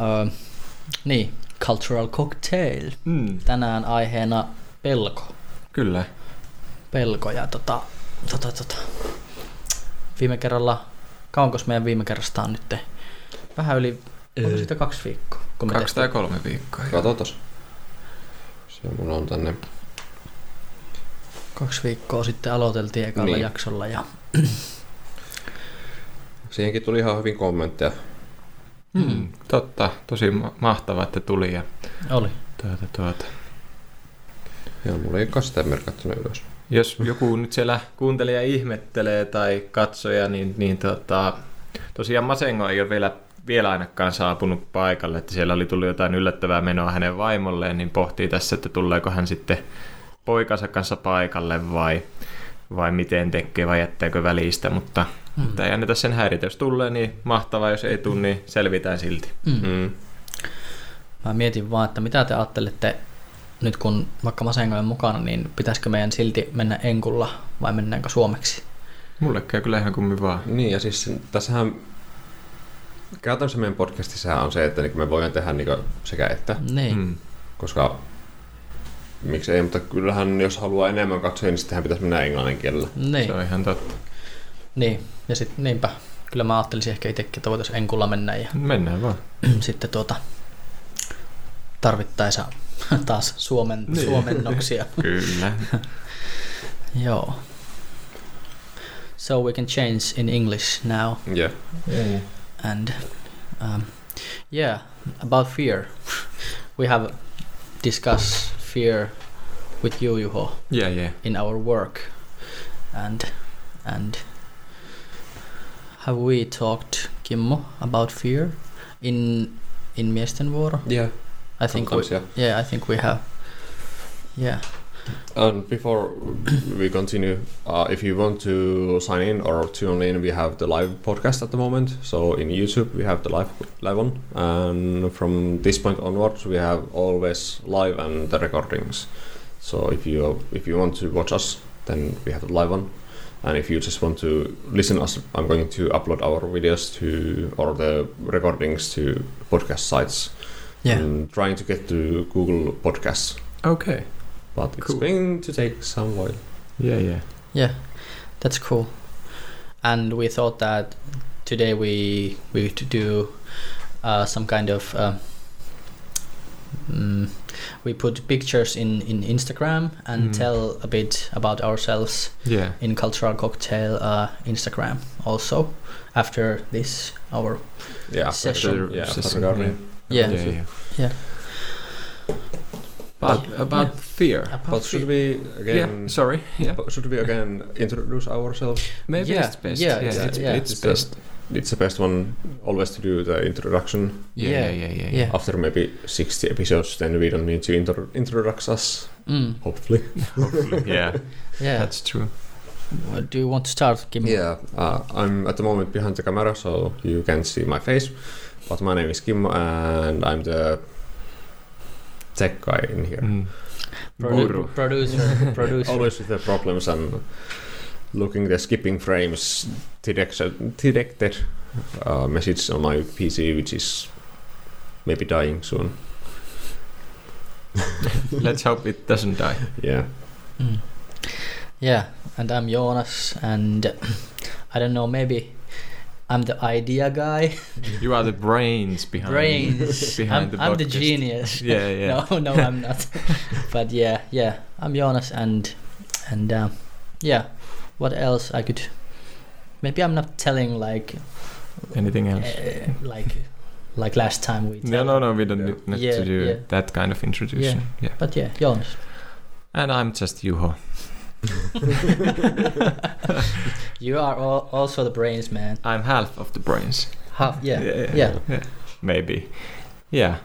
Öö, niin, Cultural Cocktail. Mm, Tänään aiheena pelko. kyllä. Pelko ja tota, tota, tota. Viime kerralla, kauankos meidän viime kerrasta on nyt? Vähän yli, onko siitä Öö, kaksi viikkoa? Kun me Kaksi tai kolme viikkoa. joo. Katsotaan. Se mulla on tänne. tehtiin- kaksi viikkoa sitten aloiteltiin ekalla niin. Niin. jaksolla ja Siihenkin tuli ihan hyvin kommentteja. Mm, totta, tosi ma- mahtavaa, että tuli. Ja oli. tuota, tuota. Joo, mulla ei kasta merkattuna ylös. Jos joku nyt siellä kuuntelija ihmettelee tai katsoja, niin, niin tota, tosiaan Masengo ei ole vielä, vielä ainakaan saapunut paikalle. Että siellä oli tullut jotain yllättävää menoa hänen vaimolleen, niin pohtii tässä, että tuleeko hän sitten poikansa kanssa paikalle vai, vai miten tekee vai jättääkö välistä. Mutta Mm. mm. ei anneta sen häiritä. Jos tulee, niin mahtavaa. Jos ei tule, niin selvitään silti. Mm. Mm. Mä mietin vaan, että mitä te ajattelette nyt kun vaikka Masenko on mukana, niin pitäisikö meidän silti mennä enkulla vai mennäänkö suomeksi? Mulle käy kyllä ihan kummin vaan. Niin ja siis tässähän käytännössä meidän podcastissa on se, että niinku me voidaan tehdä niinku sekä että, Niin. Mm. Mm. koska miksi ei, mutta kyllähän jos haluaa enemmän katsoa, niin sittenhän pitäisi mennä englannin kielellä. Niin. Se on ihan totta. Niin, ja sitten niinpä. Kyllä mä ajattelisin ehkä itsekin, että voitaisiin enkulla mennä ja Mennään vaan. sitten tuota tarvittaessa taas suomen, Niin. suomennoksia. Kyllä. Joo. So we can change in English now Yeah. Mm. and um, yeah, about fear. We have discussed fear with you, Juho, Yeah, yeah. in our work and and have we talked Kimmo about fear in in Miesten War? Yeah. I think we, Sometimes, yeah. yeah, I think we have. Yeah. And before we continue, uh, if you want to sign in or tune in, we have the live podcast at the moment. So in YouTube, we have the live live on, and from this point onwards, we have always live and the recordings. So if you if you want to watch us, then we have the live on, and if you just want to listen us, I'm going to upload our videos to or the recordings to podcast sites. Yeah. I'm trying to get to Google Podcasts, Okay. but it's Cool. going to take some while. Yeah, yeah. Yeah. That's cool. And we thought that today we we to do uh, some kind of uh, mm, we put pictures in in Instagram and Mm. tell a bit about ourselves Yeah. in Cultural Cocktail uh, Instagram also after this our Yeah, Session. Yeah, Session, regarding- yeah yeah, yeah. Yeah. But Yeah. about fear. About But should we again? yeah, sorry. Yeah. but Should we again introduce ourselves? Maybe Yeah, it's best. yeah, yeah, yeah, it's, yeah. it's It's best. It's the best one always to do the introduction. Yeah, Yeah. yeah, yeah, yeah. Yeah. After maybe 60 episodes, then we don't need to intro- introduce us, Mm, hopefully. Hopefully, yeah. yeah. That's true. Uh, Do you want to start, Kim? Yeah, uh, I'm at the moment behind the camera, so you can see my face. But my name is Kim, and I'm the tech guy in here. Mm. Produ- Guru. Producer. producer. Always with the problems and looking the skipping frames detection, detected uh, message on my PC, which is maybe dying soon. Let's hope it doesn't die. Yeah. Mm. Yeah, and I'm Jonas, and I don't know, maybe I'm the idea guy. You are the brains behind Brains. behind I'm, the I'm the podcast. genius. Yeah, yeah. No, no, I'm not. but yeah, yeah, I'm Jonas, and and um, yeah, what else I could? Maybe I'm not telling like Anything else? uh, like like last time we. No, tell. no, no. We don't Yeah. need need Yeah, to do yeah. that kind of introduction. Yeah. But yeah, Jonas. And I'm just Juho. you are all, also the brains, man. I'm half of the brains. Half, yeah, yeah. Maybe. Yeah.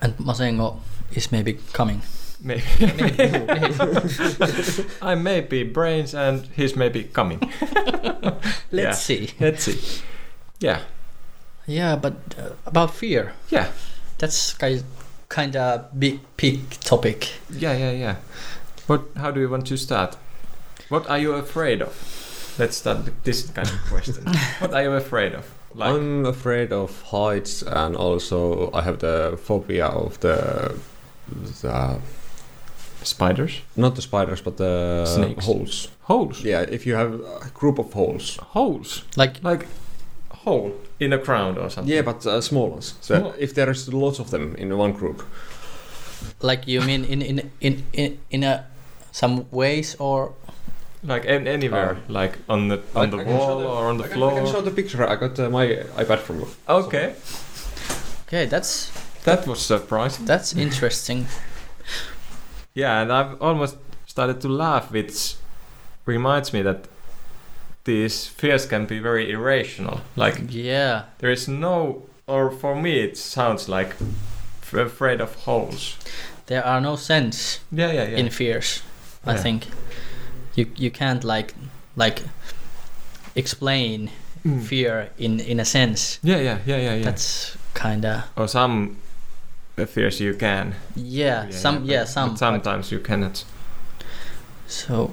And Masengo is maybe coming. Maybe. Maybe, maybe. I may be brains and he's maybe coming. Let's Yeah. see. Let's see. Yeah. Yeah, but uh, about fear. Yeah. That's kind of big, big topic. Yeah, yeah, yeah. What how do you want to start? What are you afraid of? Let's start with this kind of question. what are you afraid of? Like, I'm afraid of heights, and also I have the phobia of the, the spiders? not the spiders, but the Snakes. holes. Holes. Yeah, if you have a group of holes. Holes. Like, Like hole in the ground or something. Yeah, but uh, small ones. So Small- if there is lots of them in one group, like you mean in in in in, in a some ways or Like an- anywhere. like on the on the wall or on the I can- floor. I can show the picture. I got uh, my iPad from you. Okay, okay that's that was surprising. that's interesting Yeah, and I've almost started to laugh, which reminds me that these fears can be very irrational. Like yeah there is no, or for me it sounds like f- afraid of holes. there are no sense Yeah, yeah, yeah. in fears i Yeah. think you you can't like like explain Mm. fear in in a sense Yeah, yeah, yeah, yeah, yeah. that's kind of or some uh, fears you can. yeah, some but- yeah but some but- sometimes you cannot. so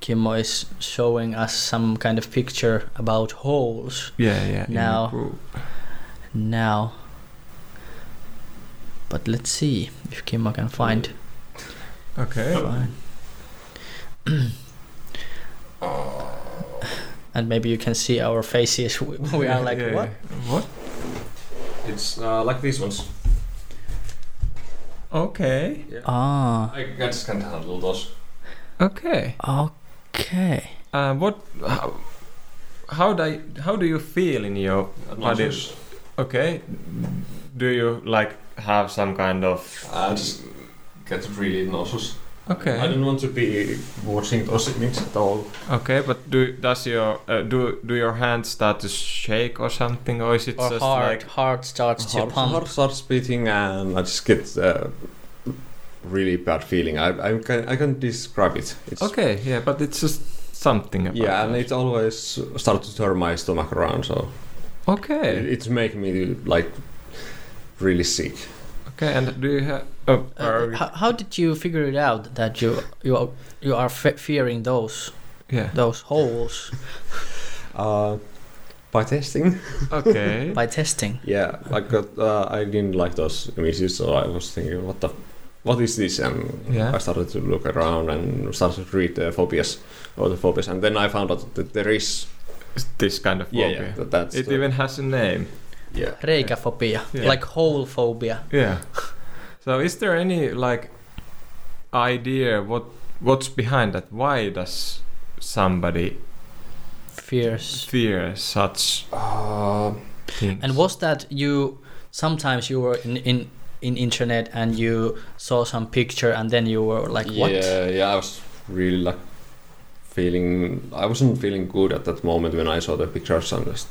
Kimmo is showing us some kind of picture about holes Yeah, yeah. in Now- a group. now but let's see if Kimmo can find Okay. Fine. and maybe you can see our faces. w- We are like, Yeah, what? yeah. What? It's uh, like these ones. Okay. Ah, I just can't handle those. Okay. okay. Uh, what? How, how do I, how do you feel in your body? Okay. Do you like have some kind of? I just get really nauseous. I Okay. don't want to be watching those things at all. Okay, but do does your uh, do do your hands start to shake or something, or is it Or just heart, like? heart starts to Heart, pump. heart starts beating, and I just get uh, really bad feeling. I I can I can describe it. It's Okay, yeah, but it's just something. About Yeah, and it. it always start to turn my stomach around, so it, Okay. it's making me like really sick. Okay, and do you have? Oh, Uh, how, how did you figure it out that you you are, you are fe- fearing those yeah. those holes Uh, by testing? Okay. by testing? Yeah, I got. Uh, I didn't like those images, so I was thinking, what the, what is this? And Yeah. I started to look around and started to read the phobias or the phobias, and then I found out that there is. this kind of phobia. that, that's. It the- even has a name. yeah. Reikaphobia, Yeah. like hole phobia. Yeah. So is there any like idea what what's behind that? Why does somebody Fears. fear such Uh, things? And was that you? Sometimes you were in in in internet and you saw some picture and then you were like, what? Yeah, yeah, I was really like feeling. I wasn't feeling good at that moment when I saw the pictures and just.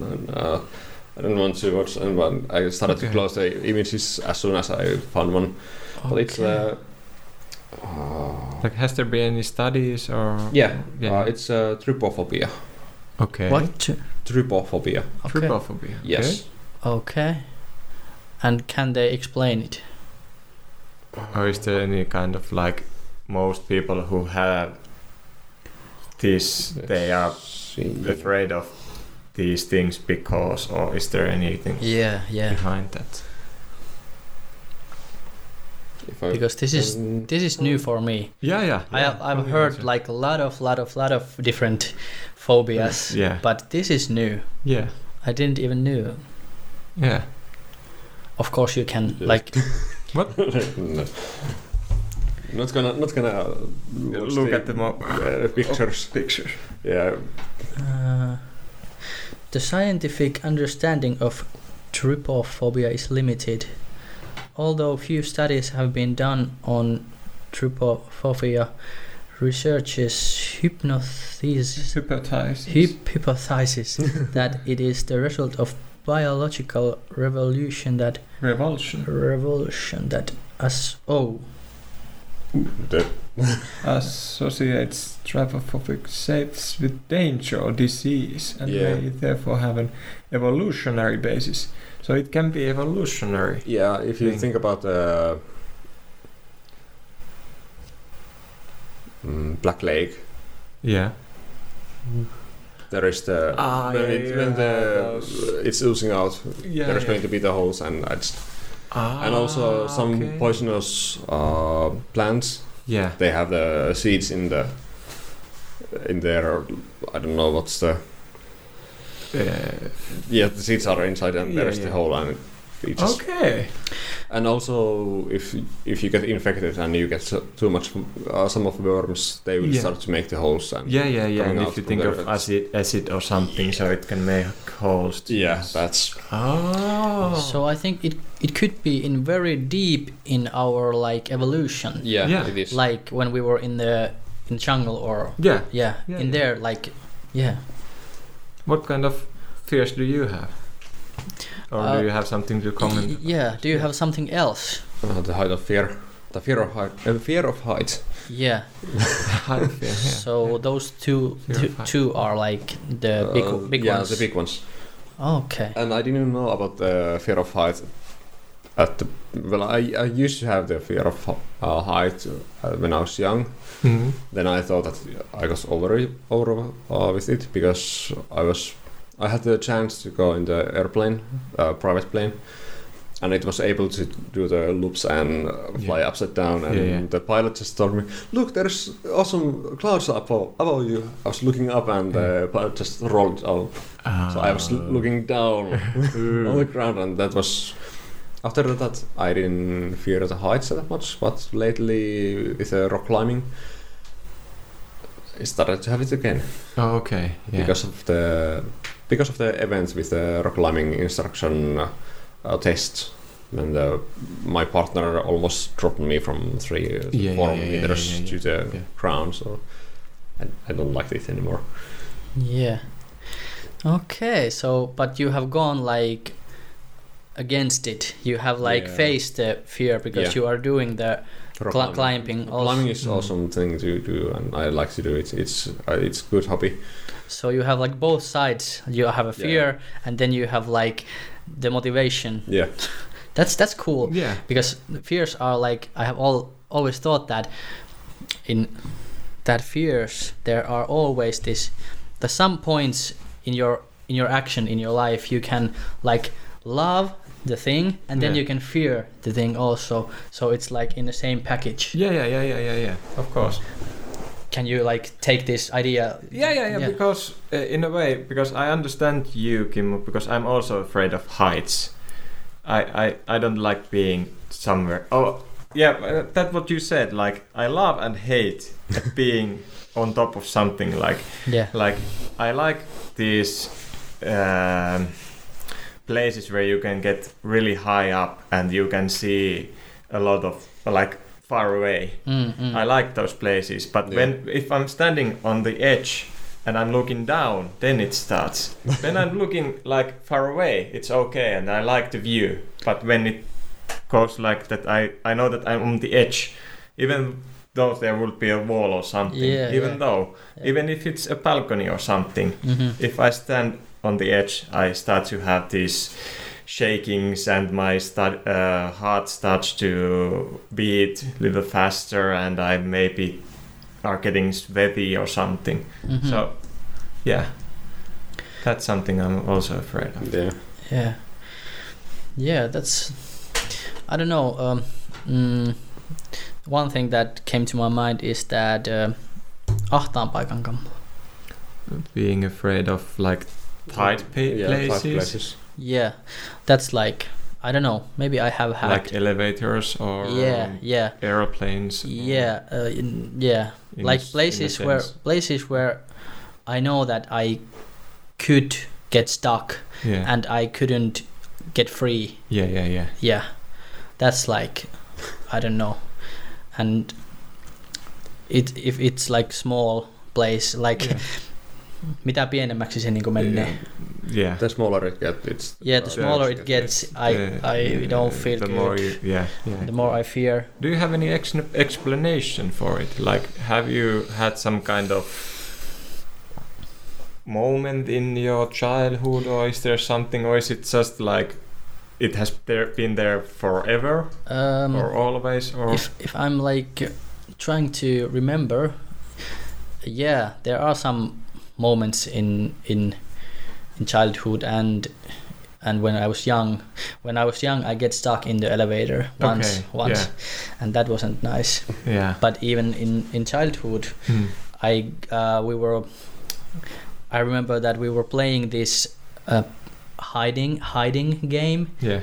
And, uh, I didn't want to watch anyone. I started Okay. to close the images as soon as I found one. But it's. Uh, uh, like has there been any studies or yeah, yeah. Uh, it's uh, trypophobia. okay What? Trypophobia. Okay. trypophobia? Yes. Okay. And can they explain it? Okay. Or is there any kind of like most people who have this they are See. afraid of these things because or is there anything Yeah, yeah. behind that? If I Because this is can- this is new for me. Yeah, yeah. I yeah. have, I've Okay, heard gotcha. like a lot of lot of lot of different phobias, yeah, but this is new. yeah, I didn't even knew. yeah. Of course, you can Yeah. like no. Not gonna, not gonna uh, watch Look at the mo- uh, pictures. Picture. Yeah, Uh, the scientific understanding of trypophobia is limited. Although few studies have been done on trypophobia, researchers hypnothesis, Hypnotize. hyp- hypothesises that it is the result of biological revolution that Revulsion. revolution that as oh Associates trypophobic shapes with danger or disease and Yeah. may therefore have an evolutionary basis. So it can be evolutionary. Yeah, if you thing. think about uh, mm, Black Lake, Yeah. there is the Ah, when, yeah, it, yeah, when the those- it's oozing out, Yeah, there's yeah. going to be the holes, and I just, Ah, and also some okay. poisonous uh, plants. Yeah. They have the seeds in the in their I don't know what's the Uh, yeah the seeds are inside, and Yeah, there's the yeah. hole, and it, it just okay. And also, if if you get infected and you get so- too much, uh, some of the worms they will Yeah. start to make the holes. And Yeah, yeah, yeah. And coming out if you from think there, of it's- acid, acid or something, so it can make holes. yeah, that's Oh. So I think it it could be in very deep in our like evolution. yeah, Yeah. it is. Like when we were in the in jungle or yeah. yeah, Yeah, in yeah. there like yeah. What kind of fears do you have? Or Uh, do you have something to comment? Yeah. Do you have something else? Uh, the height of fear, the fear of height, uh, fear of height. Yeah. High fear, yeah. So those two Fear two, of height. two are like the big Uh, big yeah, ones. the big ones. Okay. And I didn't know about the fear of height. At the well, I, I used to have the fear of uh, height uh, when I was young. Mhm. then I thought that I was over over uh, with it because I was I had the chance to go in the airplane, uh, private plane, and it was able to do the loops and uh, fly Yeah. upside down. And Yeah, yeah. the pilot just told me, "Look, there's awesome clouds up above above you." I was looking up, and the pilot just rolled up. So I Uh, was l- Ah. looking down on oh, the ground, and that was. After that, I didn't fear the heights that much, but lately with the rock climbing, I started to have it again Oh, okay. Yeah. because of the because of the events with the rock climbing instruction uh, uh, test. When the, my partner almost dropped me from three uh, Yeah, four yeah, yeah, yeah, meters yeah, yeah, to the yeah. ground, so I, I don't like it anymore. Yeah. Okay, so but you have gone like against it. You have like Yeah. faced the fear because Yeah. you are doing the Rock cl- climbing. Also. Climbing is Mm. awesome thing to do, and I like to do it. It's uh, it's good hobby. So you have like both sides. You have a Yeah. fear, and then you have like the motivation. Yeah, That's that's cool Yeah. because the fears are like I have all always thought that in that fears there are always this. There's some points in your in your action in your life you can like love the thing and then Yeah. you can fear the thing also so it's like in the same package Yeah, yeah, yeah, yeah, yeah, yeah. Of course. can you like take this idea Yeah, yeah, yeah. Because uh, in a way, because I understand you, Kimmo, because I'm also afraid of heights. I, I, I don't like being somewhere. Oh, yeah, uh, that's what you said. Like I love and hate at being on top of something. Like yeah like I like these um, places where you can get really high up and you can see a lot of like far away. Mm, mm. I like those places, but Yeah. when if I'm standing on the edge and I'm looking down, then it starts. when I'm looking like far away, it's okay, and I like the view. But when it goes like that, I I know that I'm on the edge, even though there would be a wall or something. Yeah, even yeah. though, Yeah. even if it's a balcony or something, Mhm. if I stand on the edge, I start to have these shakings and my start, uh, heart starts to beat a little faster and I maybe are getting sweaty or something. Mhm. So, yeah, that's something I'm also afraid of. yeah. Yeah. Yeah, that's. I don't know. Um, mm, one thing that came to my mind is that uh, Ahtaan paikan kammo. Being afraid of like tight pa- tight places, Yeah, that's like I don't know. Maybe I have had. like elevators or yeah, yeah, airplanes. or yeah, uh, in, yeah. in like a s- in a places where sense. places where I know that I could get stuck Yeah, and I couldn't get free. yeah, yeah, yeah. yeah that's like i don't know and it if it's like small place like Yeah. mitä pienemmäksi se niinku menee yeah, yeah. The smaller it gets, it's the Yeah, smaller it's- it gets i Yeah, i yeah, don't yeah, feel the good More you, yeah, yeah. the more i fear Do you have any ex- explanation for it? Like, have you had some kind of moment in your childhood, or is there something, or is it just like it has there been there forever, um or always, or if if i'm like trying to remember yeah there are some moments in in in childhood and and when I was young. When I was young, I get stuck in the elevator once Okay, once, yeah. and that wasn't nice. Yeah. But even in in childhood, Mm. I uh, we were. I remember that we were playing this uh, hiding hiding game. Yeah.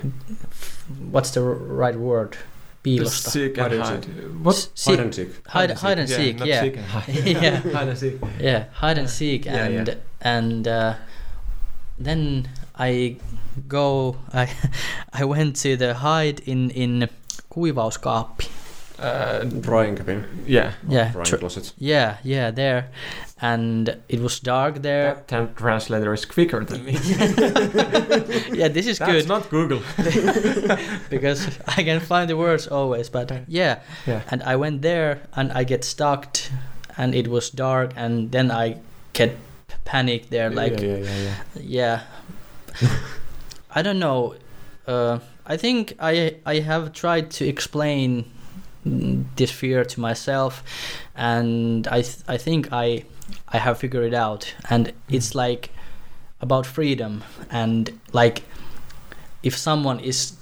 What's the r- right word? Piilosta. Seek and Hide hide. and What? S- seek- Hide and seek. hide, hide and seek. not Yeah, seek and hide. yeah, Hide and seek. yeah, hide and seek, Yeah, and yeah. and uh, then I go. I I went to the hide in in kuivauskaappi. Uh, Drying cabin. yeah. Yeah, Drying tr- closet. yeah, yeah, there, and it was dark there. That tam- translator is quicker than me. yeah, this is That's good not Google. because I can find the words always. But yeah, Yeah. and I went there and I get stuck, and it was dark, and then I get panicked there, like yeah, yeah, yeah. Yeah. I don't know. Uh, I think I I have tried to explain mm, this fear to myself, and I th- I think I I have figured it out, and it's like about freedom and like if someone is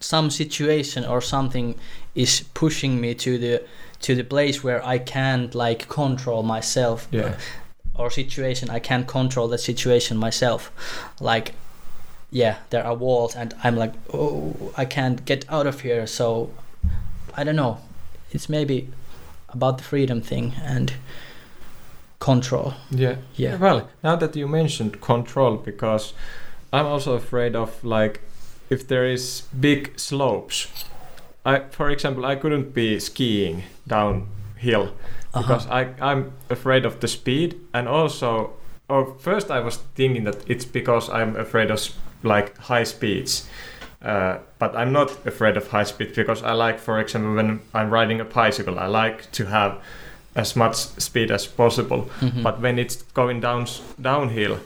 some situation or something is pushing me to the to the place where I can't like control myself Yeah. or situation i can't control the situation myself like yeah there are walls and i'm like oh i can't get out of here so i don't know it's maybe about the freedom thing and control Yeah. yeah Well, now that you mentioned control, because I'm also afraid of like if there is big slopes. I, for example, I couldn't be skiing downhill Uh-huh. because I, I'm afraid of the speed and also. Or first, I was thinking that it's because I'm afraid of s- like high speeds, uh, but I'm not afraid of high speed because I like, for example, when I'm riding a bicycle, I like to have as much speed as possible Mhm. but when it's going down downhill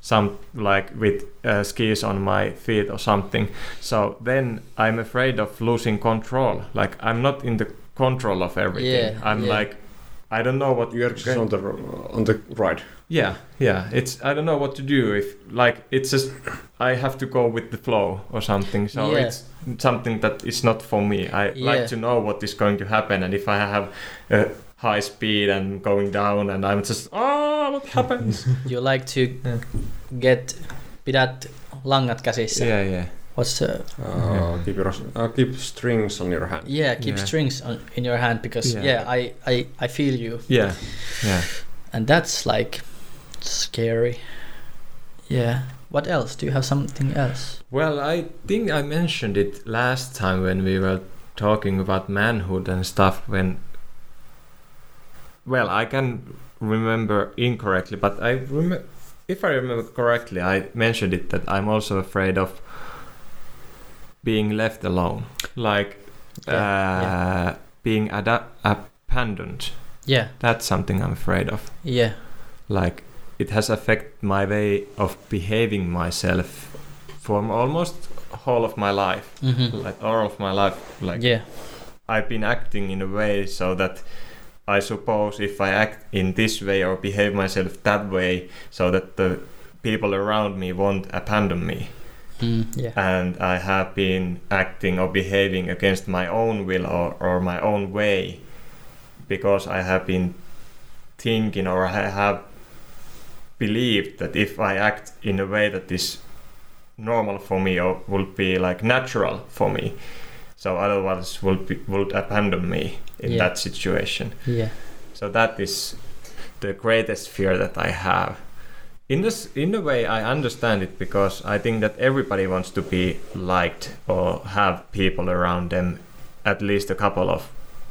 some like with uh, skis on my feet or something so then i'm afraid of losing control like i'm not in the control of everything Yeah, i'm yeah. like i don't know what You're just on the on the right. yeah yeah it's i don't know what to do if like it's just i have to go with the flow or something so Yeah. it's something that is not for me i Yeah. like to know what is going to happen and if i have uh, high speed and going down and i'm just oh what happens you like to Yeah. get pidät langat käsissä Yeah, yeah. what's the Uh, Yeah. keep, your, uh, keep strings on your hand. yeah keep Yeah. strings on, in your hand because Yeah. yeah I, I i feel you Yeah, yeah. and that's like scary yeah what else do you have something else Well, I think I mentioned it last time when we were talking about manhood and stuff. When, well, I can remember incorrectly, but I remember, if I remember correctly, I mentioned it that I'm also afraid of being left alone, like Yeah, uh, yeah. being ada- abandoned. yeah That's something I'm afraid of. yeah like it has affected my way of behaving myself from almost whole of my life mm-hmm. like all of my life like yeah i've been acting in a way so that i suppose if i act in this way or behave myself that way so that the people around me won't abandon me mm, yeah and i have been acting or behaving against my own will or, or my own way because i have been thinking or I have believed that if I act in a way that is normal for me or would be like natural for me, so otherwise would be, would abandon me in Yeah. that situation. yeah So that is the greatest fear that I have. In this, in a way, I understand it because I think that everybody wants to be liked or have people around them, at least a couple of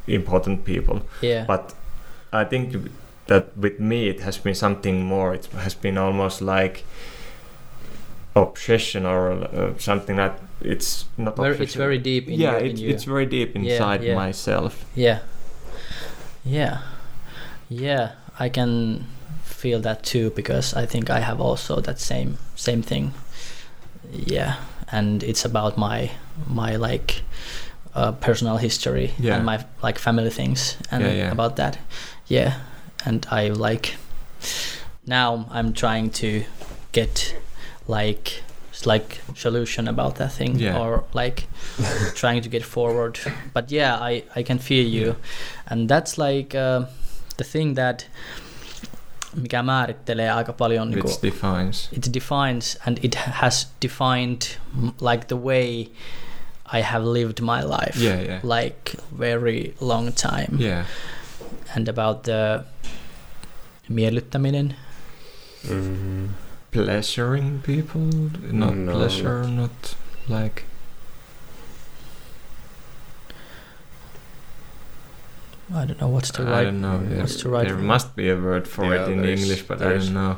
important people yeah but I think that with me it has been something more. It has been almost like obsession or uh, something that it's not. very, obsession. it's very deep in you, yeah, in it's you. it's very deep Yeah, inside yeah. myself. yeah yeah yeah i can feel that too because i think i have also that same same thing yeah and it's about my my like uh, personal history Yeah. and my like family things and Yeah, yeah. about that yeah and i like now I'm trying to get like s- like solution about that thing Yeah. or like trying to get forward. But yeah, I I can feel you, and that's like uh, the thing that mikä määrittelee aika paljon niinku, Which defines. it defines and it has defined mm, like the way I have lived my life Yeah, yeah. like very long time Yeah. and about the miellyttäminen Mm-hmm. Mm. Pleasuring people? Not No, pleasure, not like. I don't know what's the I right don't know. Yeah. There, What's the right there word? must be a word for Yeah, it in there is- English, but there I is. don't know.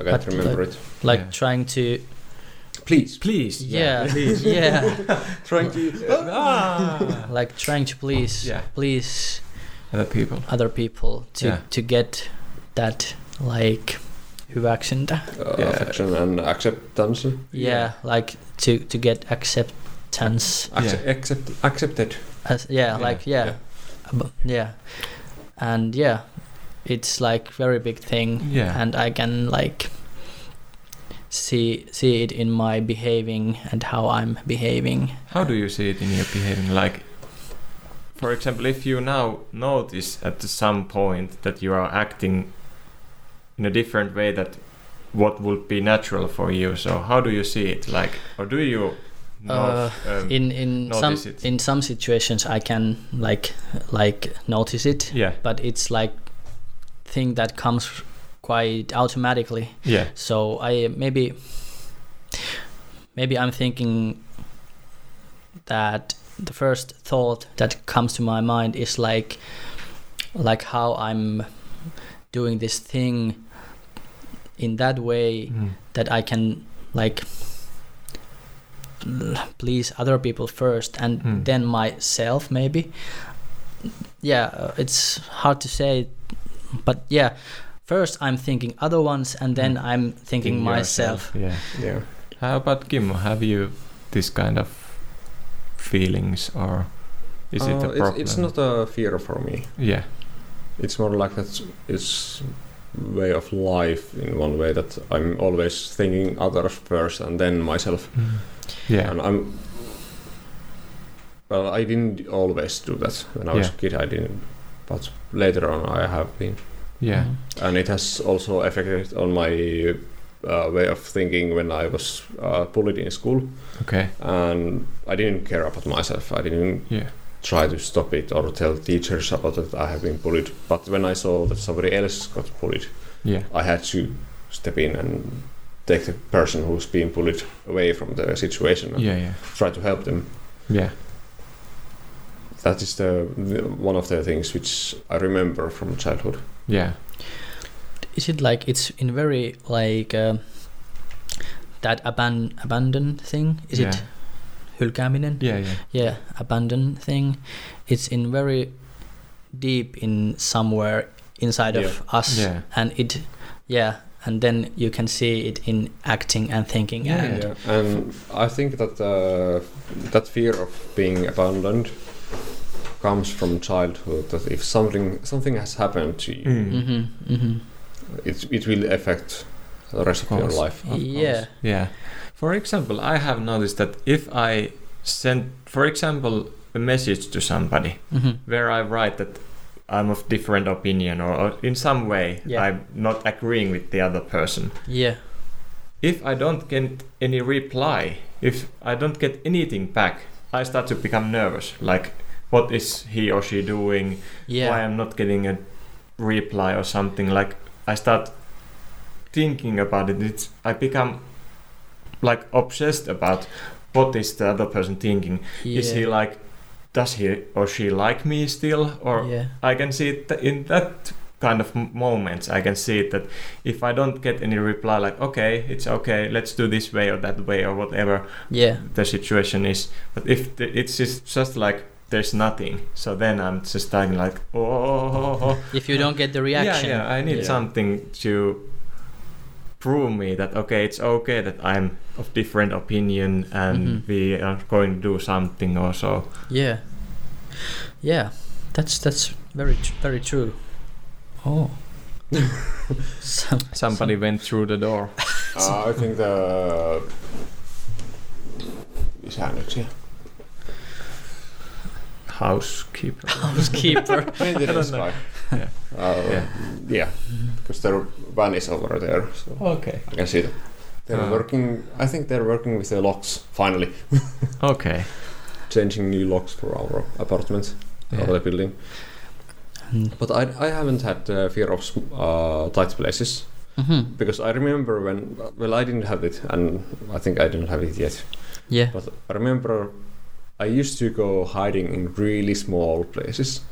I can't But, remember it. like Yeah. trying to Please. Please. yeah yeah Trying to. ah. like trying to please Yeah. please Other people. other people to Yeah. to get that like hyväksyntä Uh, Yeah. Affection and acceptance. yeah, like to to get acceptance Acce- accept- accepted. as yeah, Yeah, like yeah yeah. Ab- yeah and yeah it's like very big thing Yeah. and I can like see see it in my behaving and how I'm behaving. How do you see it in your behaving? Like, for example, if you now notice at some point that you are acting in a different way that what would be natural for you, so how do you see it? Like, or do you know? Uh, um, In in some Notice it. in some situations I can like like notice it, yeah, but it's like thing that comes quite automatically. yeah, So I maybe maybe I'm thinking that the first thought that comes to my mind is like like how I'm doing this thing in that way Mm. that I can like l- please other people first and Hmm. then myself maybe yeah uh, it's hard to say but yeah first i'm thinking other ones and then Hmm. i'm thinking In myself yourself, Yeah. Yeah. How about Kimmo? Have you this kind of feelings, or is it a Oh, problem? Uh, It's, it's not a fear for me. Yeah. It's more like that. It's way of life in one way that I'm always thinking others first and then myself Hmm. Yeah. And I'm. Well, I didn't always do that. When I was Yeah. a kid, I didn't. But later on, I have been. Yeah. Mhm. And it has also affected on my uh, way of thinking when I was uh, bullied in school. Okay. And I didn't care about myself. I didn't Yeah. try to stop it or tell teachers about that I have been bullied. But when I saw that somebody else got bullied, Yeah. I had to step in and take the person who's being bullied away from the situation and Yeah. Yeah. try to help them. Yeah. That is the, the one of the things which I remember from childhood. Yeah. is it like it's in very like uh, that aban- abandon thing is it hylkääminen Yeah. Yeah. yeah abandon thing it's in very deep in somewhere inside of us Yeah. and it yeah and then you can see it in acting and thinking Yeah, and yeah. And I think that uh, that fear of being abandoned comes from childhood. That if something something has happened to you, Mm. Mm-hmm, mm-hmm. it it will affect the rest of, your course. life. Of Yeah. course. Yeah. For example, I have noticed that if I send, for example, a message to somebody Mm-hmm. where I write that I'm of different opinion or, or in some way Yeah. I'm not agreeing with the other person, yeah if I don't get any reply, if I don't get anything back, I start to become nervous. Like, what is he or she doing? yeah Why I'm not getting a reply or something? Like, I start thinking about it. It's, I become like obsessed about what is the other person thinking. yeah. Is he like, does he or she like me still? Or yeah I can see it th- in that kind of m- moments. I can see it that if I don't get any reply, like okay, it's okay, let's do this way or that way or whatever yeah the situation is. But if the, it's just, just like there's nothing, so then I'm just starting like oh, oh, oh, oh, oh. if you don't get the reaction yeah, yeah, I need Yeah. something to prove me that okay, it's okay that I'm of different opinion and Mhm. we are going to do something or so. yeah yeah that's that's very tr- very true oh Some, Somebody went through the door. Uh, I think the... Säännöksiä. Housekeeper. housekeeper. Maybe it is like... Yeah. Uh, Yeah. yeah. Because their van is over there, so Okay. I can see them. They're Ah. working... I think they're working with their locks, finally. Okay. Changing new locks for our apartment, Yeah. or the building. Mm. But I, I haven't had uh, fear of sm- uh, tight places Mhm. because I remember when well I didn't have it and I think I don't have it yet. Yeah. But I remember I used to go hiding in really small places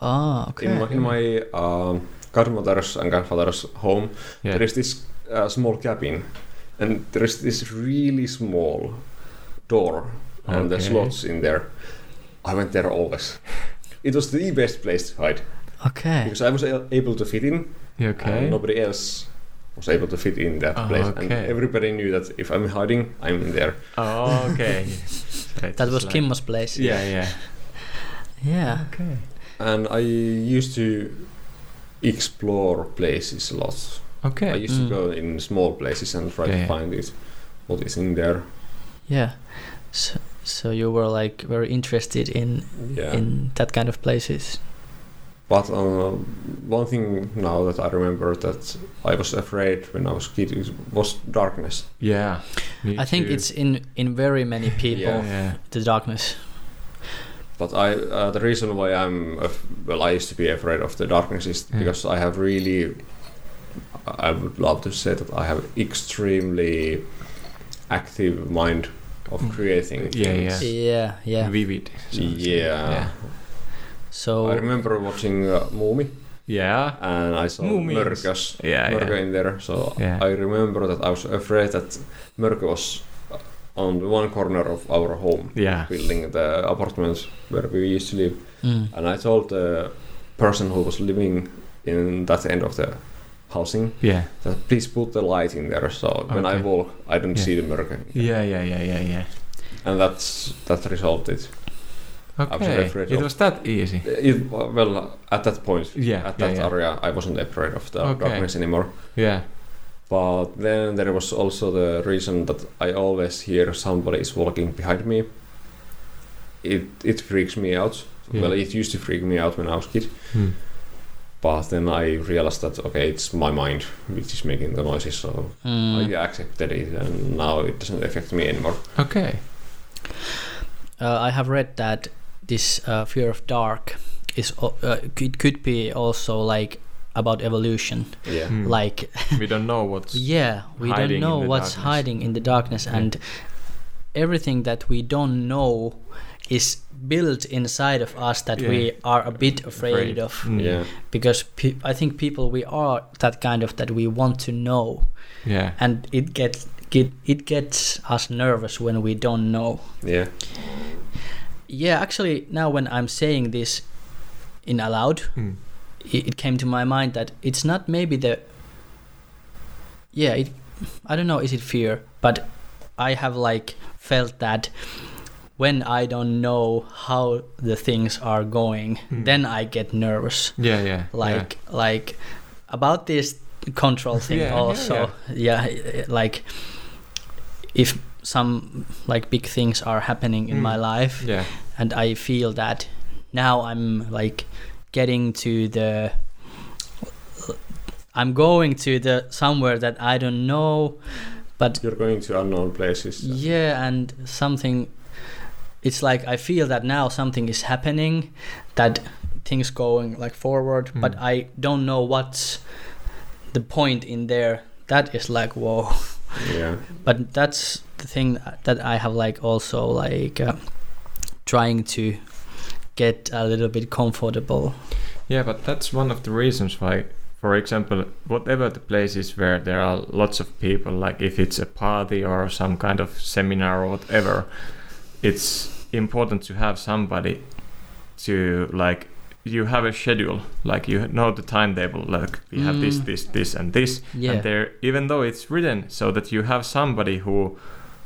Ah, okay. in my in my um, godmother's and grandfather's home. Yeah. There is this uh, small cabin, and there is this really small door and the Okay. slots in there. I went there always. It was the best place to hide okay. because I was a- able to fit in You and okay? nobody else was able to fit in that Ah, place. And okay. everybody knew that if I'm hiding, I'm in there. Oh, okay. That was Kimmo's place. Yeah, yeah. Yeah. Okay. And I used to explore places a lot. I Okay. used Mm. to go in small places and try Yeah, to yeah. find it, what is in there. Yeah. So, so you were like very interested in Yeah. in that kind of places. But uh, one thing now that I remember that I was afraid when I was kid is- was darkness. Yeah. Me I think too. it's in in very many people Yeah. Yeah. the darkness. But I, uh, the reason why I'm, af- well, I used to be afraid of the darkness is Mm. because I have really, I would love to say that I have extremely active mind of Mm. creating. Yeah, things. yeah. Yeah, yeah. Vivid. so- Yeah. I So remember watching uh, Moomi Yeah. and I saw Moomin. Mörkös, Yeah. Mörkö Yeah. in there. So Yeah. I remember that I was afraid that Mörkö was on the one corner of our home Yeah. building, the apartments where we used to live. mm, And I told the person who was living in that end of the housing Yeah. that please put the light in there so when I Okay. walk I don't Yeah. see the mirror. Yeah, yeah, yeah, yeah, yeah. And that's that resulted. was Okay. afraid It of- was that easy. It, well, at that point, Yeah, at yeah, that yeah. area, I wasn't afraid of the Okay. darkness anymore. Yeah. But then there was also the reason that I always hear somebody is walking behind me. It it freaks me out. Yeah. Well, it used to freak me out when I was kid. Hmm. But then I realized that okay, it's my mind which is making the noises, so Oh, mm. I accepted it, and now it doesn't affect me anymore. Okay. Uh, I have read that this uh, fear of dark is o- uh, it could be also like about evolution. Yeah, Hmm. Like we don't know what's. yeah, we Hiding don't in know the what's darkness. hiding in the darkness, Yeah. and everything that we don't know is built inside of us that Yeah. we are a bit afraid, Afraid. of Mm. yeah, because pe- I think people we are that kind of that we want to know Yeah. and it gets get, it gets us nervous when we don't know. yeah. Yeah, actually, now when I'm saying this in aloud, Mm. it, it came to my mind that it's not maybe the. Yeah, it, I don't know, is it fear? But I have like felt that when I don't know how the things are going, Mm. then I get nervous. Yeah, yeah. Like, like about this control thing Yeah, yeah, also. Yeah, eh, like if some like big things are happening in Mm. my life Yeah. and I feel that now I'm like getting to the I'm going to the somewhere that I don't know but You're going to unknown places. yeah and something it's like I feel that now something is happening that things going like forward but Mm. I don't know what's the point in there that is like whoa yeah, but that's the thing that I have like also like uh, trying to get a little bit comfortable. Yeah, but that's one of the reasons why, for example, whatever the place is where there are lots of people, like if it's a party or some kind of seminar or whatever, it's important to have somebody to like you have a schedule like you know the timetable like we have this Mm. this this and this Yeah. and there even though it's written so that you have somebody who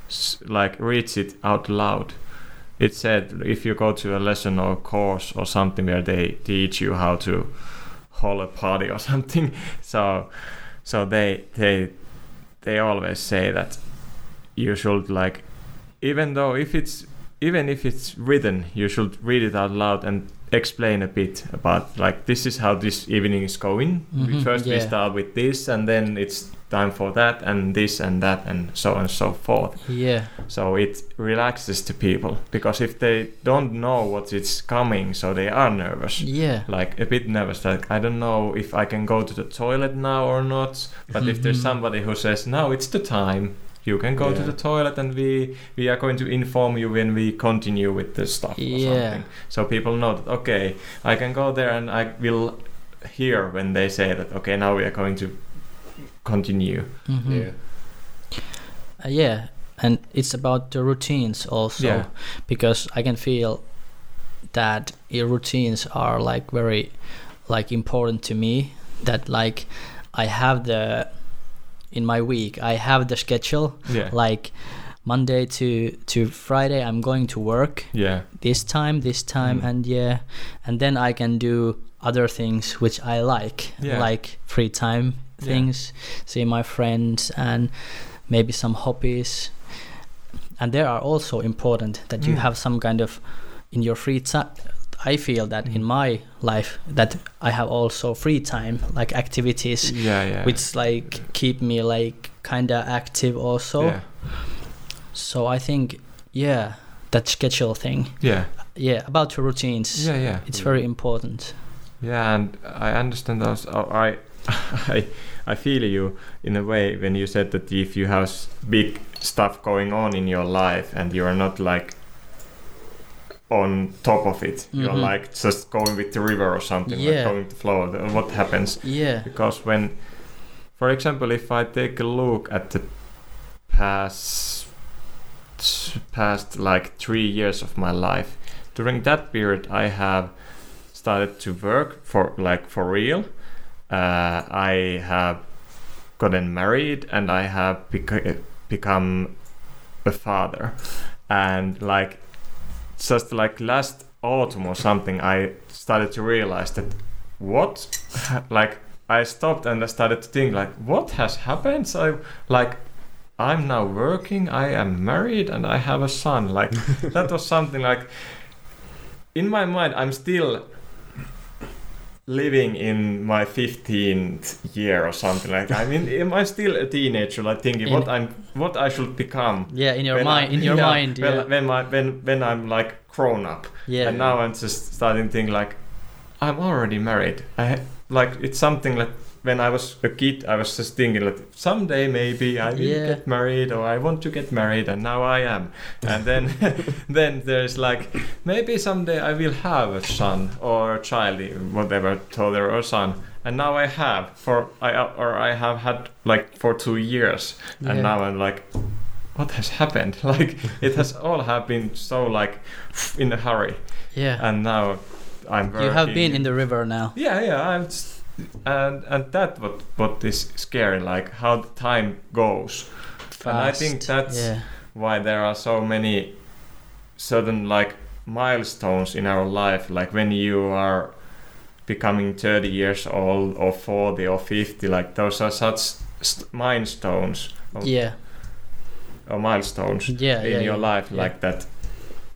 s- like reads it out loud it said if you go to a lesson or course or something where they teach you how to whole party or something. So so they they they always say that you should like even though if it's even if it's written, you should read it out loud and explain a bit about like this is how this evening is going. Mhm, we first we yeah. start with this and then it's time for that and this and that and so on and so forth. Yeah. So it relaxes the people because if they don't know what it's coming, so they are nervous. Yeah. Like a bit nervous, like I don't know if I can go to the toilet now or not. But if Mhm. there's somebody who says, "No, it's the time," you can go to Yeah. the toilet, and we we are going to inform you when we continue with the stuff or Yeah. something. So people know that okay, I can go there and I will hear when they say that okay, now we are going to continue. hmm Yeah. Uh, yeah. And it's about the routines also, Yeah. because I can feel that your routines are like very, like important to me. That like I have the in my week I have the schedule Yeah. like Monday to to Friday I'm going to work. Yeah. this time, this time, Mm. and yeah, and then I can do other things which I like, Yeah. like free time Yeah. things, see my friends, and maybe some hobbies. And they are also important that you Mm. have some kind of in your free time. I feel that in Mm. my life that I have also free time, like activities, Yeah. Yeah. which like keep me like kinda active also. yeah. So I think yeah, that schedule thing Yeah. yeah about your routines Yeah, yeah, it's very important yeah, and I understand those. Oh, I, I, I feel you in a way when you said that if you have s- big stuff going on in your life and you are not like on top of it, you're Mhm. like just going with the river or something, Yeah. like going with the flow. of the- What happens? yeah Because when, for example, if I take a look at the past past like three years of my life, during that period I have started to work for like for real. Uh, I have gotten married and I have bec- become a father, and like just like last autumn or something, I started to realize that what like I stopped and I started to think like what has happened? So like I'm now working, I am married and I have a son. Like that was something like in my mind I'm still living in my 15th year or something like I mean am I still a teenager like thinking In- what I'm what I should become yeah in your when mind I'm- in your yeah, mind when, yeah when, I, when, when I'm like grown up yeah and now I'm just starting to think like, I'm already married. I like it's something like when I was a kid, I was just thinking like someday maybe I will Yeah. get married or I want to get married, and now I am. And then then there's like maybe someday I will have a son or a child, whatever, toddler or son. And now I have for I or I have had like for two years and Yeah. now I'm like, what has happened? Like it has all happened so like in a hurry, yeah and now I'm working. you have been in the river now Yeah, yeah. I'm just, and and that what what is scary, like how the time goes. fast And I think that's yeah why there are so many certain like milestones in our life, like when you are becoming 30 years old or 40 or 50 like those are such st- milestones yeah or milestones yeah in yeah, your yeah. life yeah. like that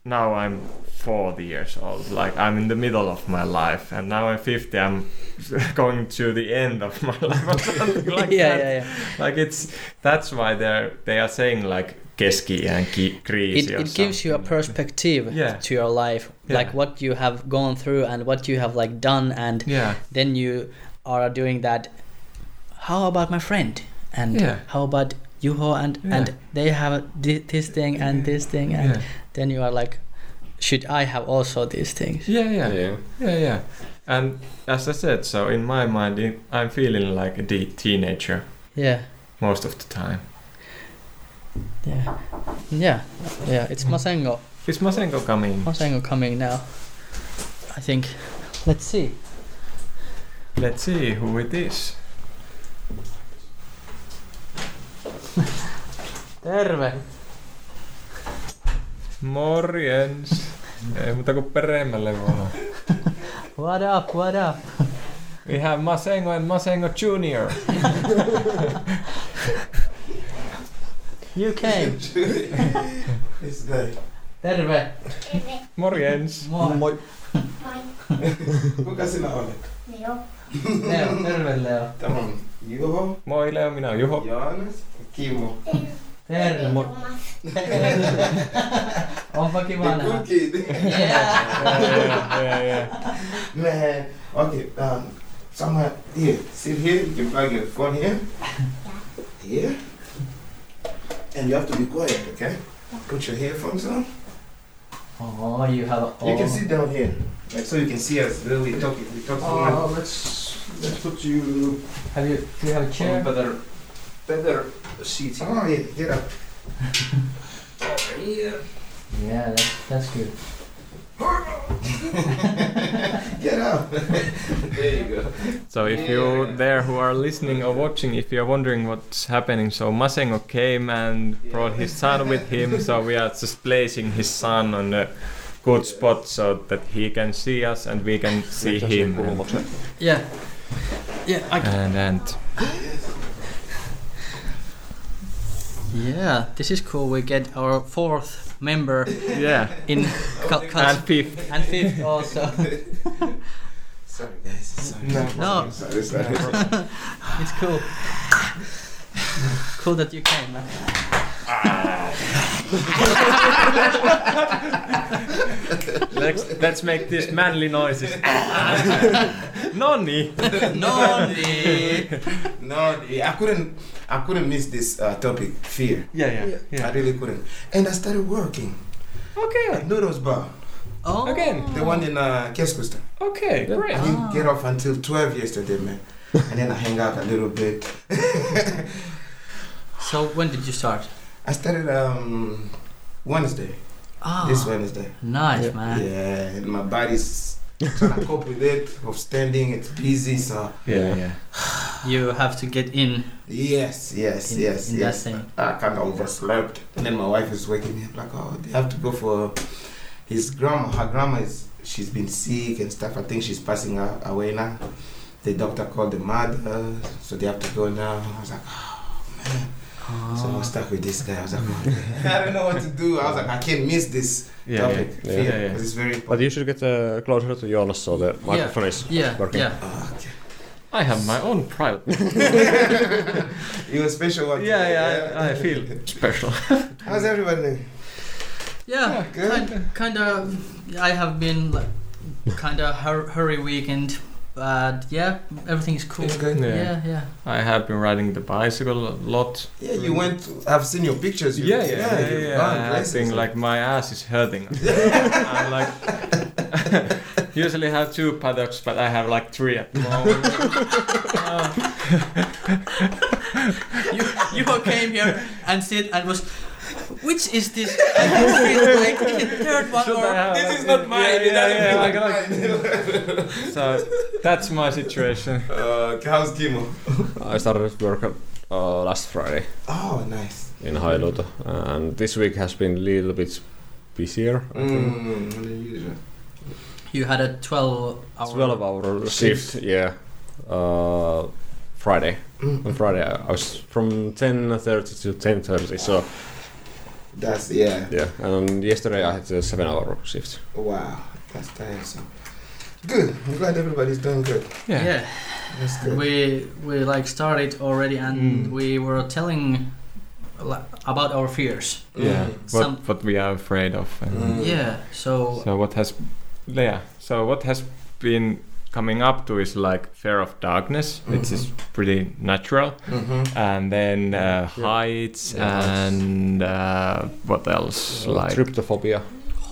now i'm 40 years old like i'm in the middle of my life and now i'm 50 i'm going to the end of my life or something like yeah, that yeah yeah like it's that's why they're they are saying like keski and ki- kriisi it, or it gives you a something. perspective Yeah. to your life Yeah. like what you have gone through and what you have like done and yeah then you are doing that how about my friend and Yeah. how about Juho and Yeah. and they have thi- this thing and this thing and yeah then you are like should i have also these things yeah yeah Yeah. Yeah, yeah. And as I said, so in my mind, it- I'm feeling like a de- teenager yeah most of the time. yeah yeah yeah it's masengo Is Masenko coming? masengo coming now i think let's see Let's see who it is. terve Morjens. Ei muuta kuin peremmälle vaan. what up what up We have Masengo and Masengo Junior. You came. It's they. Terve. Morjens. Moi. Moi. Kuka sinä olet? Leo. Terve Leo. Tämä on Juho, Moi Leo, minä oon Juho. Joonas, Kimo. Terve. Moi. Onpa kiva Niin nähdä. kulkii. Yeah, yeah, yeah. Men okej, um, samma here. Sit here, you can plug your phone here. Here. And you have to be quiet, okay? Put your headphones on. Oh, you have a... You can sit down here. Like so you can see us really talking. We talk so much. let's, let's put you Have you, do you have a chair? better, better seat Oh yeah, get up. yeah. Yeah, that's, that's good. Get up. there you go. So if you there who are listening or watching, if you're wondering what's happening, so Masengo came and brought his son with him, so we are just placing his son on a good spot so that he can see us and we can see him. And, Yeah. Yeah, I and, and Yeah, this is cool. We get our fourth member yeah, in cu- and cuts. fifth. And fifth also. Sorry guys. Sorry. No. Sorry, sorry. It's cool. Cool that you came, man. Let's let's make this manly noises. Nonni. Nonni! No, I couldn't. I couldn't miss this uh, topic, fear. Yeah, yeah, I really couldn't. And I started working Okay, at Noodles Bar, Oh. Again. the one in uh, Keskusta. okay, great. I didn't get off until 12 yesterday, man. and then I hang out a little bit. So when did you start? I started um, Wednesday, Ah, Oh. this Wednesday. nice, man. Yeah, and my body's trying to cope with it, of standing, it's busy, so. Yeah, yeah. You have to get in Yes, yes, in, yes, in yes. that thing. I kind of overslept. And then my wife is waking me up like, oh, they have to go for his grandma. Her grandma is she's been sick and stuff. I think she's passing a- away now. The doctor called the mother, so they have to go now. I was like, so I'm Oh. stuck with this guy. I was like, oh, I don't know what to do. I was like, I can't miss this Yeah, topic. yeah, fear, yeah, yeah. 'cause it's very important. But you should get uh, closer to Jonas so the microphone is Yeah, working. yeah. Oh, okay. I have my own private. You're a special one. Yeah, yeah, I, I feel special. How's everybody doing? Yeah, good. kind, kind of. I have been like, kind of hur- hurry weekend, but yeah, everything is cool. It's good. Yeah. Yeah, yeah. I have been riding the bicycle a lot. Yeah, you went. I've seen your pictures. You, Yeah, yeah, yeah. you've yeah, gone yeah. I places. think like my ass is hurting. I'm like, usually have two paddocks, but I have like three at the moment. Uh, You, you came here and said and was, which is this? I can feel like the third one should I or have- This is not mine, Yeah, it yeah, doesn't yeah, belong I gotta- so that's my situation. Uh, how's Kimo? I started work at, uh, last Friday Oh, nice. in Hailuoto, and this week has been a little bit busier. I think. Mm, unusual. you had a twelve hour. 12 hour shift, yeah. Uh, Friday. Mm. On Friday, I I was from 10.30 to 10.30, so That's yeah. yeah. And yesterday I had a 7 hour shift. Wow, that's tiresome. Good. I'm glad everybody's doing good. Yeah. That's good. we we like started already and Mm. we were telling li- about our fears. Yeah, what, Some- what we are afraid of. And Mm. Yeah. So So what has, yeah. So what has been coming up to is like fear of darkness, which is pretty natural, Mm-hmm. and then uh, Yeah. heights Yeah, heights. and uh, what else? So like Tryptophobia.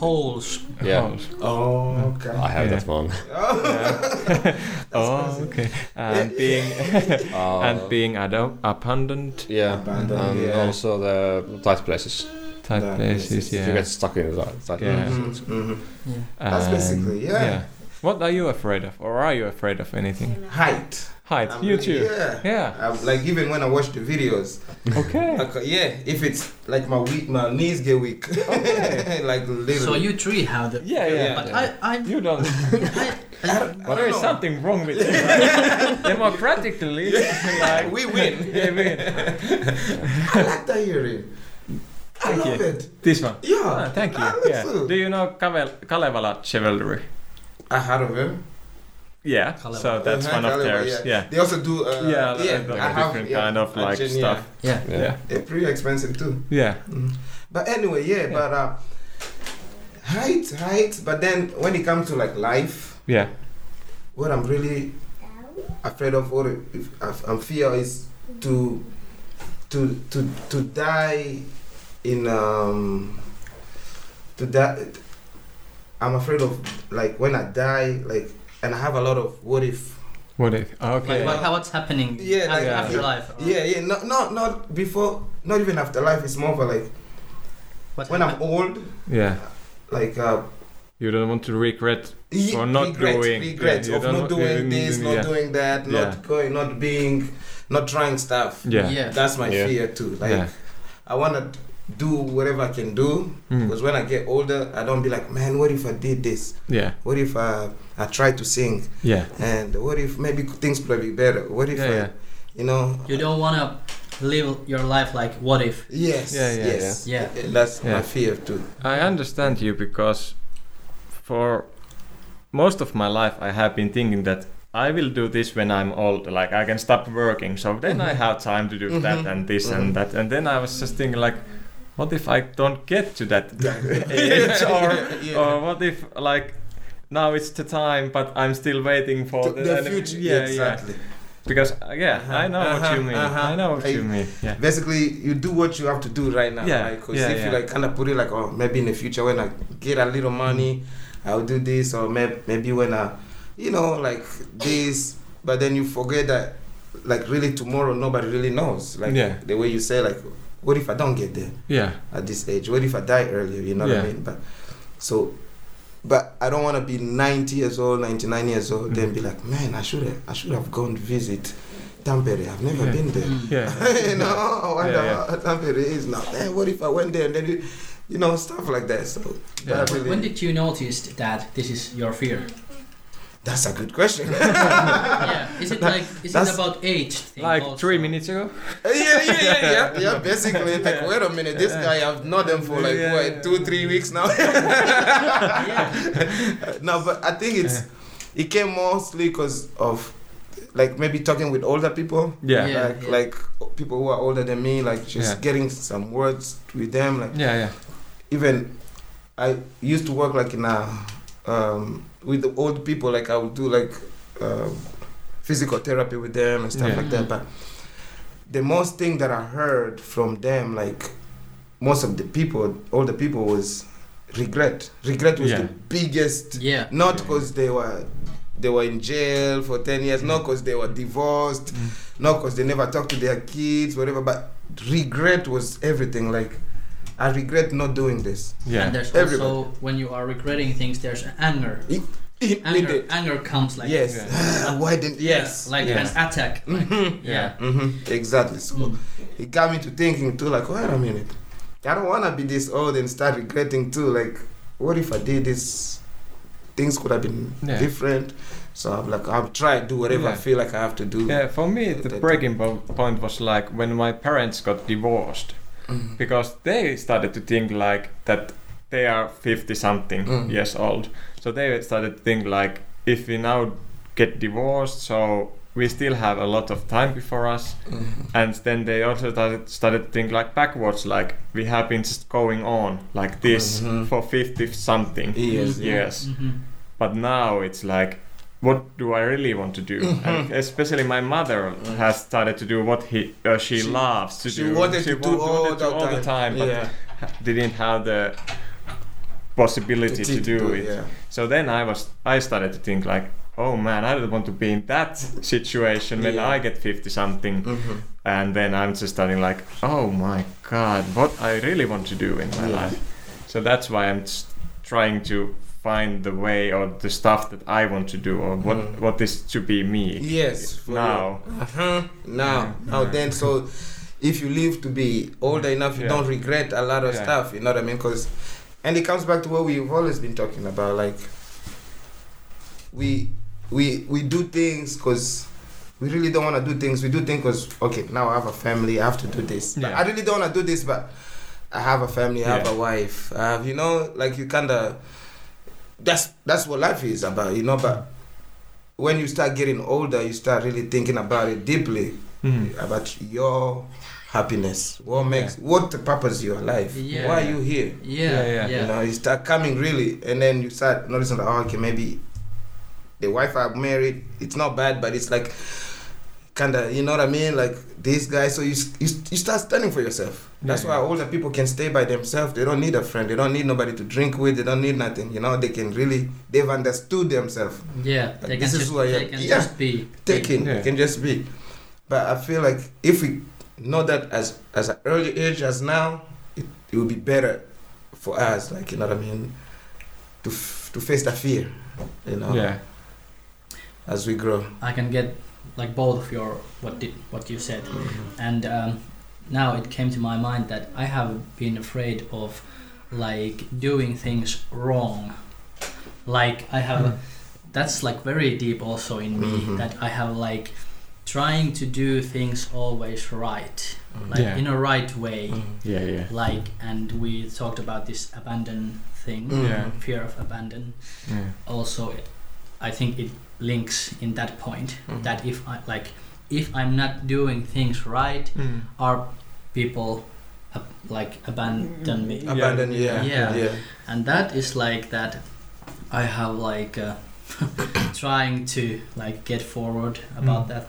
holes. Yeah. holes. Oh, okay. I have Yeah. that one. Yeah. oh, okay. And being Uh, and being ado- abandoned yeah. Abandoned, Um, and yeah. also the tight places. type That places. is- You Yeah. get stuck in the tight Yeah. places. Mhm, mhm. Yeah. That's And, basically, yeah. What are you afraid of, or are you afraid of anything? Height. Height. I'm you really- too. Yeah. Yeah. I'm, like even when I watch the videos, Okay. like, uh, yeah, if it's like my weak, my knees get weak, Okay. like little. So you three have the. Yeah, yeah. But I I You don't. I, I don't, I There don't is know. something wrong with you. right? Democratically, like, We win. we win. I like the hearing. I Thank love you. it. This one. Yeah. Ah, thank you. I love Yeah. it. Do you know Kavel- Kalevala Chivalry? I heard of him. Yeah. Kalevala. So that's Uh-huh, one of Kalevala, theirs. Yeah. They also do. Uh, Yeah, like yeah the I have, different yeah, kind of, like, Argent, stuff. Yeah. Yeah. Mm-hmm. Yeah. Yeah. Yeah, pretty expensive too. Yeah. Mm. But anyway, yeah, Yeah. But uh, height, height. But then when it comes to like life, Yeah. what I'm really afraid of, or if if I'm fear is to to to to die in um to die. I'm afraid of like when I die, like, and I have a lot of what if. What if? Okay. Like what, what's happening Yeah, after like- Yeah. afterlife? or Yeah, yeah, not not not before, not even after life. It's more for like what when I'm happened- old, Yeah. like uh, You don't want to regret. Ye- For not regret, doing- regret yeah, you of don't not know- you didn't- doing this, not yeah. doing that, Yeah. not going, not being, not trying stuff. Yeah. Yeah. That's my Yeah. fear too. Like Yeah. I wanna do whatever I can do Mm. because when I get older, I don't be like, man, what if I did this? Yeah. What if I I tried to sing? Yeah. And what if maybe things could have been better? What if Yeah, I, yeah. you know? You don't want to live your life like what if. Yes. Yeah, yeah, yes. yeah. Yeah. That's Yeah. my fear too. I understand you because for most of my life I have been thinking that I will do this when I'm old, like I can stop working, so then I Mhm. have time to do that Mhm. and this Mhm. and that. And then I was just thinking like, what if I don't get to that age Yeah, or, yeah. or what if like now it's the time but I'm still waiting for To the, the and- future. Yeah, exactly. yeah. Because uh, yeah, I know what Uh-huh, you mean. uh-huh. I know what I- you mean. Yeah. basically you do what you have to do right now Yeah, right? 'Cause yeah, if you yeah. like kind of put it like oh maybe in the future when i get a little money i'll do this or maybe maybe when i you know like this but then you forget that like really tomorrow nobody really knows like Yeah. the way you say like what if i don't get there Yeah. at this age what if i die earlier you know what i Yeah. mean but so but i don't want to be 90 years old 99 years old then be like man i should have i should have gone visit tampere i've never Yeah. been there Mm. Yeah. you know, I wonder Yeah, yeah. how tough it is now. Man, what if I went there and then, you, you know, stuff like that. So Yeah. but I When- really- When did you notice that this is your fear? that's a good question. yeah. Is it like is That's- it about age? thing also? Like three minutes ago. yeah, yeah, yeah, yeah, yeah. Basically, like, wait a minute, this guy I've known them for like Yeah, yeah, what two, yeah. three weeks now. yeah. no, but I think it's it came mostly because of like maybe talking with older people. Yeah. Yeah. like like people who are older than me, like just Yeah. getting some words with them, like. Yeah, yeah. even I used to work like in a um, with the old people. Like I would do like um physical therapy with them and stuff Yeah. like that. But the most thing that I heard from them, like most of the people, all the people, was regret. Regret was Yeah. the biggest. Yeah. Not Yeah. because they were they were in jail for ten years. Not because they were divorced. Mm. Not because they never talked to their kids, whatever. But regret was everything. Like I regret not doing this. And Yeah. there's also Everybody. when you are regretting things, there's anger. Anger, Immediate. anger comes like yes. Yeah. Why didn't? Yeah, Yes. like Yeah. an attack. Like, Mm-hmm. Mhm. yeah. Mhm. Exactly. So Mm. it got me to thinking too. Like, wait a minute. I don't wanna be this old and start regretting too. Like, what if I did this? Things could have been Yeah. different. So I'm like, I'll try to do whatever I Yeah. feel like I have to do. Yeah, for me the That- breaking po- point was like when my parents got divorced Mhm. because they started to think like that they are 50 something Mm. years old. So they started to think like if we now get divorced so we still have a lot of time before us Mhm. and then they also started, started to think like backwards like we have been just going on like this Mhm. for 50 something Yes. years Mhm. but now it's like what do i really want to do Mm-hmm. and especially my mother has started to do what he uh, she, Mm. She- loves to she do wanted to do wanted all to the time. but Yeah. ha- didn't have the possibility to, do, it Yeah. so then i was i started to think like oh man i don't want to be in that situation when Yeah. i get 50 something Mm-hmm. Mhm. and then i'm just starting like oh my god what i really want to do in my Yeah. life so that's why i'm s- trying to find the way or the stuff that i want to do or what Mhm. what is to be me Yes. for real. now Mm-hmm. Uh-huh. Now, now then, so if you live to be older enough, you Yeah. don't regret a lot of Yeah. stuff. You know what I mean? Because, and it comes back to what we've always been talking about, like we we we do things because we really don't want to do things. We do things because okay, now I have a family. I have to do this. But Yeah. I really don't want to do this, but I have a family. I have Yeah. a wife. I have you know, like you kind of that's that's what life is about, you know. But when you start getting older, you start really thinking about it deeply Mm. about your happiness. What makes what the purpose of your life? Yeah. Why are you here? Yeah, Yeah, yeah. yeah. You know, you start coming really, and then you start noticing that oh, okay, maybe the wife I married, it's not bad, but it's like kind of, you know what I mean? Like this guy, so you s- you, s- you start standing for yourself. That's Yeah, why yeah. older people can stay by themselves. They don't need a friend. They don't need nobody to drink with. They don't need nothing. You know, they can really they've understood themselves. Yeah, they can This is just, why I- they can yeah. just be Taking Yeah. it can just be. But I feel like if we know that as as an early age as now, it, it will be better for us. Like you know what I mean, to f- to face the fear, you know, Yeah. as we grow. I can get like both of your what did what you said, and um, now it came to my mind that I have been afraid of like doing things wrong. Like I have, that's like very deep also in me Mhm. that I have like trying to do things always right, like Yeah. in a right way. Yeah, yeah. Like and we talked about this abandon thing, Mm. Yeah. fear of abandon Yeah. also i think it links in that point Mhm. that if i like if i'm not doing things right Mm. are people ab- like abandon me Yeah. Mm-hmm. Abandon, yeah, Yeah. yeah. and that is like that i have like uh, trying to like get forward about Mm. that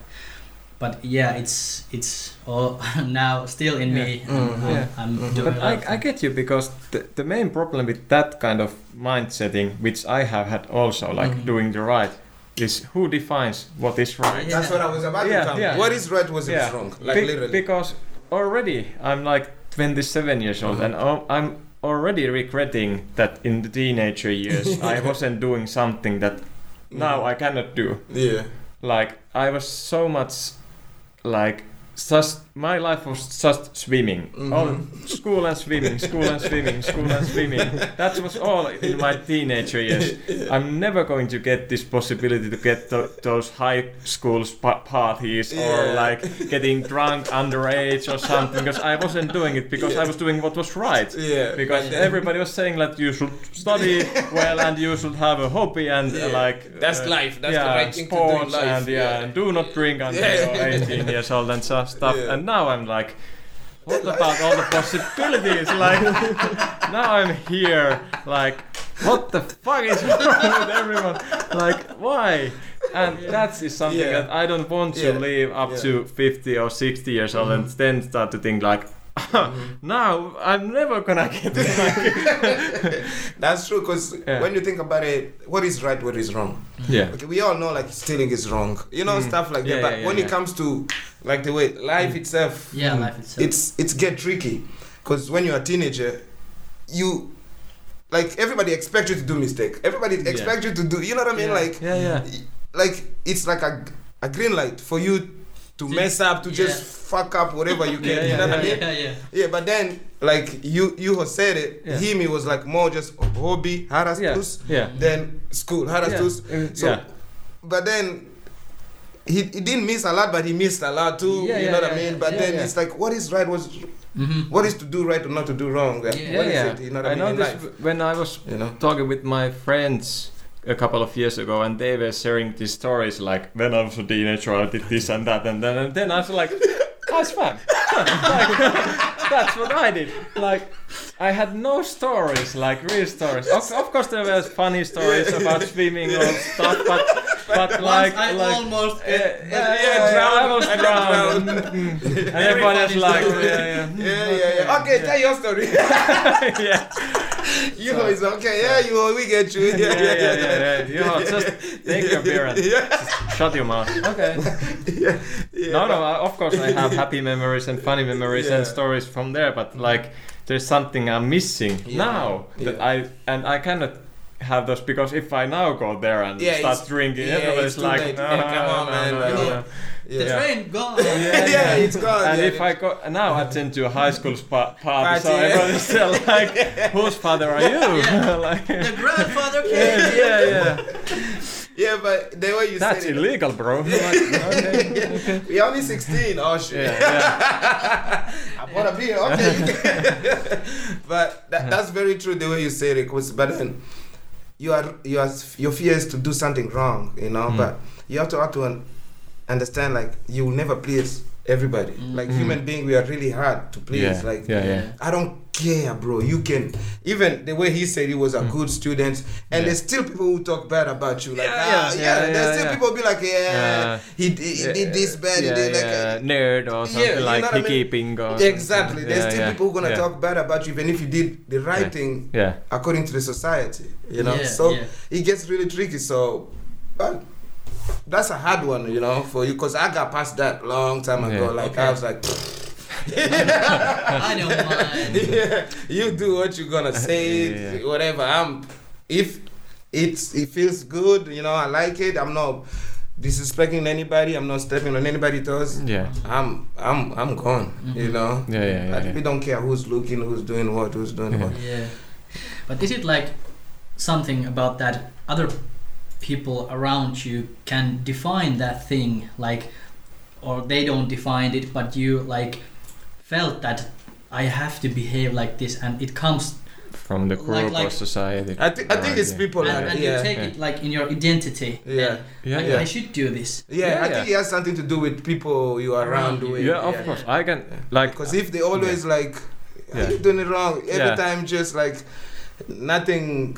but yeah it's it's all now still in me Yeah. and Mm, i'm, yeah. Mm-hmm. I'm Mhm. doing But I, that. I get you because the, the main problem with that kind of mind setting, which I have had also, like Mm-hmm. Mhm. doing the right, is who defines what is right. Yeah. That's what I was about Yeah, to come. yeah. What is right was Yeah. wrong, like Be- literally. Because already I'm like 27 years old Mhm. and al- I'm already regretting that in the teenager years I wasn't doing something that now I cannot do. Mm-hmm. yeah, Like I was so much like just my life was just swimming. Mhm. All school and swimming, school and swimming, school and swimming. That was all in my teenager years. I'm never going to get this possibility to get tho- those high school spa- parties or Yeah. like getting drunk underage or something because I wasn't doing it because I was doing what was right. yeah. Because But then- everybody was saying that you should study well and you should have a hobby and uh, Yeah. like That's uh, life. That's the yeah, right thing to do in sports life. and yeah, Yeah. and do not drink until Yeah. you're 18 years old and stuff. stuff. Yeah. And now I'm like, what about all the possibilities? Like now I'm here, like what the fuck is wrong with everyone? Like why? And that is something Yeah. that I don't want to Yeah. live up Yeah. Mm. to 50 or 60 years old and then start to think like. Mm-hmm. Now I'm never gonna get it. That's true. Because Yeah. when you think about it, what is right, what is wrong? Yeah. Okay, we all know like stealing is wrong, you know, Mm. stuff like Yeah, that. But yeah, yeah, when yeah. Mm. it comes to like the way life itself, yeah life itself it's it's get tricky, because when you're a teenager, you like everybody expect you to do mistake. Everybody Yeah. expect you to do, you know what I mean? yeah. Like, yeah, yeah. like it's like a, a green light for you to To- mess up, to just fuck up whatever you can. Yeah, you know what I mean? yeah yeah Yeah, but then like you you who said it, Yeah. him he was like more just hobby, harastus, Yeah. then school, harastus. Yeah. So, Yeah. but then he, he didn't miss a lot, but he missed a lot too. Yeah, you yeah, know what yeah, I mean? yeah, But yeah, then yeah. it's like, what is right? What's Mhm. what is to do right or not to do wrong? What is Yeah, it? You know what I mean? in noticed life, when I was you know. talking with my friends a couple of years ago, and they were sharing these stories like when I was a teenager, I did this and that, and then and then I was like, that's fun. like, that's what I did. Like, I had no stories, like real stories. Of, of course, there were funny stories about swimming or stuff, but but like Once I like. almost Yeah, yeah, yeah, yeah, drowned, I was I got drowned. Mm, mm. And everyone was Everybody's like, drowned. yeah, yeah. Yeah, yeah, yeah. Okay, tell your story. yeah. you know, it's okay. Yeah, you know, we get you. Yeah, yeah, yeah, yeah, yeah, yeah. You know, just take your beer and Yeah, shut your mouth. Okay. yeah, No, but- no. I, of course, I have happy memories and funny memories and Yeah. stories from there, but like, there's something I'm missing Yeah. now that Yeah. I and I cannot have those because if I now go there and Yeah, start it's- drinking, yeah, everybody's it's too like, late. no, Yeah, come on, no, man, no, you no, know. no. the Yeah. train gone yeah, yeah, it's gone. And yeah, if I go now, I attend to a high school spa- party, so Party, yeah. everybody's still like, "Whose father are you?" Yeah. like, the grandfather came yeah, yeah. yeah, but the way you That's said illegal, bro. it. We're only 16. Oh, shit. I bought a beer. Okay. you can. but that, that's very true the way you said it. 'cause- but then you are, you are, your fear is to do something wrong, you know, Mm. but you have to, have to un- understand, like, you will never please everybody. Mm. Like, Mm. human being, we are really hard to please. yeah, Like, yeah, yeah. I don't care, bro. You can even the way he said he was a Mm. good student, and Yeah. there's still people who talk bad about you. Like, Yeah, ah, yeah, yeah, yeah, there's yeah, still yeah. people be like, yeah, Yeah. he, did, he did this bad, yeah, he did like. uh, yeah. nerd or something Yeah, you like know what I Hiki mean? Bingo. or Exactly. something. There's Yeah, still yeah, people who gonna yeah. talk bad about you, even if you did the right Yeah. thing Yeah, according to the society. You know, Yeah, so yeah. it gets really tricky. So, but that's a hard one, you know, for you, because I got past that long time ago. Yeah. Like Okay. I was like. I don't mind. yeah, you do what you're gonna say, Yeah, yeah. whatever. I'm if it's it feels good, you know, I like it. I'm not disrespecting anybody. I'm not stepping on anybody toes. yeah, I'm I'm I'm gone. You know, yeah, yeah, yeah. like, yeah. we don't care who's looking, who's doing what, who's doing Yeah. what. Yeah. But is it like something about that other people around you can define that thing like or they don't define it but you like felt that I have to behave like this and it comes From the Like- group or like- society. I think I think Right, it's yeah. people and, like and Oh, yeah. you take it like in your identity. Yeah. And, Yeah, like, yeah. I should do this. yeah, Yeah, I yeah. think it has something to do with people you are Around around you. with. Yeah, of Yeah. course. I can like Because if they always like, Yeah. you're doing it wrong every Yeah. time, just like nothing.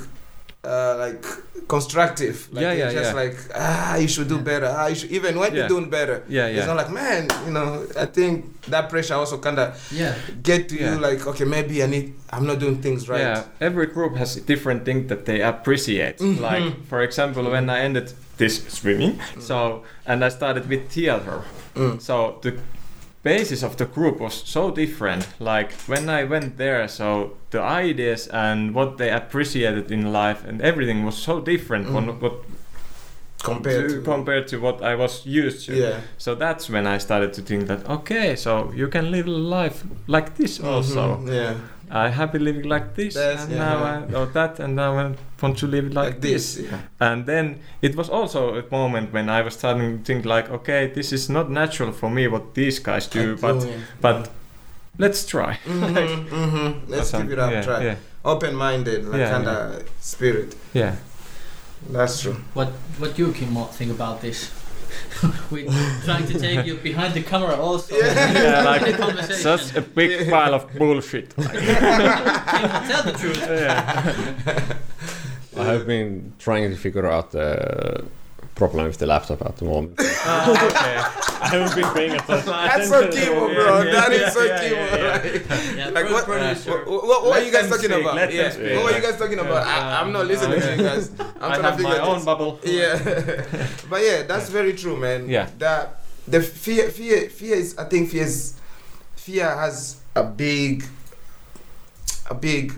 Uh, like constructive, like Yeah, you're yeah, just yeah. like ah, you should do better. Ah, you should, even when Yeah. you're doing better, yeah, it's yeah. not like man, you know. I think that pressure also kind of Yeah. get to Yeah. you, like okay, maybe I need, I'm not doing things right. Yeah, every group has a different thing that they appreciate. Mm-hmm. Like, for example, when I ended this swimming, so and I started with theater, Mm. so the basis of the group was so different. Like when I went there, so the ideas and what they appreciated in life and everything was so different from Mm. what Compared to, compared to what I was used to. yeah, So that's when I started to think that okay, so you can live life like this also. Mhm, yeah, I happy living like this, That's- and yeah. now I, or that, and now I want to live like, this. yeah. And then it was also a moment when I was starting to think like, okay, this is not natural for me what these guys do, Like but doing- but let's try. Mhm, mhm. let's keep it up, yeah, try Yeah, open-minded, like Yeah, kind of spirit. yeah. That's true. What what you Kimmo think about this? We're trying to take you behind the camera also. Yeah. Yeah, like, In the conversation. Such a big pile of bullshit. Kimmo, tell the truth. yeah. I have been trying to figure out the problem with the laptop at the moment. Ah, okay. I haven't been paying attention. That's so Kimo, bro. Yeah, that is yeah, so yeah, Kimo. yeah, yeah. Like, Yeah, like what, Uh, producer. what, what, what are Let you guys them talking speak, about? let them Yeah. speak. What are you guys talking Yeah. about? I, I'm not Uh, listening to yeah. you guys. I'm I trying have to my figure own this. bubble. Yeah. but yeah, that's very true, man. Yeah. That the fear, fear, fear is. I think fear is, fear has a big, a big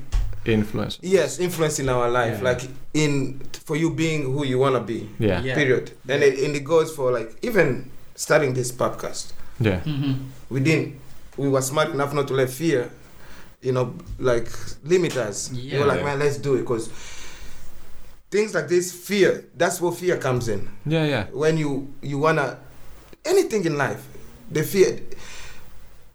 Influence. yes influence in our life. Yeah. Like in for you being who you wanna be. Yeah. Yeah. Period. And it and it goes for like even starting this podcast Yeah. Mhm. we didn't we were smart enough not to let fear you know like limit us we Yeah. were like man let's do it because things like this fear that's where fear comes in Yeah. Yeah. when you you wanna anything in life the fear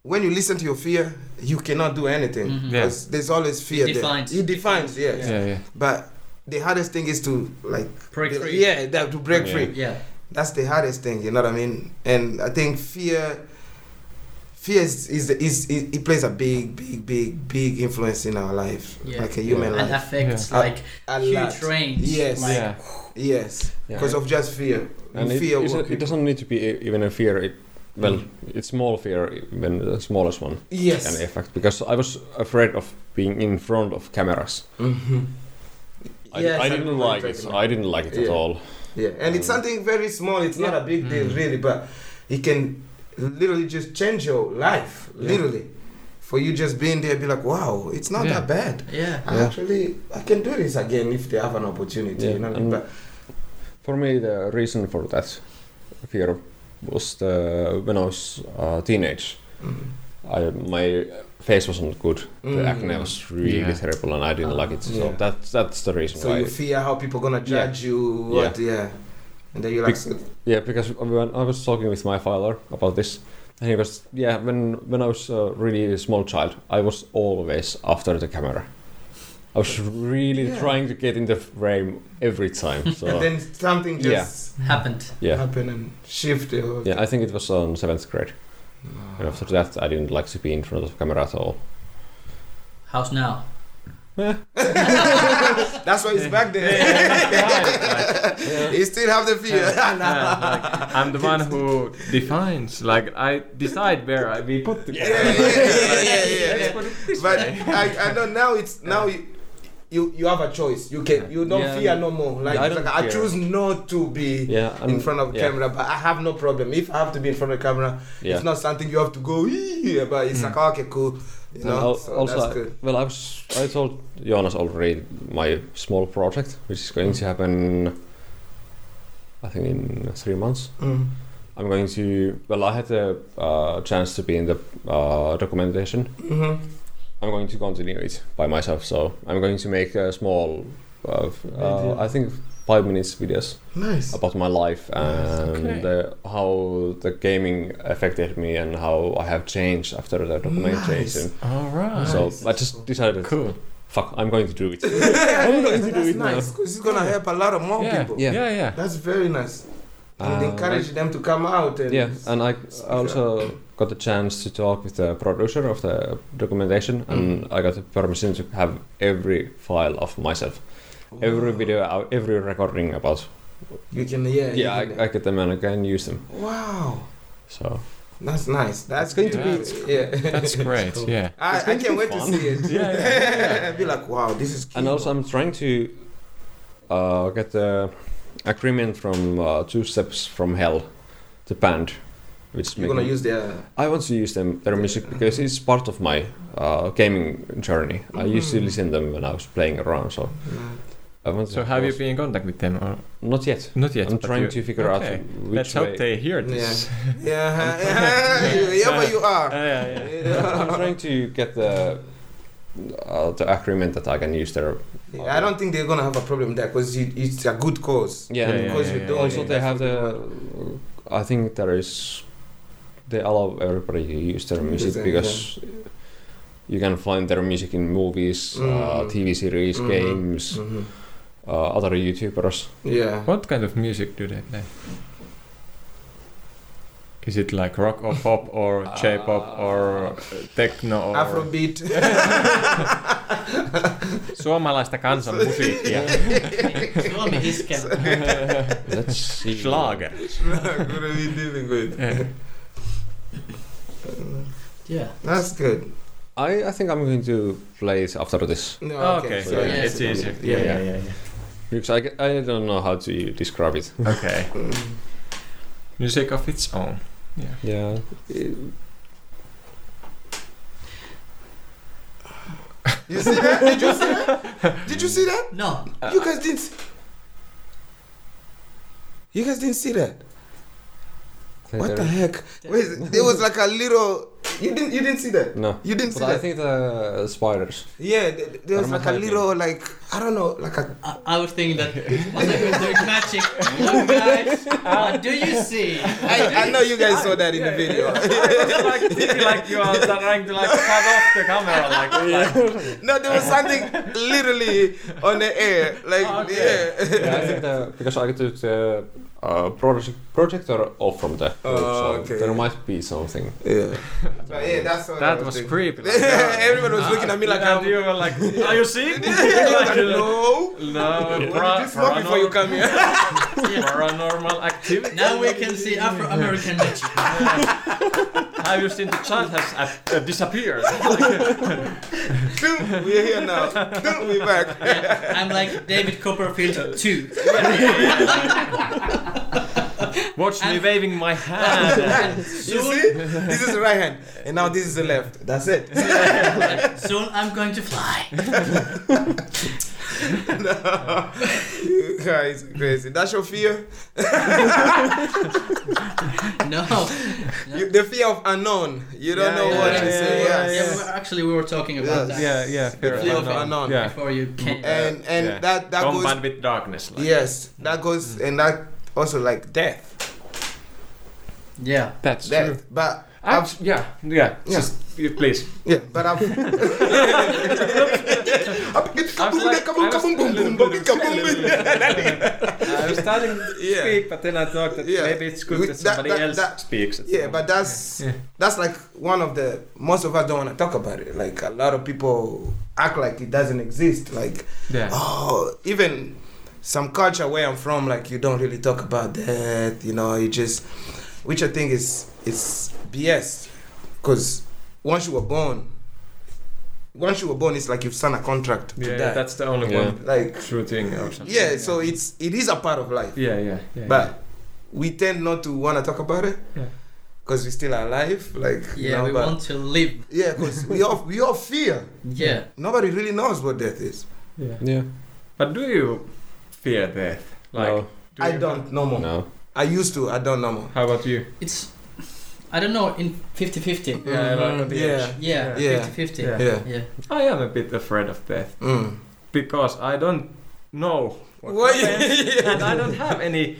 when you listen to your fear you cannot do anything Mhm. Yeah. 'cause there's always fear there. defines- it defines yes Yeah. Yeah. Yeah. but the hardest thing is to like Break the- free. yeah that, to break Yeah. free Yeah. that's the hardest thing you know what i mean and i think fear fear is is, is, is it plays a big big big big influence in our life Yeah. like a human And life affects Yeah. like a huge lot range. Yes. Like, yeah. yes because of just fear And You it, fear it's what a- it people- Mm. doesn't need to be e- even a fear. It, well, it's small fear, even the smallest one can yes affect. Because I was afraid of being in front of cameras. mm-hmm. I, I didn't like it. I didn't like it at Yeah. all. yeah and Mm. it's something very small it's not a big deal Mm. really but it can literally just change your life Yeah. literally for you just being there be like wow it's not Yeah. that bad yeah. I Yeah. actually I can do this again if they have an opportunity Yeah, Mm. you know what I mean? and- but For me, the reason for that fear was the, when I was uh, teenage. Mhm. I, my face wasn't good. The Mm. acne was really Yeah. terrible, and I didn't like it. So Yeah. that's that's the reason So why. you fear how people gonna judge you? Yeah. What? Yeah. and then you like Big- said, Yeah, because when I was talking with my father about this, and he was, yeah, when when I was a really small child, I was always after the camera. I was really Yeah. trying to get in the frame every time. and So then something just Happened. yeah, happened and shifted. or- yeah, I think it was on seventh grade, No. and after that, I didn't like to be in front of camera at all. How's now? That's why he's back there. Yeah. he still have the fear. Yeah, like, I'm the one who defines. Like I decide where I we put the Yeah, yeah, yeah, yeah, yeah, yeah. Let's put it this but way. I, I know now it's now you, you you have a choice. You can you don't Yeah. fear no more. Like, Yeah, I it's don't like, I fear. choose not to be Yeah, in and- front of yeah, camera, but I have no problem. If I have to be in front of camera, Yeah. Mm. it's not something you have to go. "Ee," But it's like okay, cool. You And know, al- so also, that's I- good. well, I was I told Jonas already my small project, which is going to happen, I think in three months. Mm. I'm going to. Well, I had the uh, chance to be in the uh, documentation. Mhm. I'm going to continue it by myself. So I'm going to make a small, uh, f- uh, Video. I think, five minutes videos Nice. about my life and uh, how the gaming affected me and how I have changed after the documentation. All right. So Nice. I just decided, cool. fuck, I'm going to do it. I'm going to do that's it now. nice because it's gonna help a lot of more Yeah. people. Yeah. yeah, yeah. That's very nice. And Um, encourage them to come out and Yeah, and I Speak also got the chance to talk with the producer of the documentation, and I got the permission to have every file of myself, every video, out, every recording about. You can Yeah, yeah. you I, can- I get them and I can use them. Wow. So That's nice. That's going to be yeah. That's great. Yeah. I, It's I going to can't be wait to fun. see it. Yeah, yeah, be like, wow, this is. Cute. and also I'm trying to uh, get the agreement from uh, Two Steps from Hell, the band, which you're gonna making- use the. I want to use them their music because it's part of my uh, gaming journey. I used to Mhm. listen them when I was playing around, so I want. So to have you been in contact with them or Not yet. not yet? I'm but trying you- to figure okay. out which Let's way. hope they hear this. Yeah, wherever you Yeah, are. yeah, yeah. I'm trying to get the uh, the agreement that I can use their. Yeah, I don't think they're gonna have a problem there because it's a good cause. Yeah. Yeah, and because you yeah, don't. yeah. also, they have the. I think there is. They allow everybody to use their music Listen, because. You can find their music in movies, uh, Mm. TV series, Mhm. games, Mhm. uh, other YouTubers. Yeah. What kind of music do they play? Is it like rock or pop or J-pop or techno or Uh, Afrobeat. suomalaista kansanmusiikkia? Suomi iskelmä. Let's see. Schlager. what are we dealing with? Yeah. That's good. I, I think I'm going to play it after this No, Okay, so so yeah, it's easier. Yeah, yeah, because I, I don't know how to describe it. Okay. Music of its own. Yeah. Yeah. You see that? Did you see that? Did you see that? No. You guys didn't. s- You guys didn't see that. What the heck? Wait, there was like a little. You didn't. You didn't see that. No. You didn't But see I that. think the spiders. yeah, th- th- there was like a Aromatic. little like I don't know, like a. I, I was thinking that was I going to do magic? Look, guys, what do you see? I, I know you guys saw that in the video. like thinking like you are trying to like cut off the camera like, no, there was something literally on the air, like Okay. yeah. yeah, I think the, because I took the uh, project, projector off from the Oh, group, so okay. there might be something. Yeah. But yeah, that's what I That was thinking. creepy. Everyone was looking at me like I'm. and you were like, are you seeing? like, no. No, What did you smoke before you come here? paranormal activity. Now we can see Afro-American magic. Have you seen the child has uh, uh, disappeared? Doom, we're here now. Doom, we're back. Yeah, I'm like David Copperfield too. Watch me And- waving my hand. You see? This is the right hand. And now this is the left. That's it. Soon I'm going to fly. no. You guys are crazy. That's your fear? No. Oh, Uh, You, the fear of unknown. You don't Yeah, know yeah, what yeah, to say. yeah, yes. Yeah, we were- actually, we were talking about that yeah, yeah. The fear of unknown. unknown. Yeah. before you came. And and Yeah. that that Combined goes with darkness. Like. Yes. That goes and that also like death, Yeah. That's death. But I've, Abs- yeah, yeah. Yeah. Just, you, please. yeah, but I've. I was like- I was a little bit I was starting to Yeah. speak, but then I thought that Yeah. maybe it's good We- that that- somebody that- else that- speaks. at the Yeah, moment. but that's Yeah. that's like one of the most of us don't want to talk about it. Like a lot of people act like it doesn't exist. Like yeah. oh, even some culture where I'm from, like you don't really talk about that. You know, you just, which I think is is BS, because once you were born, once you were born, it's like you've signed a contract to yeah, die. that's the only Yeah. one like true thing or something. yeah, so it's it is a part of life, yeah, yeah, yeah. but we tend not to want to talk about it. Yeah. Cause we're still alive, like you Yeah, know, we but- want to live. yeah, cause we all we all fear. Yeah. Nobody really knows what death is. yeah. Yeah. But do you fear death? Like, No. do I you- don't no more. No. I used to. I don't no more. How about you? It's I don't know in 50-50. Yeah, Mhm. like on the Yeah. edge. Yeah, Yeah. 50-50. Yeah. Yeah. Yeah. I am a bit afraid of death Mm. because I don't know what What- happens, and I don't have any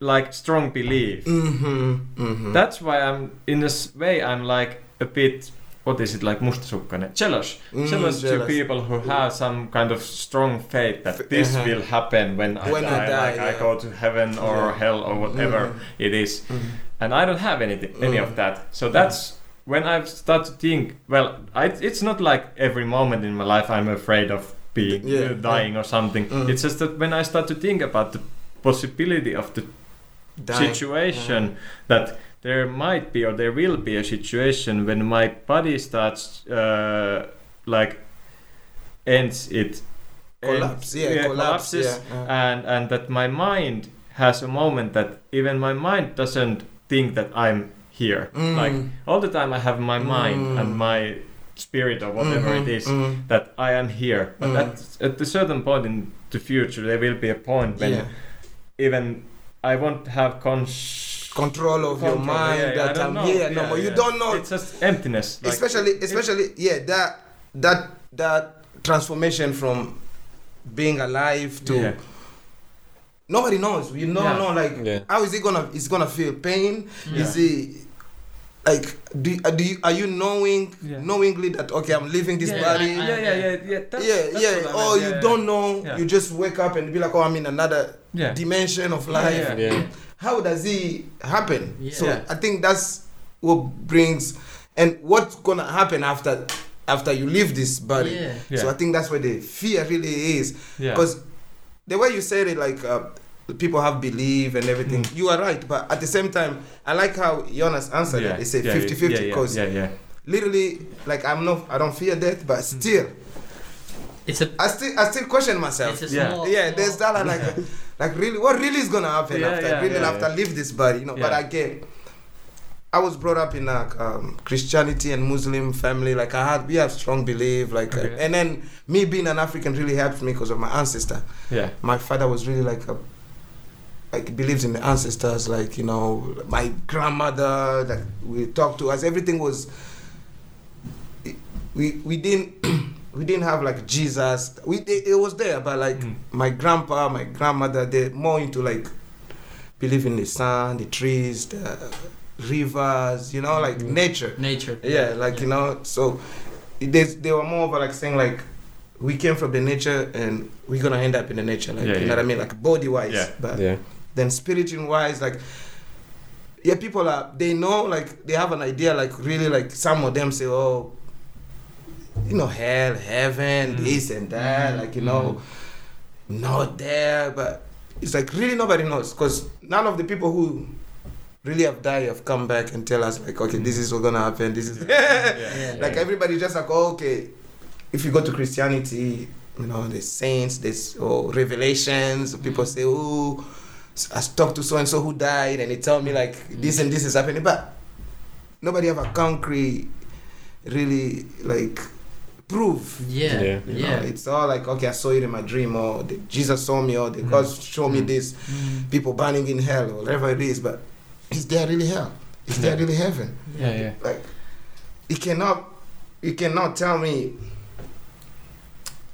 like strong belief. Mm-hmm. Mm-hmm. That's why I'm in this way. I'm like a bit. What is it like mustasukkainen? Jealous. Mm, jealous, to people who have some kind of strong faith that F- this uh-huh. will happen when I When I die, die, like I yeah. go to heaven or Yeah. hell or whatever it is. Mhm. And I don't have anything, any of Mm. that. So that's when I start to think. Well, I, it's not like every moment in my life I'm afraid of being Yeah. uh, dying or something. Mm. It's just that when I start to think about the possibility of the Dying. Mm. situation that there might be or there will be a situation when my body starts uh, like ends it Mm-hmm. ends- collapse. Yeah, collapse. collapses yeah. Uh, and and that my mind has a moment that even my mind doesn't think that I'm here Mm. like all the time I have my mind Mm. and my spirit or whatever it Mhm, is mhm. that I am here but Mm. at, at a certain point in the future there will be a point when Yeah. even I won't have cons- Control of your control. Yeah, mind yeah, I that don't I'm know. here no Yeah, more. You yeah. don't know. It's just emptiness. Like, especially, especially, yeah, that that that transformation from being alive to yeah. nobody knows. You don't Yeah. know, like Yeah. how is it gonna? It's gonna feel pain. Yeah. Is it like do uh, do you, are you knowing Yeah. knowingly that okay I'm leaving this yeah, body? Yeah, yeah, yeah, yeah. yeah. That's, yeah, that's yeah. What I or meant. you yeah, don't know. Yeah. You just wake up and be like, oh, I'm in another Yeah. dimension of Yeah, life. yeah. Yeah. How does it happen? Yeah. So Yeah. I think that's what brings and what's gonna happen after after you leave this body. Yeah. Yeah. So I think that's where the fear really is yeah. because the way you said it, like uh, people have belief and everything. Mm. You are right, but at the same time, I like how Jonas answered yeah. it. He said yeah, 50 50 yeah, because yeah, yeah, literally, like I'm not, I don't fear death, but Mm. still, It's a I still, I still question myself. it's a Yeah. small yeah, there's small- that like, like, really, what really is gonna happen Yeah, after yeah, really yeah, after I yeah. leave this body, you know? But Yeah. again, I was brought up in a um, Christianity and Muslim family. Like I had, we have strong belief. Like, uh, Okay. and then me being an African really helped me because of my ancestor yeah, my father was really like a like believes in the ancestors like you know my grandmother that we talked to us everything was we we didn't we didn't have like jesus we it, it was there but like Mm. my grandpa my grandmother they're more into like believe in the sun the trees the rivers you know like Mhm. nature nature. yeah like you know so they, they were more of a, like saying like we came from the nature and we're gonna end up in the nature like Yeah, you know yeah. what i mean like body wise Yeah. but Yeah. then spiritual wise like yeah people are they know like they have an idea like really like some of them say oh you know hell heaven Mm. this and that Mm, like you know not there but it's like really nobody knows because none of the people who really have died have come back and tell us like okay this is what's gonna happen this is Mm. yeah, like everybody just like oh, okay if you go to christianity you know there's saints there's oh, revelations people say oh i talked to so and so who died and they tell me like this and this is happening but nobody have a concrete really like proof Yeah. Yeah. Yeah. you know? it's all like okay i saw it in my dream or the, jesus saw me or the god showed me this Mm. people burning in hell or whatever it is but is there really hell is there Yeah. really heaven yeah, yeah. like you cannot you cannot tell me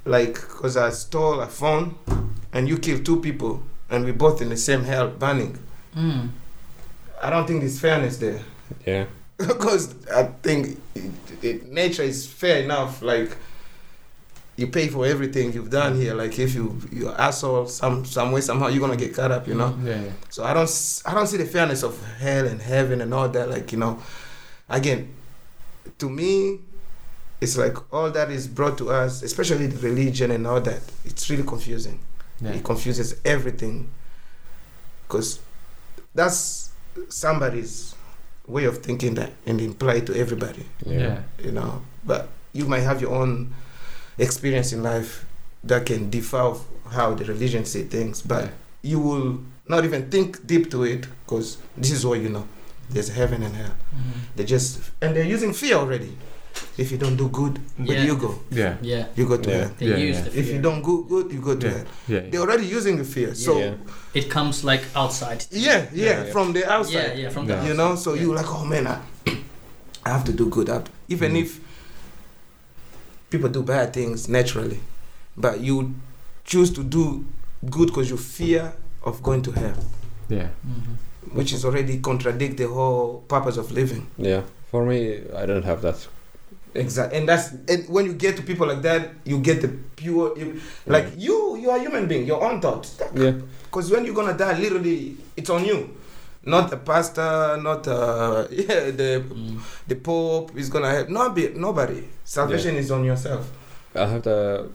like because i stole a phone and you killed two people and we both in the same hell burning. Mm. I don't think there's fairness there. Yeah. because I think it, it, nature is fair enough. Like you pay for everything you've done here. Like if you you asshole some some way somehow you're gonna get caught up. You know. Yeah. So I don't s- I don't see the fairness of hell and heaven and all that. Like you know, again, to me, it's like all that is brought to us, especially the religion and all that. It's really confusing. Yeah. It confuses everything because that's somebody's way of thinking that and imply to everybody, Yeah. yeah. you know. But you might have your own experience in life that can differ of how the religion see things, but you will not even think deep to it because this is what you know. There's heaven and hell. Mm. They just and they're using fear already. If you don't do good, where Yeah. do you go? Yeah. Yeah. You go to Yeah. hell. They Yeah, use yeah. the fear. If you don't go good, you go to Yeah. hell. Yeah. They're already using the fear. So Yeah. It comes like outside. yeah, yeah, Yeah, yeah. from the outside. Yeah, yeah, from the Yeah. outside. you know so Yeah. you like oh man I, I have to do good I have to- even Mm. if people do bad things naturally but you choose to do good because you fear of going to hell Yeah. Mhm. which is already contradict the whole purpose of living Yeah. For me, I don't have that. exactly and that's and when you get to people like that you get the pure you, like you you are human being your own thoughts Yeah. because when you're gonna die literally it's on you not the pastor not uh yeah the Mm. the Pope is gonna help. Nobody, nobody. Salvation is on yourself. I have the.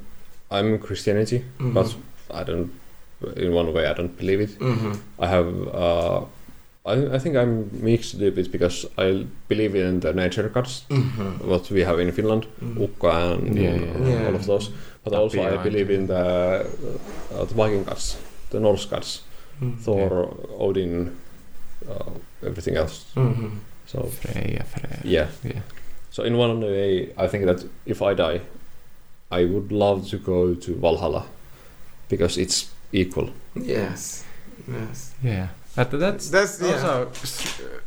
I'm Christianity, Mm-hmm. but I don't. In one way, I don't believe it. hmm I have. Uh, I, I think I'm mixed a little bit because I believe in the nature gods, hmm what we have in Finland, Ukko and Yeah, yeah. Yeah. all of those. But Tapio also, I and- believe in the, uh, the Viking gods, the Norse gods, Mm-hmm. Thor, Odin, uh, everything else. hmm So Freya, Freya. yeah. Mm. Yeah. So in one way, I think that if I die, I would love to go to Valhalla because it's equal. Yes. Yes. Yeah. But that's That's yeah. also s- uh,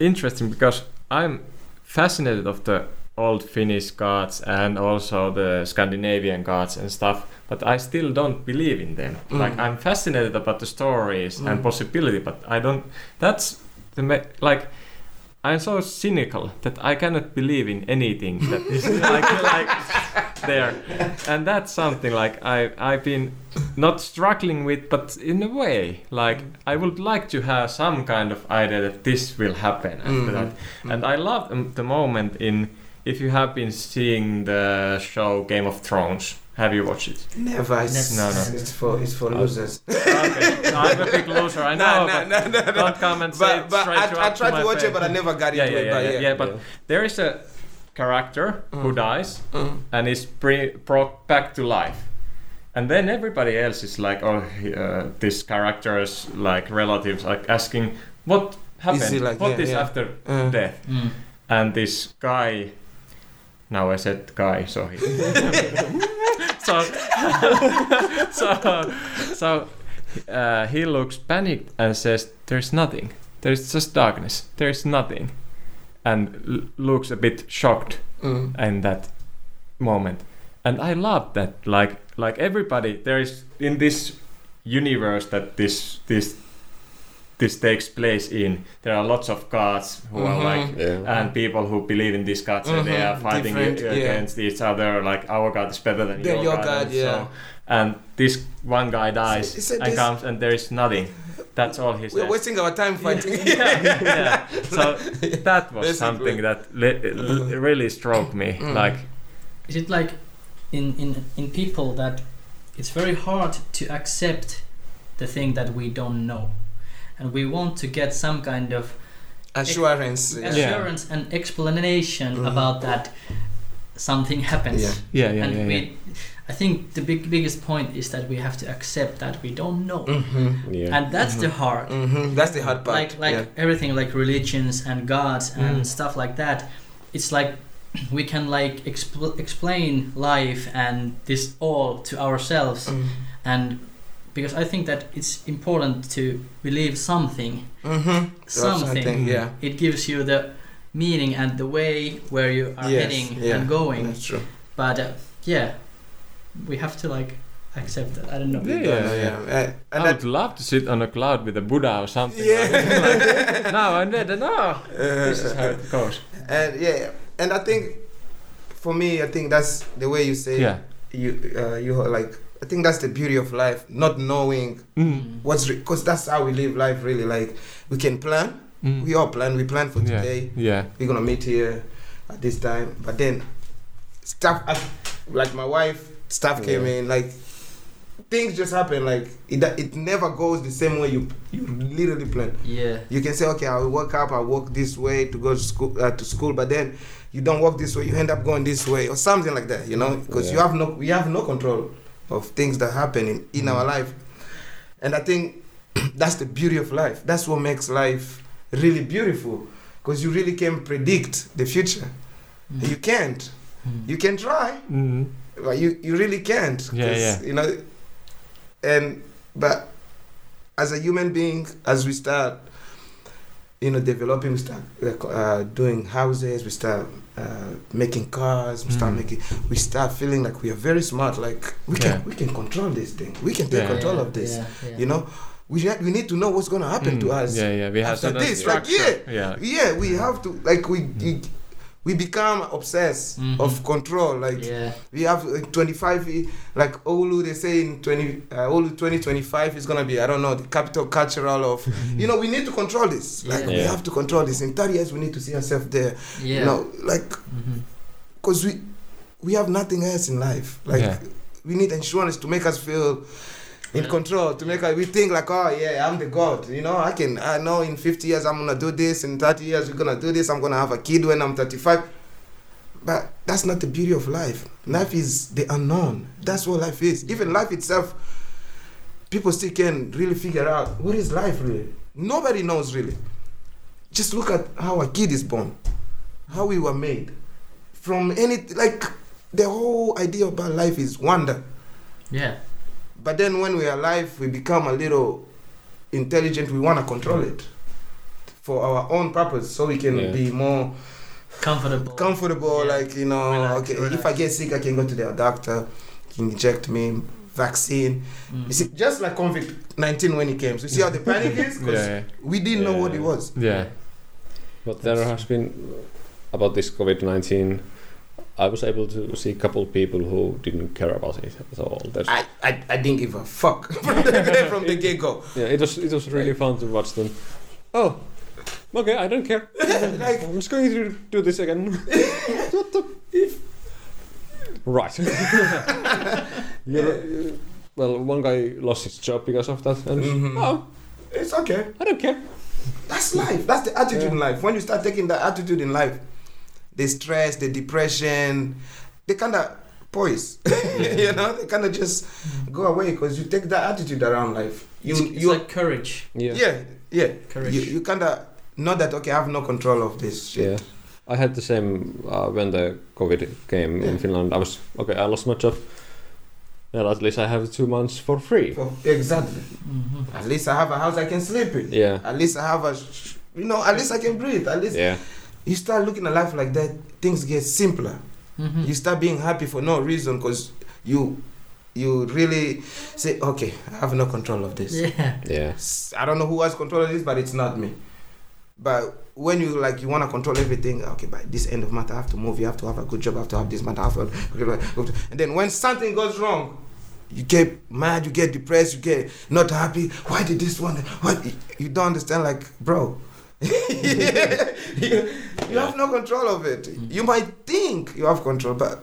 interesting because I'm fascinated of the old Finnish gods and also the Scandinavian gods and stuff, but I still don't believe in them. Mm. Like I'm fascinated about the stories and Mm. possibility, but I don't. That's the ma- like. I'm so cynical that I cannot believe in anything that is like, like there, and that's something like I I've been not struggling with, but in a way, like I would like to have some kind of idea that this will happen after Mm. that. And I love um, the moment in if you have been seeing the show Game of Thrones. Have you watched it? never. It's, No, no. It's for it's for Uh, losers. okay, I'm a big loser. I know, but no, no, no. don't come and say But, it but straight to I, I up tried my to watch face. it, but I never got yeah, yeah, into it. yeah, but yeah, yeah, yeah, but there is a character who Mm. dies Mm. and is bring, brought back to life. And then everybody else is like, oh, he- uh, this character's like relatives are asking, what happened? What he is like- yeah, yeah. after Uh, death? Mm. And this guy, now I said guy, so he, so, so, so uh, he looks panicked and says, "There's nothing. There's just darkness. There's nothing," and l- looks a bit shocked mm. and that moment and i love that like like everybody there is in this universe that this this this takes place in there are lots of gods who are Mhm. like Yeah. and people who believe in these gods and they Mhm, are fighting different, a- yeah. against each other like our god is better than The- your, your god, god, and yeah. so and this one guy dies Is it and this- comes and there is nothing that's all he says We're wasting our time fighting. yeah, yeah. So that was Basically. something that li- l- really struck me. Mm. Like, Is it like in, in in people that it's very hard to accept the thing that we don't know, and we want to get some kind of Assurance. Yeah. Yeah. assurance and explanation Mhm. about that something happens. Yeah. yeah, and we, I think the big biggest point is that we have to accept that we don't know, Mm-hmm. Yeah. and that's the hard. Mm-hmm. That's the hard part. Like like everything like religions and gods and Mm. stuff like that. It's like we can like expl- explain life and this all to ourselves yeah. Mm. and because I think that it's important to believe something. Mm-hmm. Something. Yeah. It gives you the meaning and the way where you are Yes, heading yeah, and going. That's true. But uh, yeah, we have to like accept that. I don't know. Yeah. Yeah, yeah. Uh, I and that, would love to sit on a cloud with a Buddha or something. Yeah. Like, like, now I'm dead and now this is how uh, it goes. and yeah, and I think for me, I think that's the way you say Yeah. you uh, you are like. I think that's the beauty of life, not knowing Mm. what's because that's how we live life. Really, like we can plan. Mm. We all plan. We plan for yeah. today. Yeah. We're gonna meet here at this time, but then stuff hap- like my wife stuff came Yeah. in like things just happen like it, it never goes the same way you you literally plan Yeah. you can say okay i will wake up i walk this way to go to school uh, to school but then you don't walk this way you end up going this way or something like that you know because you Yeah. have no we have no control of things that happen in, in our life and i think that's the beauty of life that's what makes life really beautiful because you really can predict the future Mm. you can't Mm. you can try Mm. but you you really can't 'cause, Yeah, yeah. you know and but as a human being as we start you know developing we start like, uh, doing houses we start uh, making cars we start Mm. making we start feeling like we are very smart like we Yeah. can we can control this thing we can take Yeah. control of this Yeah, yeah. you know we, ha- we need to know what's going to happen Mm. to us Yeah, yeah. We have after certain this, like, structure. yeah. Hmm. yeah we have to like we we, we become obsessed Mhm. of control like yeah. we have uh, 25, i- like Oulu, they say in 20, uh, Oulu 2025 is going to be, I don't know, the capital cultural of, you know, we need to control this. Like, we Yeah. have to control this. In 30 years, we need to see ourselves there. Yeah. You know, like, Mhm. because we, we have nothing else in life. Like, Yeah. we need insurance to make us feel in Yeah. control, to make us, we think like, oh, yeah, I'm the God. You know, I can, I know in 50 years I'm going to do this. In 30 years, we're going to do this. I'm going to have a kid when I'm 35. But that's not the beauty of life. Life is the unknown. That's what life is. Even life itself, people still can really figure out what is life really. Nobody knows really. Just look at how a kid is born, how we were made. From any like the whole idea about life is wonder. Yeah. But then when we are alive, we become a little intelligent. We want to control it for our own purpose, so we can Yeah. be more Comfortable. comfortable Yeah. like you know Relax, okay relax. if i get sick i can go to the doctor can inject me vaccine Mm. you see just like covid-19 when it came so you see how the panic is 'Cause Yeah. we didn't know what it Yeah. was Yeah. But there has been uh, about this COVID nineteen. I was able to see a couple people who didn't care about it at all. There's, I, I i didn't give a fuck from the, from the get-go yeah, it was it was really fun to watch them. Oh, okay, I don't care. like I'm just going to do this again. what the? Right. You're- well, one guy lost his job because of that, and Mhm. oh, it's okay I don't care. that's life that's the attitude Yeah. in life when you start taking that attitude in life the stress the depression they kind of poise you know they kind of just go away because you take that attitude around life you Mm. it's, it's you like courage. Yeah. yeah yeah Courage. you, you kind of know that okay i have no control of this shit. Yeah. I had the same uh, when the COVID came in Yeah. Finland. I was okay. I lost my job. Well, at least I have two months for free. For- exactly Mhm. at least i have a house i can sleep in Yeah. at least i have a sh- you know at least i can breathe at least Yeah. you start looking at life like that things get simpler Mhm. you start being happy for no reason because you you really say okay i have no control of this Yeah. Yeah. S- i don't know who has control of this but it's not me but when you like you want to control everything okay by this end of month i have to move you have to have a good job i have to have this month I have to have- and then when something goes wrong you get mad you get depressed you get not happy why did this one what you don't understand like bro you, you have no control of it you might think you have control but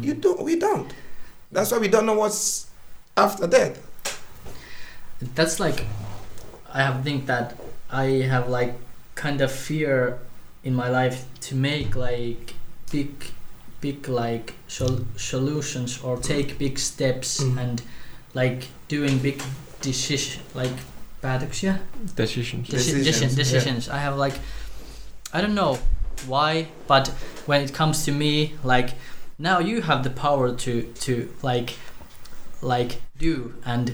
you don't we don't that's why we don't know what's after death That's like, I have think that I have like kind of fear in my life to make like big, big like sol- solutions or take big steps Mm. and like doing big decision like päätöksiä Decisions. Deci- Decisions, decisions. yeah. decisions. I have like, I don't know why, but when it comes to me, like now you have the power to to like like do and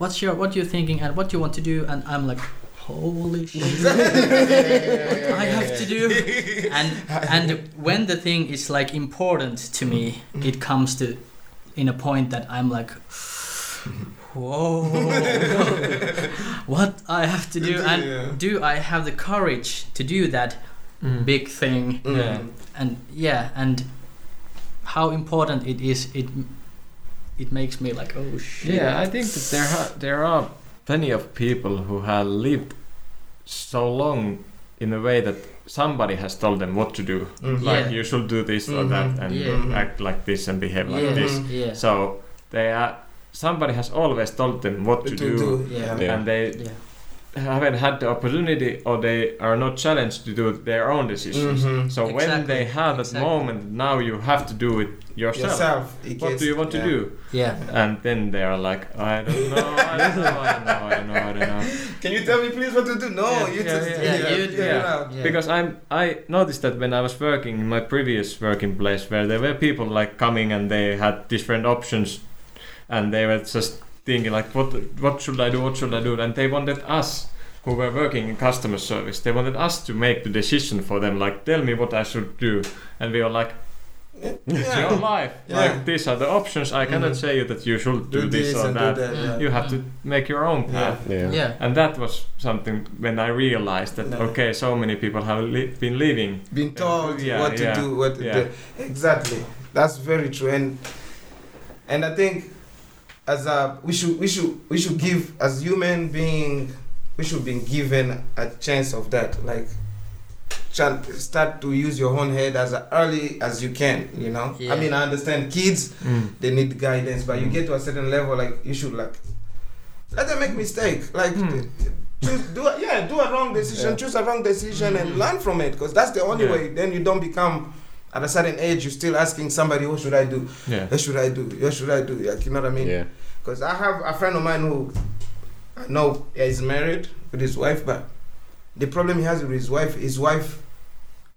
what's your what you're thinking and what you want to do and I'm like holy shit what I have to do and and when the thing is like important to me it comes to in a point that I'm like whoa, what I have to do, and do I have the courage to do that big thing? Mm. Yeah. And yeah, and how important it is, it it makes me like, oh shit. Yeah, I think that there are there are plenty of people who have lived so long in a way that somebody has told them what to do. Mm. Like Yeah. you should do this or Mhm. that and Mm-hmm. Yeah. act like this and behave like yeah, Mm-hmm. this. yeah, So they are somebody has always told them what to, do, Yeah. Yeah. and they yeah. haven't had the opportunity or they are not challenged to do their own decisions. Mhm. So when Exactly, they have that exactly. moment, now you have to do it yourself. Yourself. it What gets- do you want yeah. to do? Yeah. And then they are like, I don't know, I don't know, I don't know, I don't know, I don't know. Can you tell me please what to do? No, Yeah, you yeah, just yeah. Yeah, you figure do. it out. Yeah. Because I'm, I noticed that when I was working in my previous working place, where there were people like coming and they had different options, and they were just thinking like, what, what should I do? What should I do? And they wanted us, who were working in customer service, they wanted us to make the decision for them. Like, tell me what I should do, and we were like, it's Yeah. your life. Yeah. Like these are the options. I cannot Mhm. say you that you should do, Do this, this or and do that. that, yeah. You have to make your own path. Yeah. Yeah. Yeah. And that was something when I realized that Yeah. okay, so many people have li- been leaving. Being told Yeah, what to yeah, do, what to yeah. do. Exactly. That's very true. And and I think as a we should we should we should give as human being we should be given a chance of that. Like chan- start to use your own head as early as you can, you know? Yeah. I mean I understand kids Mm. they need guidance but Hmm. you get to a certain level like you should like let them make mistake like Hmm. th- th- choose, do a, yeah do a wrong decision Yeah. Hmm. choose a wrong decision Mhm. and learn from it because that's the only Yeah. way then you don't become at a certain age you're still asking somebody what should i do Yeah. what should i do what should i do like, you know what i mean Yeah. because i have a friend of mine who i know is married with his wife but the problem he has with his wife his wife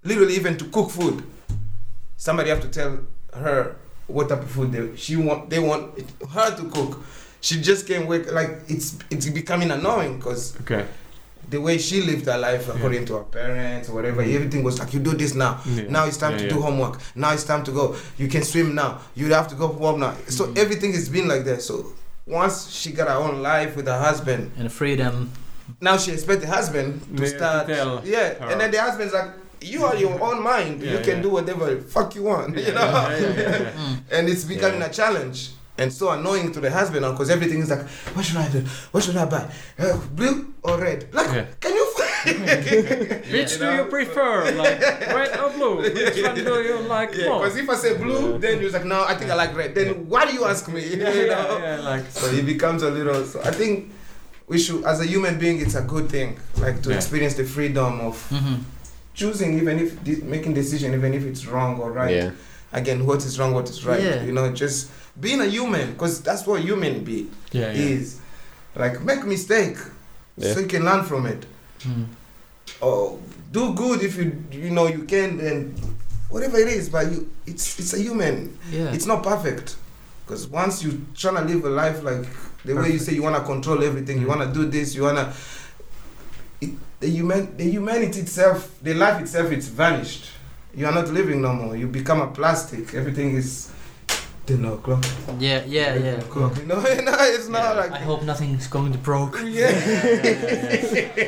literally even to cook food somebody have to tell her what type of food they she want they want her to cook she just can't wake like it's it's becoming annoying because Okay. the way she lived her life according to her parents or whatever everything was like you do this now Yeah. now it's time Yeah, to yeah. do homework now it's time to go you can swim now you have to go home now so Mm. Mhm. everything has been like that so once she got her own life with her husband And freedom. now she expect the husband to Yeah, to start tell yeah her. and then the husband's like you are your own mind Yeah, you can yeah. do whatever fuck you want Yeah, you know yeah, yeah, yeah, yeah. Mm. and it's becoming Yeah. a challenge and so annoying to the husband now because everything is like what should i do what should i buy uh, blue or red like Yeah. can you Which You do you know? prefer, like red or blue? Which one do you like Yeah, more? because if I say blue, then you're like, no, I think I like red. Then why do you ask me? You yeah, know? yeah, yeah, like So it becomes a little. So I think we should, as a human being, it's a good thing, like to Yeah. experience the freedom of Mhm. choosing, even if de- making decision, even if it's wrong or right. Yeah. Again, what is wrong, what is right. Yeah. You know, just being a human, because that's what human be yeah, yeah. is. Like make mistake, Yeah. so you can learn from it. Mm. Oh, do good if you you know you can and whatever it is but you it's it's a human Yeah. it's not perfect because once you trying to live a life like the way you say you want to control everything you Mm. want to do this you want to it, the human the humanity itself the life itself it's vanished you are not living no more you become a plastic everything is 10 o'clock yeah, yeah, 11 yeah. o'clock. you know no, it's not Yeah, like I hope nothing's going to broke. yeah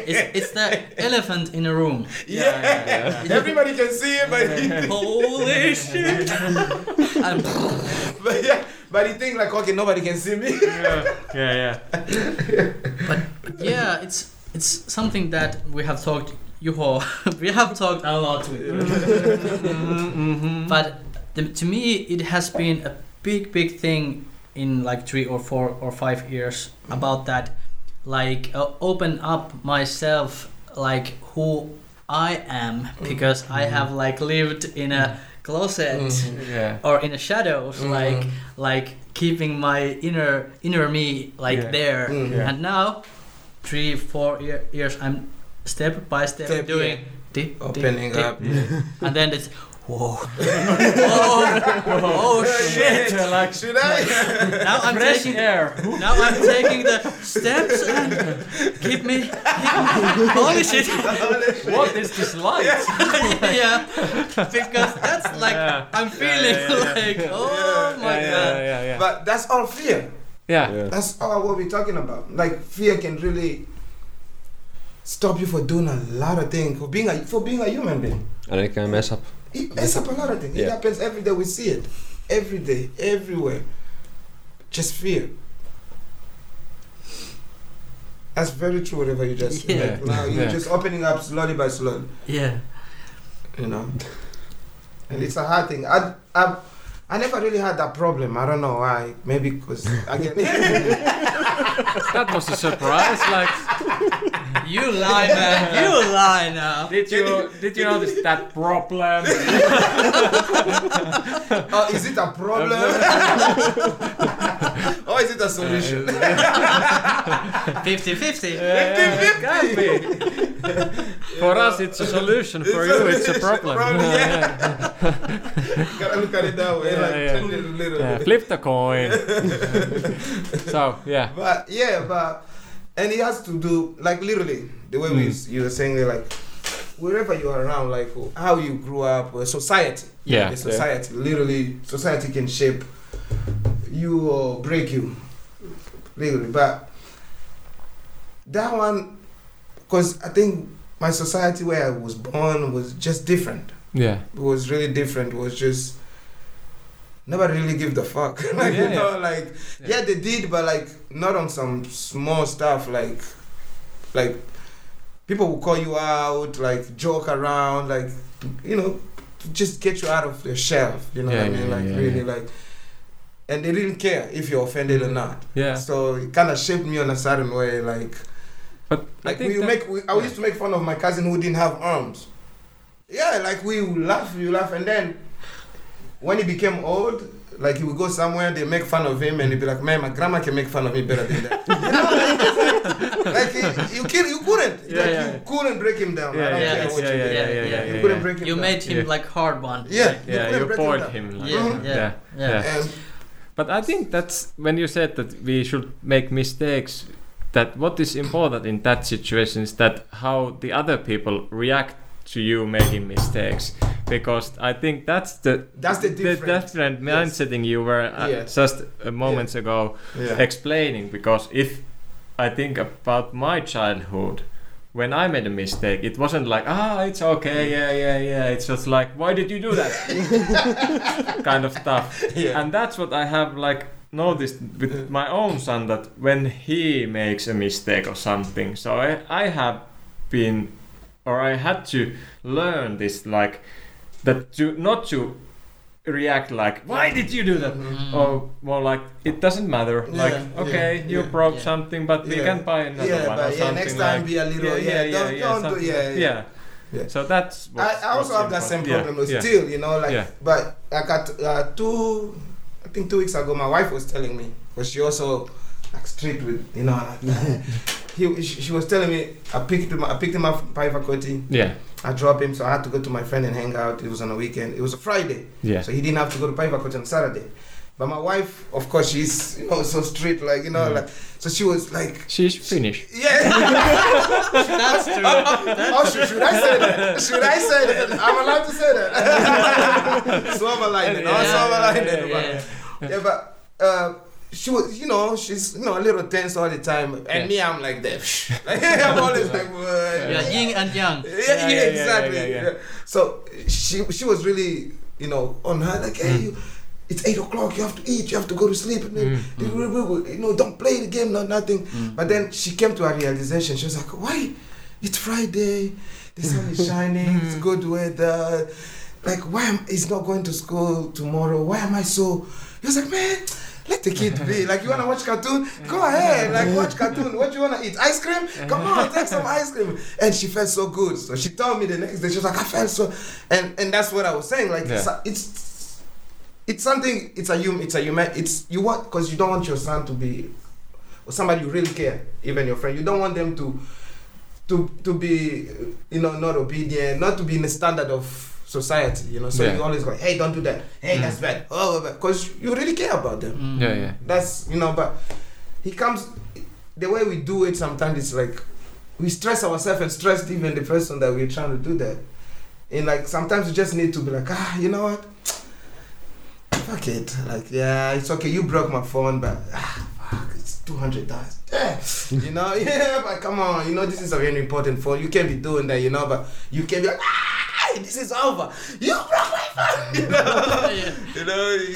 It's, it's the elephant in a room. Yeah, yeah, yeah, yeah. everybody can see it but Holy shit! And but yeah, but he think like, okay, nobody can see me. Yeah, yeah, yeah. yeah, it's it's something that we have talked. Juho, we have talked a lot with. Mm-hmm. but the, to me, it has been a big, big thing in like three or four or five years about that, like uh, open up myself, like who I am, Mm-hmm. because I have like lived in a closet Mhm. yeah. or in the shadows Mm-hmm. like like keeping my inner inner me like Yeah. there Mm. Yeah. and now three four year, years i'm step by step, Step, doing yeah. dip, dip, Opening dip. up. and then it's whoa oh, oh shit Yeah, like Should I? now i'm fresh taking air. now i'm taking the steps and keep me, keep me holy shit What is this light? yeah because that's like Yeah. i'm Yeah, feeling yeah, yeah. like oh my yeah, god yeah, yeah, yeah. but that's all fear. Yeah. yeah. That's all what we're talking about. Like fear can really stop you for doing a lot of things for being a for being a human being. And it can mess up. It messes up a lot of things. It Yeah. happens every day. We see it every day, everywhere. Just fear. That's very true. Whatever you just said. Yeah. Like, now you're Yeah. just opening up slowly by slowly. Yeah. You know, and it's a hard thing. I I I never really had that problem. I don't know why. Maybe because I get. That was a surprise. Like, You lie, man. You lie now. did you did you notice that problem? oh, is it a problem? or is it a solution? 50 50. Can be. For us, it's a solution. For It's a you, it's a solution, problem. problem, yeah. You gotta look at it that way, Yeah, like yeah. turn it a little. Yeah, Flip the coin. so yeah, But yeah, but and it has to do like literally the way we Mm. you were saying it, like wherever you are around, like how you grew up, or society. Yeah. the society literally society can shape you or break you, literally. But that one, because I think my society where I was born was just different. yeah. It was really different. It was just nobody really give the fuck. like Yeah, you know, like yeah. they did, but like not on some small stuff. Like like people will call you out, like joke around, like you know, to just get you out of the shell. You know Yeah, what I mean? yeah, like yeah, really yeah. like. And they didn't care if you're offended or not. Yeah, So it kind of shaped me on a certain way. Like, but I like think we that- make. We, I used to make fun of my cousin who didn't have arms. Yeah, like we would laugh, you laugh, and then when he became old, like he would go somewhere, they make fun of him, and he'd be like, "Man, my grandma can make fun of me better than that." you know, like, like he, you can, you couldn't, Yeah, like yeah, you yeah. couldn't break him down. I Yeah, don't yeah, care it's- what yeah, you yeah, did. yeah, yeah, yeah, you yeah, couldn't yeah. break him You down. made him Yeah. like hard one. yeah, Like, yeah, couldn't you break him bored down. him. Like, Yeah, Mhm. yeah, yeah. yeah. yeah. And But I think that's when you said that we should make mistakes. That what is important in that situation is that how the other people react to you making mistakes, because I think that's the That's the difference. different Yes. mindsetting you were uh, Yes. just a moment ago yeah, explaining. Because if I think about my childhood, when I made a mistake, it wasn't like ah, it's okay, yeah, yeah, yeah. It's just like why did you do that? kind of stuff yeah, and that's what I have like noticed with my own son that when he makes a mistake or something, so I, I have been or I had to learn this like that to not to react like why did you do that Mm. or more like it doesn't matter like Yeah, okay yeah, you yeah. broke Yeah. something but we Yeah. can buy another yeah. one or But yeah, something next time like be a little. Yeah, don't, don't do. something Yeah, like- yeah. yeah. Yeah. so that's what I, I also have that same problem with still, you know, like, Yeah. but like at uh, two, I think two weeks ago, my wife was telling me, because she also like strict with, you know, like, he, she, she was telling me, I picked him, I picked him up from Paivakoti, yeah I dropped him, so I had to go to my friend and hang out. It was on a weekend, it was a Friday, yeah so he didn't have to go to Paivakoti on Saturday. But my wife, of course, she's, you know, so strict, like, you know, Mhm. like, so she was like, she's finished yeah. That's true. oh, should, should I say that? Should I say that? I'm allowed to say that. Silver lining. Oh, silver yeah, lining. Yeah, but, yeah, but uh, she was, you know, she's, you know, a little tense all the time. And Yeah. me, I'm like that. like, I'm always like, "What?" Yeah, yin and yang. Yeah, Yeah, yeah, yeah, yeah, exactly. yeah, yeah. Yeah. So she she was really, you know, on her like, Mm. hey, you, it's eight o'clock. You have to eat. You have to go to sleep. And then, Mm, You know, don't play the game. No, nothing. But then she came to a realization. She was like, why? It's Friday. The sun is shining. it's good weather. Like, why am is not going to school tomorrow? Why am I so? He was like, man. Let the kid be. Like you wanna watch cartoon? Go ahead. Like watch cartoon. What you wanna eat? Ice cream? Come on, take some ice cream. And she felt so good. So she told me the next day. She was like, I felt so. And and that's what I was saying. Like it's, Yeah. it's it's something. It's a human. It's a human. It's you want because you don't want your son to be or somebody you really care, even your friend. You don't want them to to to be you know not obedient, not to be in the standard of society. You know, so Yeah. you always go, hey, don't do that. Hey, that's bad. Oh, because you really care about them. Mm. yeah yeah That's you know, but he comes the way we do it sometimes it's like we stress ourselves and stress even the person that we're trying to do that. And like sometimes you just need to be like, ah, you know what? Fuck it. Like, yeah, it's okay, you broke my phone, but ah, fuck. two hundred dollars. Yeah. you know, yeah, but come on, you know this is a very important phone. You can't be doing that, you know, but you can be like, ah, this is over. You broke my phone. You know, Mm. Yeah. you know, you,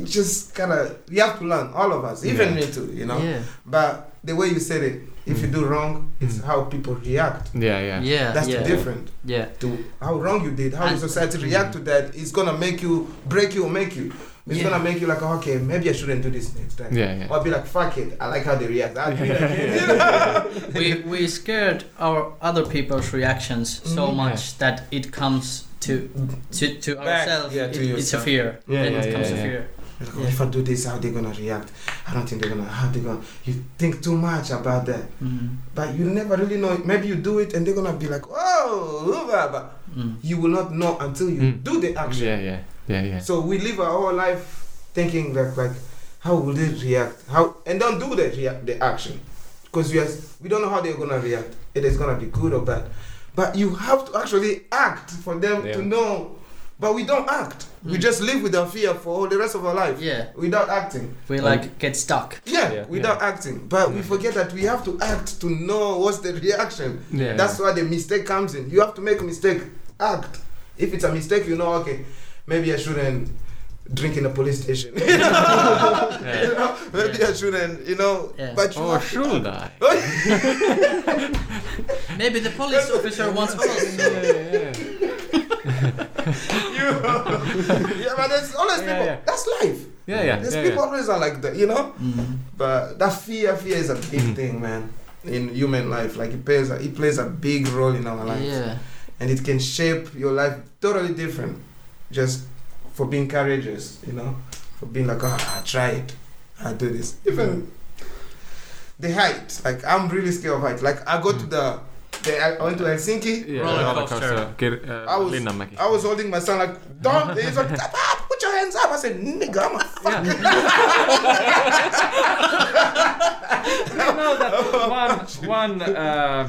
you just kind of you have to learn, all of us, even me too, you know. Yeah. But the way you said it, if you do wrong, it's Mm. how people react. Yeah, yeah. Yeah. That's yeah. the difference Yeah. to how wrong you did, how And- society react to that. It's gonna make you break you or make you. It's Yeah. gonna make you like, okay, maybe I shouldn't do this next time. Yeah, yeah. Or be like, fuck it, I like how they react. I'll do it again. we we scared our other people's reactions so Mhm. much that it comes to to, to Back, ourselves. yeah, to it, it's a yourself. fear. Yeah, Then yeah, it comes to yeah, yeah. fear. Like, Yeah. "Oh, If I do this, how they gonna react? I don't think they're gonna. How they gonna? You think too much about that, Mm. but you never really know. Maybe you do it, and they're gonna be like, "Oh, blah, blah." Mm. you will not know until you Mm. do the action. Yeah, yeah, yeah, yeah. So we live our whole life thinking like like how will they react? How and don't do the react the action because we are, we don't know how they're gonna react. It is gonna be good or bad, but you have to actually act for them Yeah. to know. But we don't act. We Mm. just live with our fear for all the rest of our life Yeah, without acting. we like get stuck. Yeah, Yeah. without acting. But we forget that we have to act to know what's the reaction. yeah. That's where the mistake comes in. You have to make a mistake, act. If it's a mistake, you know, okay, maybe I shouldn't drink in a police station. you know, Yeah. Oh. maybe I shouldn't, you know. Yeah. But you Or have to should I? Maybe the police officer wants us. yeah, yeah. you yeah, but there's always Yeah, people. yeah. That's life. Yeah, yeah. There's yeah, people yeah. always are like that, you know. Mm. But that fear, fear is a big Mm. thing, man. In human life, like it plays, a, it plays a big role in our life, Yeah, and it can shape your life totally different, just for being courageous, you know, for being like, oh, I try it, I do this. Even the height, like I'm really scared of height. Like I go Mm. to the, the I went to Helsinki. Yeah, Roller coaster. Kir- I uh, was- Linnanmäki. I was holding my son like, don't. He's like, "Papa, put your hands up. I said, nigga, I'm a Yeah. fucking. you know that one one uh,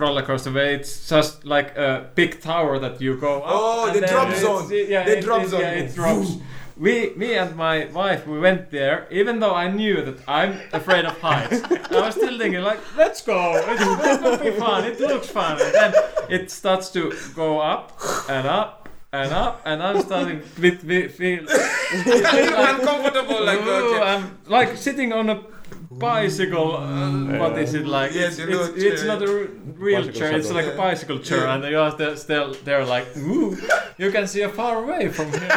roller coaster where it's just like a big tower that you go up. Oh, and the then drop it's- zone. Yeah, The it, drop it, zone. Yeah, it drops. We, me and my wife, we went there, even though I knew that I'm afraid of heights. I was still thinking, like, let's go. It's going to be fun. It looks fun. And then it starts to go up and up and up, and I'm starting to feel, feel uncomfortable. Like, Ooh, okay. I'm like sitting on a bicycle. Uh, what is it like? it's, Yes, you know, it's, it's chair. not a r- real Bicycle chair. It's saddle. like a Yeah. bicycle chair, Yeah. and you are there, still there, like, ooh, you can see a far away from here.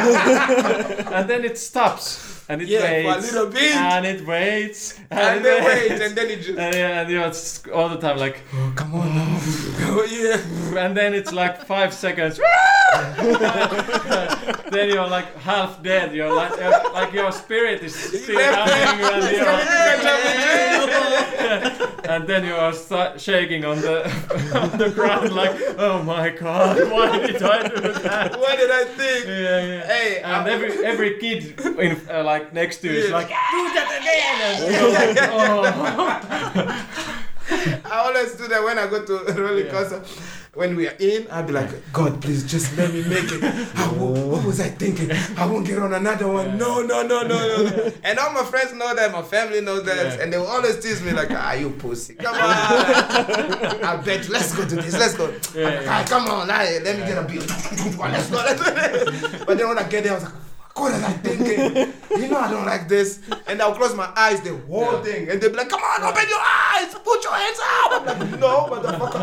and then it stops, and it yeah, for a waits, little bit, and, and it waits, then wait, and then it just. And, yeah, and you're just all the time like, Oh, come on, now. oh, yeah. and then it's like five seconds. then you're like half dead. You're like, uh, like your spirit is still left coming, and It's you're coming Yeah. and then you are sta- shaking on the on the ground like, oh my god, why did I do that? What did I think? Yeah, yeah. Hey, and I'm- every every kid in uh, like next to you is Yeah. like, do that again. And you're like, oh. I always do that when I go to roller Yeah. coaster. When we are in, I'll be like, God, please just let me make it. I wo- what was I thinking? I won't get on another one. No, no, no, no, no. no. And all my friends know that, my family knows that, Yeah. and they will always tease me like, Ah, you pussy. Come on. I bet you. Let's go to this. Let's go. Yeah, yeah. Ah, come on. ah, let me get a bill. let's go. Let's go. but then when I get there, I was like. What was I thinking? You know I don't like this. And I'll close my eyes the whole Yeah. thing. And they'll be like, come on, open your eyes, put your hands up. I'm like, no, motherfucker.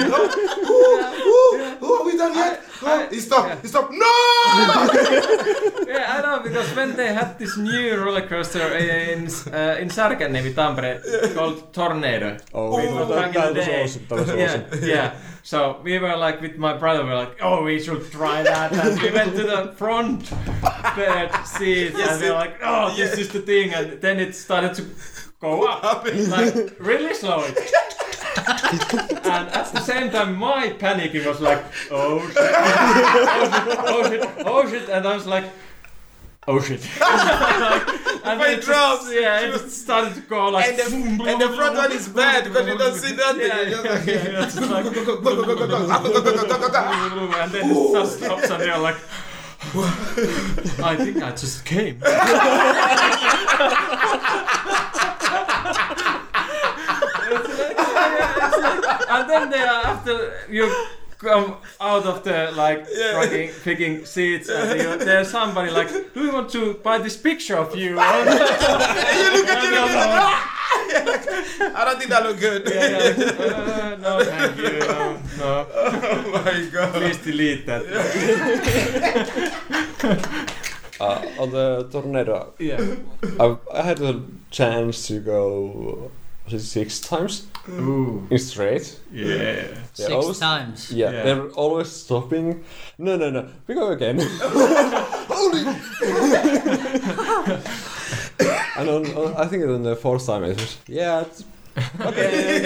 no. Ooh, ooh, ooh, are we done yet? I- No. He stopped. yeah. He stopped. No! Yeah, I know because when they had this new roller coaster in uh, in Sarkaniemi, Tampere, called Tornado. Oh, It was back in the that, that was day. awesome. That was Yeah, awesome. yeah. So we were like with my brother, we were like, oh, we should try that. And we went to the front bed seat, and we were like, oh, this is the thing. And then it started to go up, like really slowly. and at the same time, my panicking was like, oh shit, oh shit, oh shit, oh shit. and I was like. Oh shit! and My just- drops. yeah, it started to go like. And the, and the front one is bad because you don't see nothing. Yeah, You're just like, yeah, it's like- go, go, go, go, go, go, go, go, go, go, go, go, go. and then it just stops and you're like I think I just came. and then they are after you come out of the like fucking picking seats and you, there's somebody like do you want to buy this picture of you you look at you I don't think that look good. uh, no thank you no, no. oh my god. please delete that Uh, on the tornado, yeah I've, I had a chance to go six times Ooh. in straight. yeah Yeah, Six always- times. Yeah, Yeah. they're always stopping. No, no, no. We go again. and on, on, I think on the fourth time it was yeah. It's, Let's go again.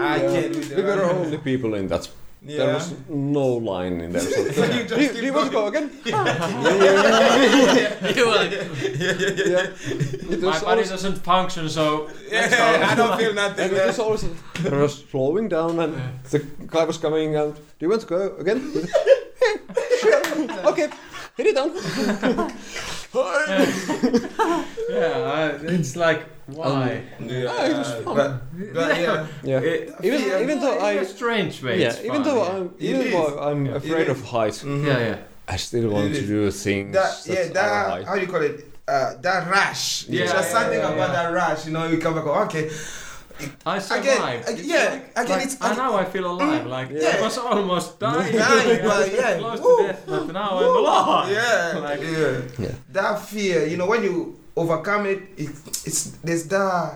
I yeah. can't do that. we were the only people in that. There was no line in there. So. So you do, you- do you want to go again? You were like, yeah. It my was body always, doesn't function so Yeah, I don't feel nothing. and it was always it was slowing down, and the guy was coming out. Do you want to go again? sure. Okay. Hit it down. yeah I, it's like why Ah, Yeah, but, but yeah. Yeah. It- even even though in a I strange way yeah it's even fun, though yeah. I'm It even though I'm Yeah. afraid It of heights, Mhm. yeah yeah I still want It to is. do things That that, yeah, are that high. how do you call it? Uh, that rush. Yeah, Yeah, There's yeah, something yeah, about yeah. that rush. You know, you come back. oh, Okay. I Again, survived. ag- It's yeah, like, like, again, it's- and Mm-hmm. now I feel alive. Like Yeah. I was almost dying. Dying, Like, I but was yeah, close woo, to death, but now I'm alive. Yeah. Like, yeah. Yeah. That fear. You know, when you overcome it, it it's there's that.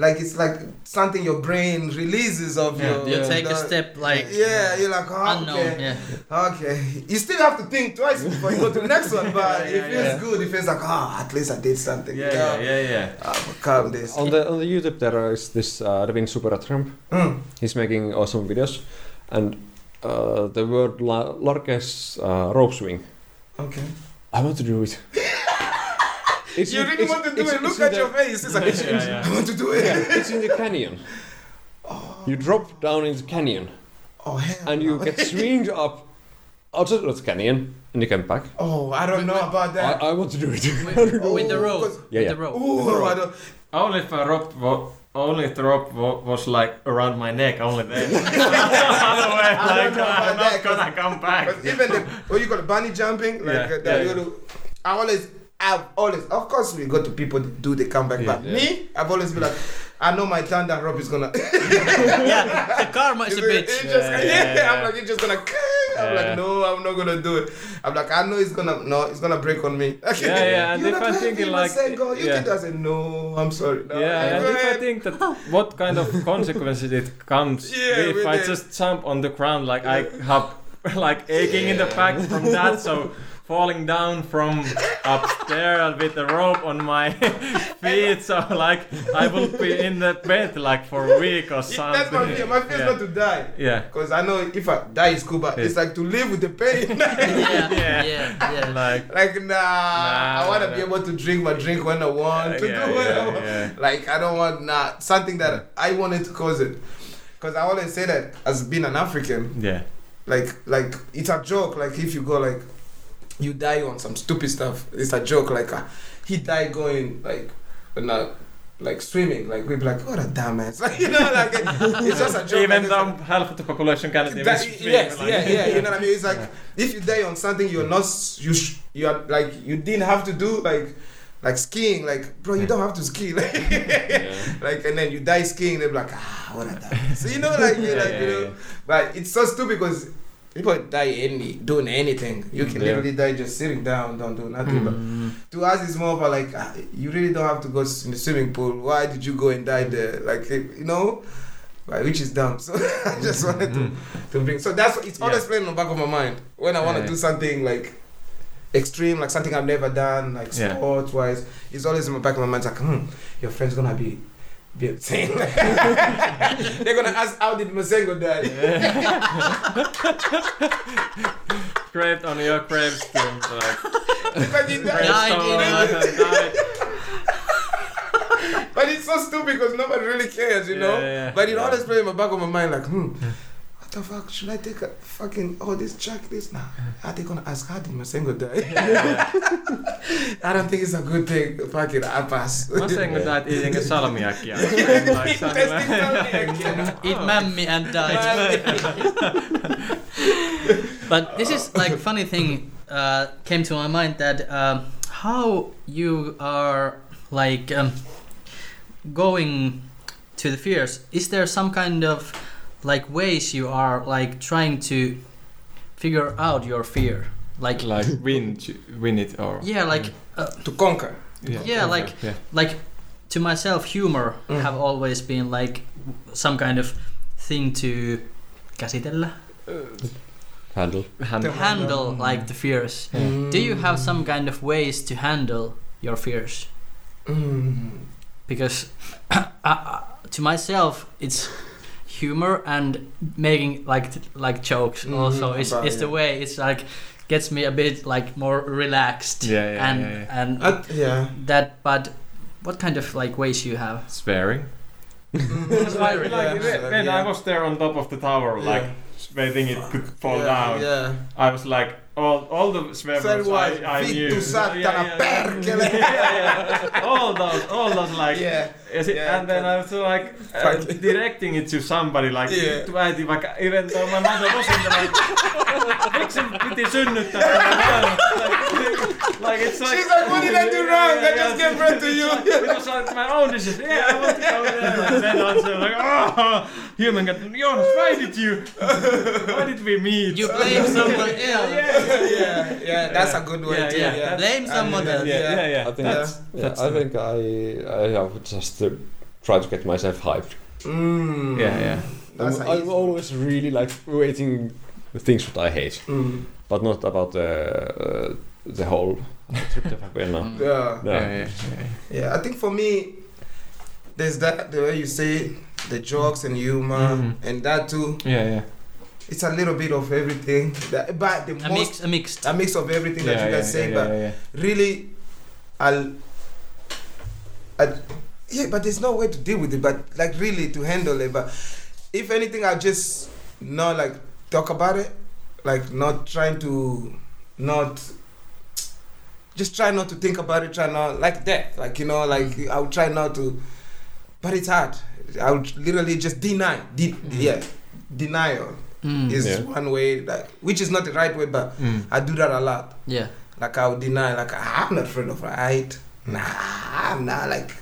Like it's like something your brain releases of Yeah, your. you take a that- step like Yeah, you're like, oh, unknown. okay. Yeah. Okay, you still have to think twice before you go to the next one, but Yeah, yeah, it feels yeah. good. It feels like, ah, at least I did something. yeah, yeah, yeah, yeah. I overcome this. on the on the YouTube there is this uh, Devin Supertramp. Mm. He's making awesome videos, and uh, the word la- largest uh, rope swing. Okay. I want to do it. It's you in- really it's- want to do it's- it. Look it's in at the- your face. It's like, Yeah, yeah. I want to do it. Yeah, it's in the canyon. You drop down in the canyon Oh hell. and you no. get swinged up outside of the canyon and you come back. Oh, I don't know about I, that. I want to do it. With, with the Oh, rope. because- Yeah, with yeah. the rope. Ooh, I don't. Only if I rope, wa- only if the rope wa- was like around my neck, only then. Other way, don't like know about I'm not that, gonna come back. But even the what you call it, bunny jumping, like Yeah, uh, yeah, that yeah. little. I always, I've always, of course, we go to people that do the comeback, Yeah, but me, I've always been like, I know my turn that rope is gonna. yeah, the karma is a It's bitch. just- Yeah, yeah, yeah, yeah. I'm like, you're just gonna. I'm Yeah. like, no, I'm not gonna do it. I'm like, I know it's gonna, no, it's gonna break on me. Okay. Yeah, yeah, and You're if not I'm heavy, thinking you like- must say go. You yeah. did. I said, no, I'm sorry. No, Yeah, and go if I ahead. think that what kind of consequences it comes Yeah, if with I it. just jump on the ground, like I have like aching in the back from that, so falling down from up there with the rope on my feet, so like I will be in the bed like for a week or Yeah, something. that's my fear. My fear yeah. is not to die. yeah. Because I know if I die, it's cool, but Yeah. it's like to live with the pain. Yeah, Yeah. yeah, yeah. Like like, nah, I want to nah, be nah. able to drink my drink when I want, to yeah, do what I yeah, want. yeah. Like, I don't want nah, something that I wanted to cause it. Because I always say that as being an African, Yeah. like like it's a joke like if you go like you die on some stupid stuff it's a joke like uh, he died going like not like swimming like we'd be like what a dumbass like you know like it- it's just a joke Even like, though half of the population cannot it's even that, speak, yes like- yeah yeah you know what I mean it's like if you die on something you're not s- you sh- you are like you didn't have to do like like skiing like bro you don't have to ski like, like and then you die skiing they're like ah what a dumbass so you know like, you're Yeah, like yeah, you know yeah. but it's so stupid because people die any doing anything. You can Yeah. literally die just sitting down, don't do nothing. But to us, it's more about like ah, you really don't have to go s- in the swimming pool. Why did you go and die there? Like eh, you know, Like, which is dumb. So I Mm-hmm. just wanted to to bring. So that's it's always playing on the back of my mind when I want to Yeah. do something like extreme, like something I've never done, like Yeah. sports wise. It's always in the back of my mind. It's like, hmm, your friend's gonna be. Be insane. They're gonna ask how did Masengo die? Graved on your gravestone, like Because you die. Died gravestone, died. But it's so stupid because nobody really cares, you know. Yeah, yeah, yeah. But it Yeah. always plays in my back of my mind, like, hmm, what the fuck should I take a fucking all this check this now? Are they gonna ask how did Masengo die? I don't think it's a good thing. Fuck it, I pass. Masengo died eating a salmiakki. Testing salmiakki. Eat mammy and die. but this is like funny thing uh, came to my mind that um, how you are like um, going to the fears. Is there some kind of like ways you are like trying to figure out your fear? Like like win, win it or yeah, like uh, to conquer. yeah, like yeah. like to myself humor Mm. have always been like some kind of thing to käsitellä handle. to Hand- handle like the fears Mm. do you have some kind of ways to handle your fears Mm. because uh, uh, to myself it's humor and making like t- like jokes Mhm, also is, about is the it. way it's like gets me a bit like more relaxed Yeah, yeah, and yeah, yeah. and Uh, yeah. that but what kind of like ways you have swearing. Swearing, Like, when- when I was there on top of the tower, like waiting it could fall yeah, down. Yeah. I was like, all, all the swear Swear words words, I, I vittu, knew. saatana, perkele. yeah, yeah, yeah. All those, all those like. yeah. Is it, Yeah, and then I was like uh, Fuck. directing it to somebody like Yeah. yeah. äiti vaikka even though my mother wasn't like miksi sen piti synnyttää tämän like, like it's like She's like, "What did I do wrong? I just gave birth to It's you." like, it was like my own decision yeah I want to go there and then also like oh human got Jonas why did you why did we meet you blame someone else yeah yeah, yeah, that's a good way Yeah, too. yeah. Yeah, Blame someone yeah, else. yeah yeah, yeah. I think That's- yeah, that's I the- think I I have just to try to get myself hyped. Mm. Yeah, yeah. That's I'm, how I'm easy. always really like waiting the things that I hate, Mm. but not about the uh, the whole trip to Facuena. Mm. Yeah. No. yeah, yeah, yeah. Yeah, I think for me, there's that the way you say the jokes and humor Mhm. and that too. Yeah, yeah. It's a little bit of everything, that, but the a most mix a mixed a mix of everything yeah, that you yeah, guys say. yeah, but yeah, yeah. really, I'll, I, yeah, but there's no way to deal with it. But like really to handle it. But if anything, I'll just not like talk about it, like not trying to, not. Just try not to think about it. Try not like that. Like you know, like I would try not to, but it's hard. I would literally just deny. De- Yeah, denial Mm. is Yeah. one way. Like which is not the right way, but Mm. I do that a lot. yeah Like I would deny, like I'm not afraid of height. Nah, I'm not like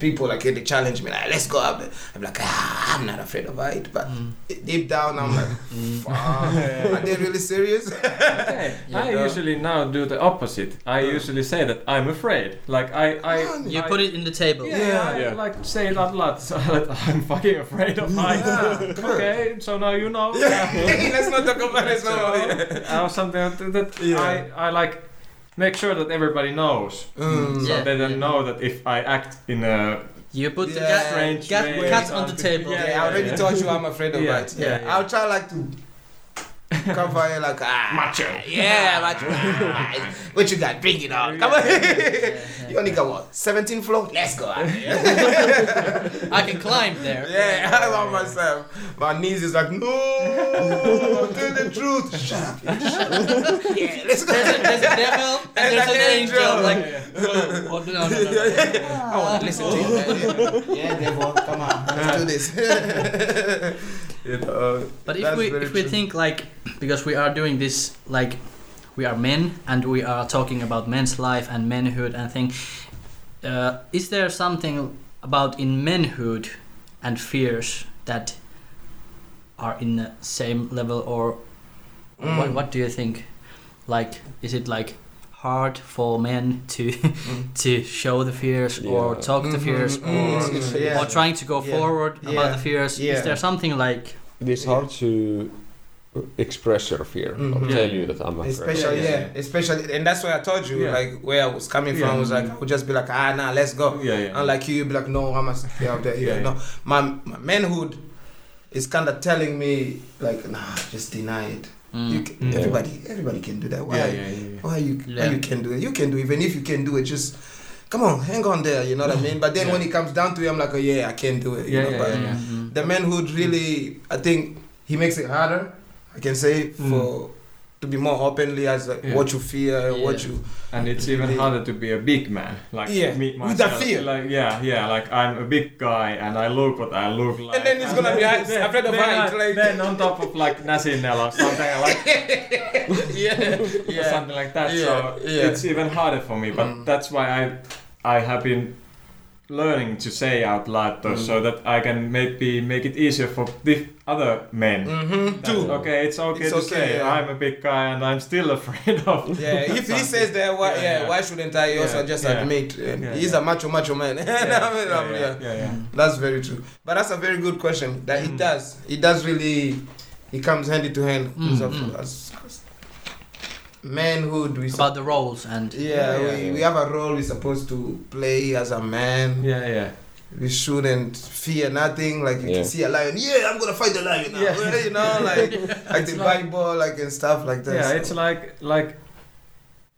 people like they challenge me like let's go up there. I'm like ah, I'm not afraid of height, but Mm. deep down I'm like, Mm. fuck, are they really serious? Okay. Yeah. I usually now do the opposite. I Yeah. usually say that I'm afraid. Like I, I, you I- put it in the table Yeah, Yeah. I Yeah. like say it out loud. So that I'm fucking afraid of heights. Yeah, good. okay, so now you know. let's not talk about it So, no more. or something like that that Yeah. I, I like make sure that everybody knows. Mm. So Yeah. they don't know that if I act in a you put the Yeah. cat, Strange cat- way. cats on the table Yeah, Yeah, I already yeah. told you I'm afraid of Yeah, height. yeah, yeah. I'll try like to cover it like ah Macho. Yeah, macho. what you got? Bring it on. Come Yeah, on. yeah. You only got what? 17 floor? Let's go. out there. I can climb there. Yeah, I love myself. My niece is like, no, tell the truth. Shut up. yeah, let's go. There's a, there's a devil and, And there's an an angel. angel. Like, oh, no, no, no, no, no. I want to listen to you. Yeah, devil, come on, let's do this. you know, But if that's we very if we true. think like because we are doing this like we are men and we are talking about men's life and manhood and thing, uh, is there something about in manhood and fears that are in the same level or what, Mm. what do you think? Like, is it like hard for men to Mm-hmm. to show the fears or Yeah. talk the Mhm, fears mm, or mm, yeah. or trying to go Yeah. forward about Yeah. the fears? Yeah. Is there something like It is hard to express your fear or Mhm. tell you that I'm afraid. Especially, Yeah, yeah, yeah, yeah. especially, and that's why I told you, Yeah. like, where I was coming Yeah. from was like, I would just be like, ah, nah, let's go. Yeah, yeah. Unlike you, you'd be like, no, I must stay out there. Yeah, Yeah, yeah. no. My, my manhood is kind of telling me, like, nah, just deny it. mm, You can, Mm. Yeah. Everybody, everybody can do that. Why? Yeah, yeah, yeah. Why you Yeah. why you can do it? You can do it. even if you can do it. Just come on, hang on there. You know what I mean. But then Yeah. when it comes down to it, I'm like, oh yeah, I can do it. You Yeah, know? yeah, but yeah, yeah. mm, the manhood really, I think he makes it harder. I can say Mm. for to be more openly as like, Yeah. what you fear, what Yeah. you And it's even Yeah. harder to be a big man. Like Yeah, me with myself. that fear. Like yeah, yeah. Like I'm a big guy, and I look what I look like. then it's gonna be then- heights, afraid of then heights, I- like- then on top of like Nasinel or something like yeah or something like that. so Yeah, yeah. it's even harder for me. But Mm. that's why I I have been learning to say out loud those, Mm. so that I can maybe make it easier for the other men. Mm-hmm. That, Too. okay, it's okay It's to okay, say yeah. I'm a big guy and I'm still afraid of. Yeah, if he something. says that, why, Yeah, yeah, yeah. why shouldn't I also Yeah, just yeah. admit? And Yeah, he's yeah. a macho, macho man. Yeah, I mean, yeah, um, yeah, yeah. yeah, yeah. That's very true. But that's a very good question. That Mm. it does. It does really. It comes handy to hand. Mm, So, mm. as- as manhood, we. about the roles and yeah, Yeah, we, yeah. we have a role we're supposed to play as a man. Yeah, yeah. We shouldn't fear nothing. Like you Yeah. can see a lion, yeah, I'm gonna fight the lion now. Yeah. Well, you know, like like It's the like- Bible, like and stuff like that. Yeah, So- it's like like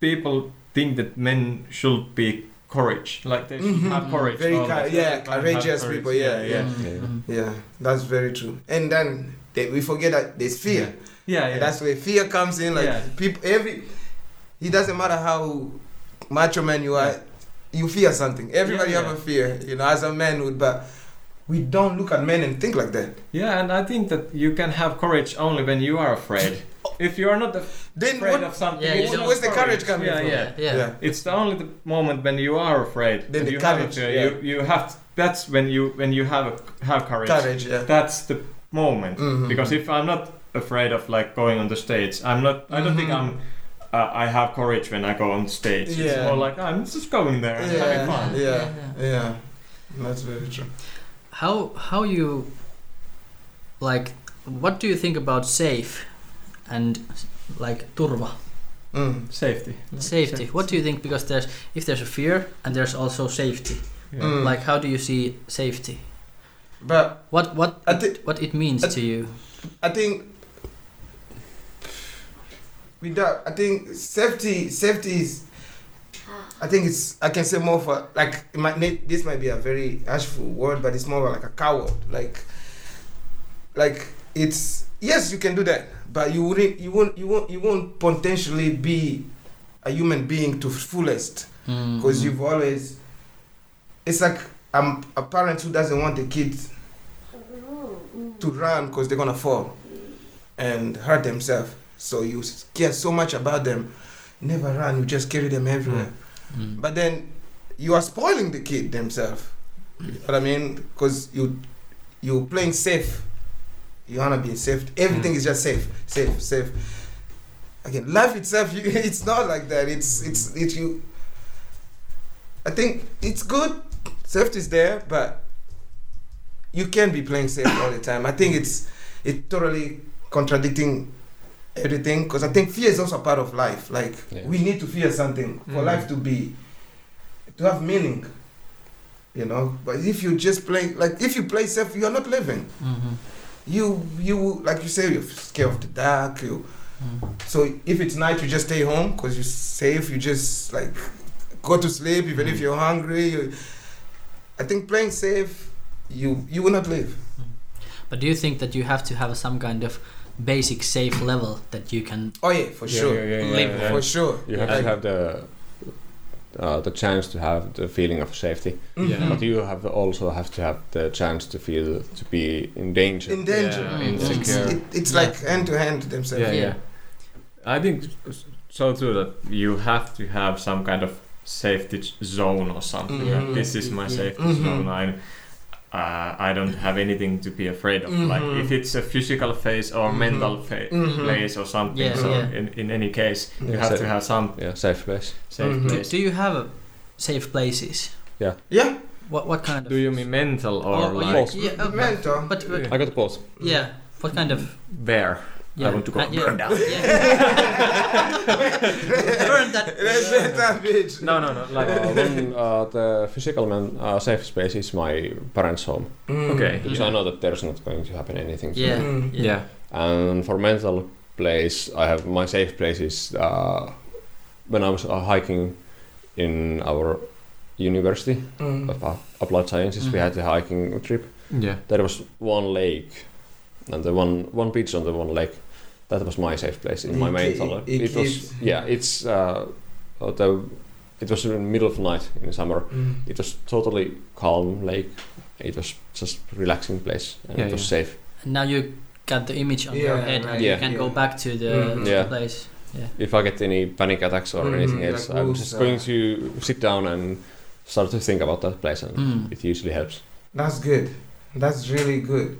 people think that men should be courage, like they should Mhm. have courage. Oh, Very all ca- the yeah, time, have courageous courage. people, yeah, yeah, Mm, Yeah. mm. Yeah, that's very true. And then they, we forget that there's fear. yeah, yeah. And that's where fear comes in. Like Yeah. people, every it doesn't matter how macho man you are, you fear something. Everybody Yeah, have yeah. a fear, you know, as a man would. But we don't look at men and think like that. yeah, and I think that you can have courage only when you are afraid. if you are not af- Oh. Then afraid what? of something, Yeah, it's you not where's the courage coming yeah, from? Yeah, yeah. It's the only the moment when you are afraid. Then the you have a courage, fear, yeah. You you have. that's when you when you have a, have courage. courage. Yeah. That's the moment. Mhm. because if I'm not afraid of like going on the stage, I'm not. I don't think Mhm. I'm. Uh, I have courage when I go on stage. It's Yeah. more like I'm just going there and having yeah, yeah, fun. yeah, Yeah. That's very true. how how you like what do you think about safe and like turva Mm. Safety. safety what do you think because there's if there's a fear and there's also safety Yeah. Mm. like how do you see safety But what what I think what it means I- to you I think without I think safety safety is I think it's I can say more for like it might, may- this might be a very harshful word but it's more like a coward like like it's yes you can do that but you wouldn't you won't you won't you won't potentially be a human being to fullest Mm, because you've always it's like um, a parent who doesn't want the kid to run because they're gonna fall and hurt themselves so you s- care so much about them never run you just carry them everywhere Mm. but then you are spoiling the kid themselves you know what i mean because you you're playing safe you wanna be safe everything is just safe safe safe again life itself you, it's not like that it's it's it you I think it's good. Safety's there, but you can't be playing safe all the time. I think it's it totally contradicting everything because I think fear is also part of life. Like Yeah. we need to fear something for Mm. life to be to have meaning. You know, but if you just play like if you play safe, you are not living. Mhm. You you like you say you're scared of the dark. You Mm. so if it's night, you just stay home because you're safe. You just like go to sleep, even Mm. if you're hungry. You, I think playing safe, you you will not live. but do you think that you have to have some kind of basic safe level that you can Oh yeah, for Yeah, sure, yeah, yeah, yeah, Live yeah. for sure. You have Like, to have the uh, the chance to have the feeling of safety, mhm. Yeah. but you have also have to have the chance to feel to be in danger. in danger. Yeah, Mm. insecure. It's, it, it's Yeah. like hand to hand themselves. yeah, Yeah. yeah. I think s- so too that you have to have some kind of safety z- zone or something. Mhm. Like, this is my Mhm. safety Mhm. zone. I'm, uh, I don't have anything to be afraid of. Like Mhm. if it's a physical phase or Mhm. mental fa- Mhm. place or something. Yeah, so yeah. In, in any case, you Yeah, have so- to have some Yeah, safe place. safe Mhm. do, place. do you have a safe places Yeah, what what kind of Do you mean mental or, or, or you- like yeah, uh, but, mentor. but, but- I got close. yeah what kind of where? yeah, I want to go uh, yeah, burn down. yeah. burn that Let's let that bitch. No, no, no. Like Uh, one, uh, the physical man, uh, safe space is my parents' home Mm. okay. because I know that there's not going to happen anything. to Yeah. me. Mm. Yeah. Yeah. And for mental place, I have my safe place is uh, when I was uh, hiking in our university Mm. of uh, applied sciences. We Mhm. had a hiking trip. Yeah. There was one lake and the one one beach on the one lake. That was my safe place in my It- main it- cellar. it It, is- was yeah. It's uh, uh, the it was in the middle of the night in the summer. Mm. It was totally calm lake. It was just relaxing place and Yeah, it was yeah. safe. And now you got the image on your Yeah, head right, and you Yeah. can go yeah. back to the, Mhm. to Yeah. the place. If I get any panic attacks or Mhm, anything like else, I'm those, just uh, going to sit down and start to think about that place, and Mm. it usually helps. That's good. That's really good.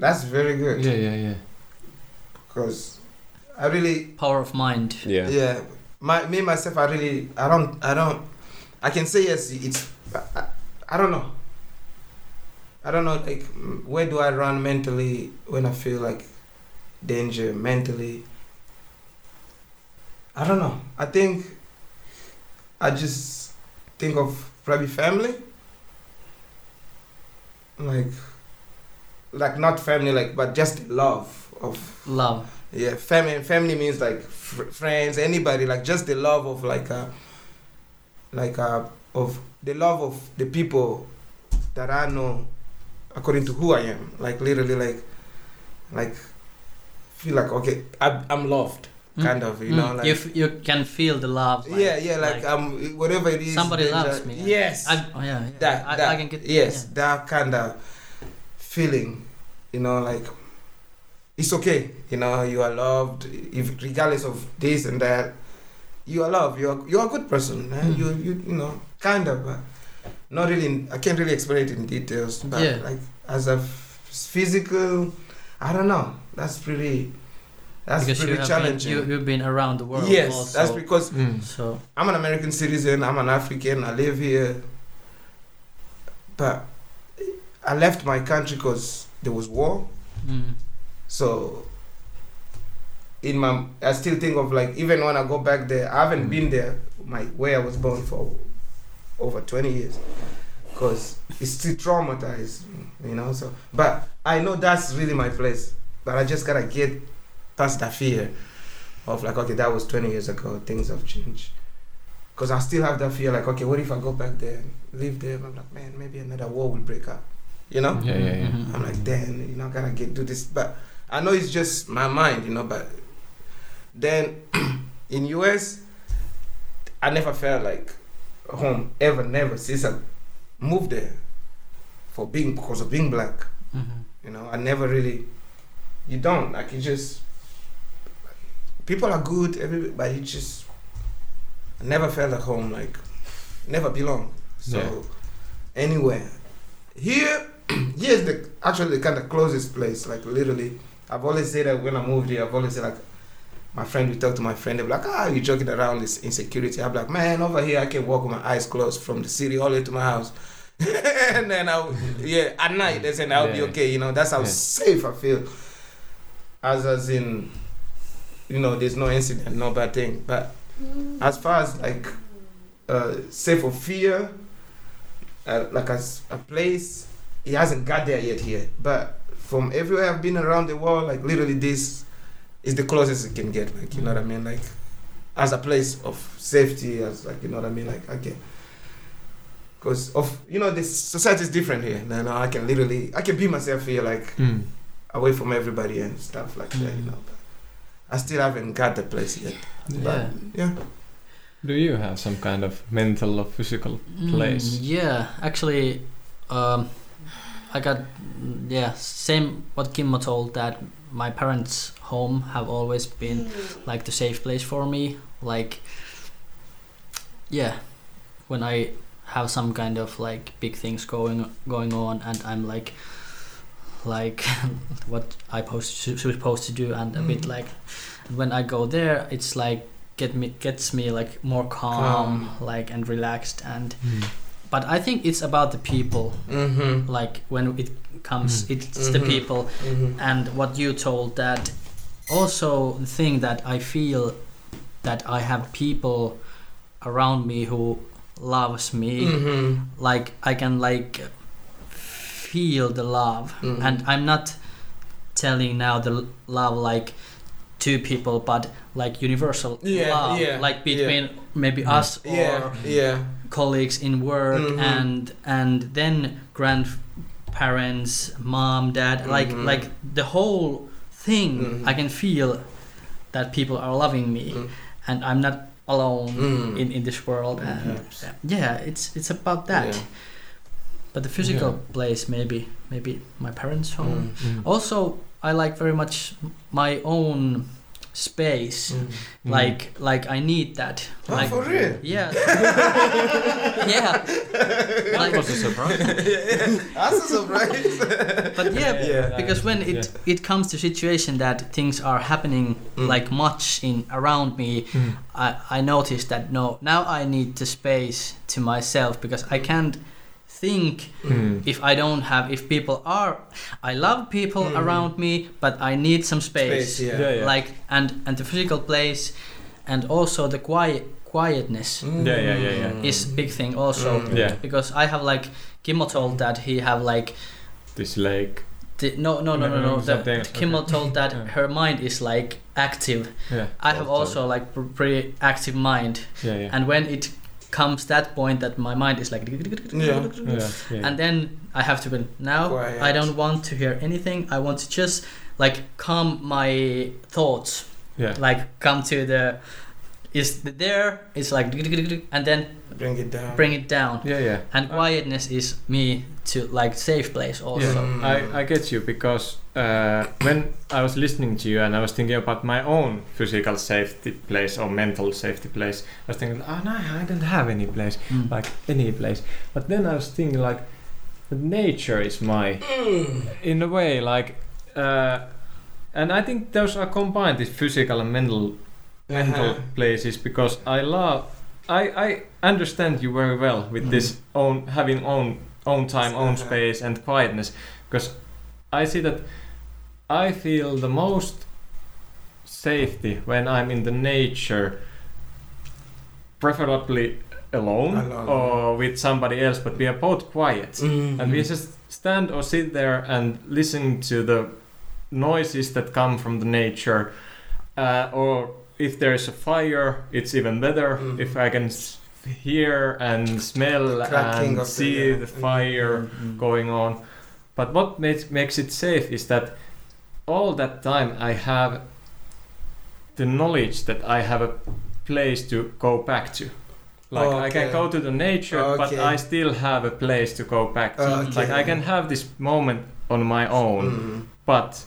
That's very good. Yeah, yeah, yeah. Because I really, Power of mind. yeah. Yeah, my me myself, I really, I don't, I don't, I can say yes. It's, I, I, I don't know. I don't know. Like, mm, where do I run mentally when I feel like danger mentally? I don't know. I think I just think of probably family. Like, like not family, like but just love of Love. yeah family family means like fr- friends anybody like just the love of like uh like uh of the love of the people that i know according to who i am like literally like like feel like okay I, i'm loved Mm. kind of you Mm. know like you, f- you can feel the love. like- yeah yeah like, um whatever it is Somebody then loves that- me, yeah. yes I, oh yeah, yeah. that, I, that I can get yes that kind of feeling you know like it's okay you know you are loved if regardless of this and that you are loved you're you're a good person man. Mm. you you you know kind of uh, not really in, i can't really explain it in details but Yeah. like as a f- physical i don't know that's pretty that's because you pretty have challenging Been, you, you've been around the world. yes also, that's because Mm. so I'm an American citizen. I'm an African. I live here. But I left my country because there was war. mm, So in my, I still think of like even when I go back there, I haven't been there. My where I was born for over 20 years, because it's still traumatized, you know. So, but I know that's really my place. But I just gotta get past that fear of like, okay, that was 20 years ago. Things have changed. Because I still have that fear, like, okay, what if I go back there, and live there? I'm like, man, maybe another war will break out, you know? Yeah, yeah, yeah. mhm. I'm like, damn, you know, I gotta get do this. But I know it's just my mind, you know. But then in US, I never felt like home ever, never since I moved there for being because of being black. Mhm. You know, I never really. You don't like you just. People are good, every but you just. I never felt at home, like, never belong. So, Yeah. anywhere. Here, here's the actually the kind of closest place. Like literally, I've always said that when I moved here, I've always said like, my friend, we talk to my friend, they're like, ah, you joking around this insecurity. I'm like, man, over here I can walk with my eyes closed from the city all the way to my house. and then I, yeah, at night they said I'll be Yeah. okay. You know, that's how Yeah. safe I feel. As as in, you know, there's no incident, no bad thing. But as far as like uh, safe of fear, uh, like as a place, it hasn't got there yet here. But from everywhere I've been around the world, like literally this is the closest it can get. Like you know what I mean? Like as a place of safety, as like you know what I mean? Like okay. Because of you know this society is different here. No, no, I can literally I can be myself here, like Mm. away from everybody and stuff like that. You know, but I still haven't got the place yet. Yeah. But yeah, Do you have some kind of mental or physical? Mm, place. yeah, actually, um, I got yeah same what Kimmo told that my parents' home have always been like the safe place for me. Like, yeah, when I have some kind of like big things going going on and I'm like like what I post, supposed to do and a bit Mm. like when I go there it's like get me gets me like more calm Calm. like and relaxed and but I think it's about the people. mm-hmm. Like when it comes, Mm. it's the Mhm. people, Mm-hmm. and what you told that. Also, the thing that I feel that I have people around me who loves me. Mm-hmm. Like I can like feel the love, Mhm. and I'm not telling now the l- love like two people, but like universal Yeah, love, yeah, like yeah. between maybe Mm. us or Yeah, yeah. Mm-hmm. colleagues in work Mhm. and and then grand parents, mom, dad, like Mhm. like the whole thing. Mhm. I can feel that people are loving me, Mm. and I'm not alone Mm. in in this world. And Perhaps. yeah, it's it's about that. Yeah. But the physical Yeah. place, maybe maybe my parents' home. Mm. Also, I like very much my own space. Mm. Like like I need that. Oh, like for real? yeah. yeah. Like, was a surprise. That's a surprise. but yeah, Yeah. because when it it comes to situation that things are happening Mm. like much in around me, Mm. I I notice that no, now I need the space to myself because I can't think Mm. if I don't have if people are I love people Mm. around me, but I need some Space, yeah. Yeah, yeah. like and and the physical place and also the quiet quietness Yeah, yeah, yeah, yeah. is big thing also Mm. Yeah. because I have like Kimmo told that he have like This like the, no no no No, no no, no the, something the else, Kimmel told that Yeah. her mind is like active yeah I have also like pr- pretty active mind yeah yeah and when it comes that point that my mind is like Yeah. yeah, yeah. and then I have to go now Quiet. I don't want to hear anything I want to just like calm my thoughts yeah like come to the is the there it's like and then Bring it down. bring it down yeah yeah Uh. and quietness is me to like safe place also Mm. I, I get you because uh, when I was listening to you and I was thinking about my own physical safety place or mental safety place, I was thinking, oh no, I don't have any place, Mm. like any place. But then I was thinking, like, that nature is my, Mm. in a way, like, uh, and I think those are combined, this physical and mental mental Uh-huh. places because I love I, I understand you very well with this own having own own time, own Mm. Uh-huh. space and quietness because I see that I feel the most safety when I'm in the nature preferably alone, Alone. Mm-hmm. or with somebody else but we are both quiet Mm. and we just stand or sit there and listen to the noises that come from the nature uh, or if there is a fire it's even better Mhm. if i can s- hear and smell cracking and of the- Mm-hmm. see yeah. the fire going on but what makes, makes it safe is that all that time i have the knowledge that i have a place to go back to like i can Okay. go to the nature but Okay. i still have a place to go back to Okay. like I can have this moment on my own, Mm. but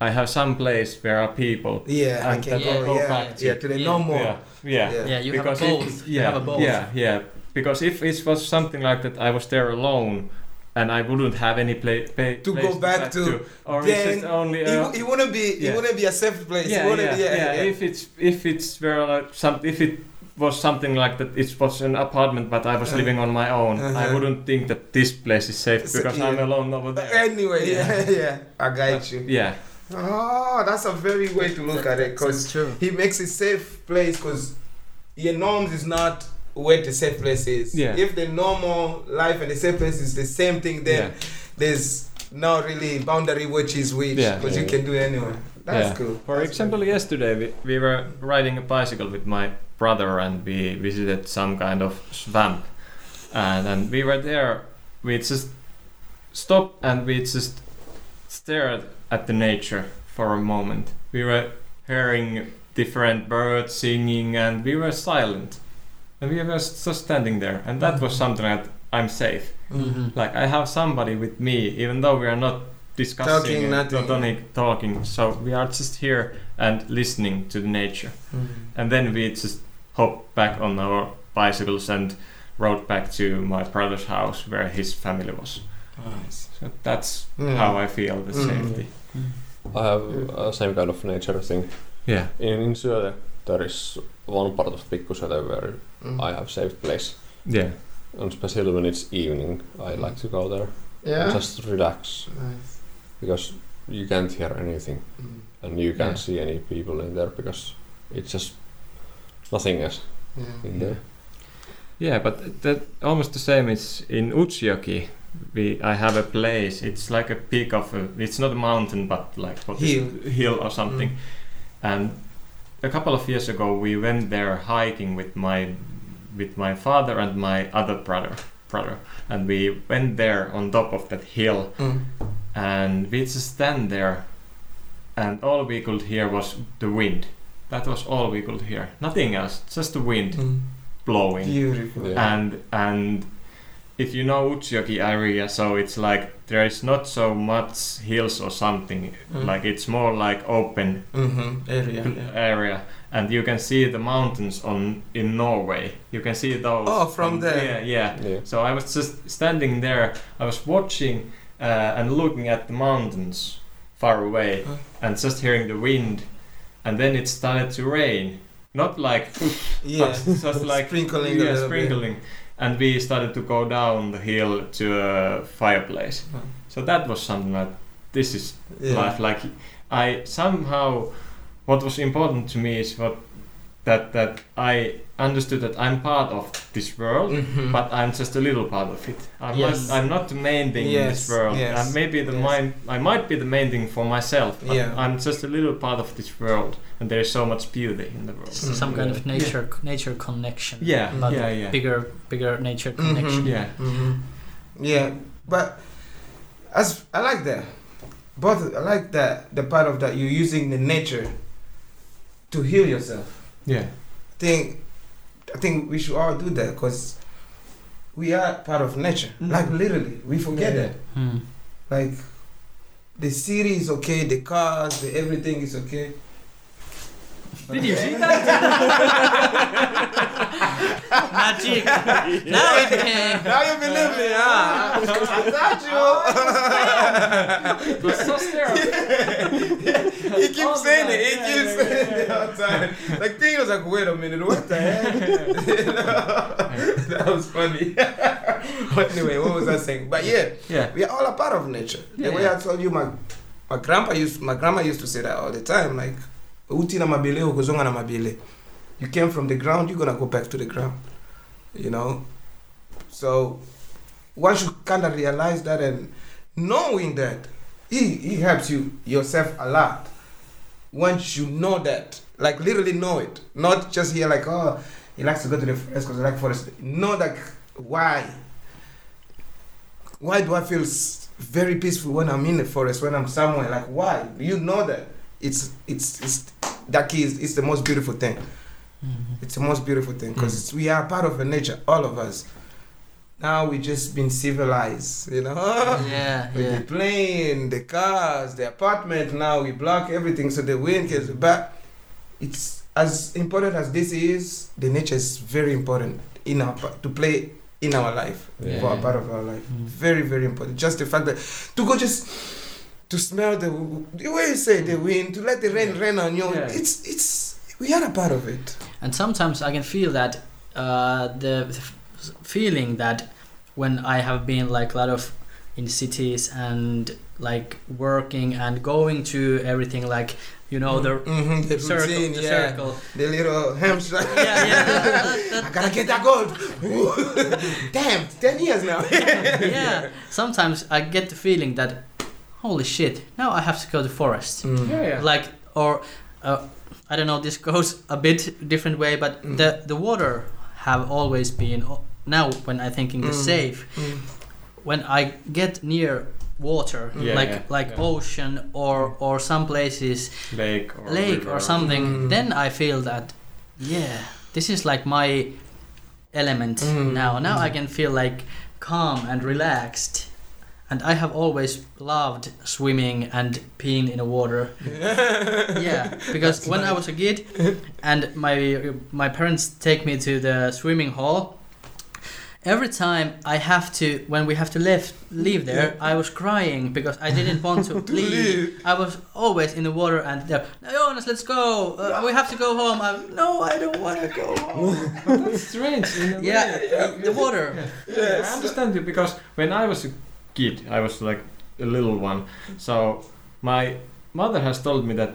I have some place where are people. Yeah, I And can that go, will go yeah, back to- yeah, to the Yeah. no more. Yeah, yeah. Yeah. yeah you Because have it- both yeah, you have a both yeah, yeah. Because if it was something like that, I was there alone, and I wouldn't have any pla- pa- To place go back to, or then it's just only. It, Uh, wou- it wouldn't be. yeah. It wouldn't be a safe place. yeah, it yeah, wouldn't yeah, be, yeah, yeah. If it's if it's where like some if it was something like that, it was an apartment, but I was Uh-huh. living on my own. I Uh-huh. wouldn't think that this place is safe So, because yeah. I'm alone over But there. anyway, yeah, yeah, I got you. Yeah, Oh, that's a very way to look at it, it's cause true he makes a safe place, cause your norms is not where the safe place is. Yeah. If the normal life and the safe place is the same thing, then yeah. there's not really boundary which is which, Yeah. cause you can do anywhere. That's Yeah. cool. For That's example, cool. yesterday we, we were riding a bicycle with my brother and we visited some kind of swamp. And, and we were there, we just stopped and we just stared at the nature for a moment. We were hearing different birds singing and we were silent. And we were s- just standing there. And that was something that I'm safe. Mm-hmm. Mhm. Like I have somebody with me, even though we are not discussing, Talking, and nothing. not only talking. So we are just here and listening to the nature, Mhm. and then we just hop back on our bicycles and rode back to my brother's house where his family was. Nice. So that's Yeah. how I feel the Mm. safety. I have uh, same kind of nature thing. Yeah. In, in Syöte, there is one part of Pikkusöte where Mm. Mm-hmm. I have safe place. Yeah. And especially when it's evening, I like to go there. Yeah. Just relax Nice. because you can't hear anything Mm. and you can't Yeah. see any people in there because it's just nothing else Yeah. in there. Yeah, but that almost the same is in Utsjoki. We, I have a place. It's like a peak of a. It's not a mountain, but like what is Hill. it? hill or something. And a couple of years ago, we went there hiking with my with my father and my other brother. brother, and we went there on top of that hill, Mm. and we just stand there, and all we could hear was the wind. That was all we could hear. Nothing else. Just the wind Mm. blowing. Beautiful. Yeah. and and if you know Utsjoki area, so it's like there is not so much hills or something. Mm. Like it's more like open Mm-hmm. Area. pl- yeah. area, and you can see the mountains on in Norway. You can see those. Oh, from there. Yeah, yeah. Yeah. So I was just standing there. I was watching uh, and looking at the mountains far away, Mm. and just hearing the wind, and then it started to rain. Not like Yeah. but just like sprinkling a yeah, little sprinkling. And we started to go down the hill to a fireplace. Mm. So that was something that this is bit. Yeah. life. Like I somehow, what was important to me is what that that I understood that I'm part of this world, Mhm. but I'm just a little part of it. I'm Yes. not I'm not the main thing in Yes, this world. yes, I'm maybe the yes. main I might be the main thing for myself, but Yeah. I'm just a little part of this world, and there is so much beauty in the world. It's some kind of nature nature connection. Yeah, But yeah, yeah. Bigger bigger nature Mhm. connection. Yeah. Mhm. Yeah, but as I like that, but I like that the part of that you're using the nature to heal yourself. Yeah. I think I think we should all do that because we are part of nature. Mhm. Like literally, we forget Yeah. that. Hmm. Like the city is okay, the cars, the everything is okay. Did you see Magic. Now it came. Now you believe me, huh? I thought you. It was so he keeps All the saying time. it. He Yeah, keeps yeah, saying yeah, it all the time. Like Thing was like, wait a minute, what the heck? that was funny. but anyway, what was I saying? But yeah, yeah. we are all a part of nature. Yeah, the way I told you, my my grandpa used my grandma used to say that all the time. Like, uti na mabele ukuzonga na mabele. You came from the ground, you're gonna go back to the ground. You know. So once you kind of realize that and knowing that, it, it helps you yourself a lot. Once you know that, like literally know it, not just hear like, oh, he likes to go to the forest because I like forest. Know that why why do I feel s- very peaceful when I'm in the forest, when I'm somewhere? Like, why? You know that it's it's it's that key is it's the most beautiful thing. Mhm. It's the most beautiful thing because we are part of the nature, all of us. Now we just been civilized, you know. Yeah, With yeah. the plane, the cars, the apartment. Now we block everything so the wind gets back. It's as important as this is. The nature is very important in our pa- to play in our life Yeah. for a part of our life. Mm. Very very important. Just the fact that to go just to smell the the way you say the wind, to let the rain rain on you. Yeah. It's it's we are a part of it. And sometimes I can feel that uh, the, the f- feeling that when I have been like a lot of in cities and like working and going to everything like you know the Mhm, the circle, routine, the yeah. circle. The little hamster. Yeah, yeah. that- that- I gotta get that gold. Damn, ten years now. yeah. Sometimes I get the feeling that holy shit, now I have to go to forest. Mm. yeah. Like or uh, I don't know. This goes a bit different way, but Mm. the the water have always been o- now when I thinking the Mm. safe. Mm. when I get near water, Yeah, like yeah, like yeah. ocean or or some places Lake or lake river. or something, Mm. then I feel that yeah, this is like my element Mm. now. Now I Mm. can feel like calm and relaxed. And I have always loved swimming and being in the water. Yeah, because when I was a kid, and my my parents take me to the swimming hall. Every time I have to, when we have to leave, leave there, I was crying because I didn't want to To leave. leave. I was always in the water and there. No, Jonas, let's go. Uh, we have to go home. i no, I don't want to go home. That's strange. In a yeah, uh, way. the water. I understand you because when I was a kid, I was like a little one. So my mother has told me that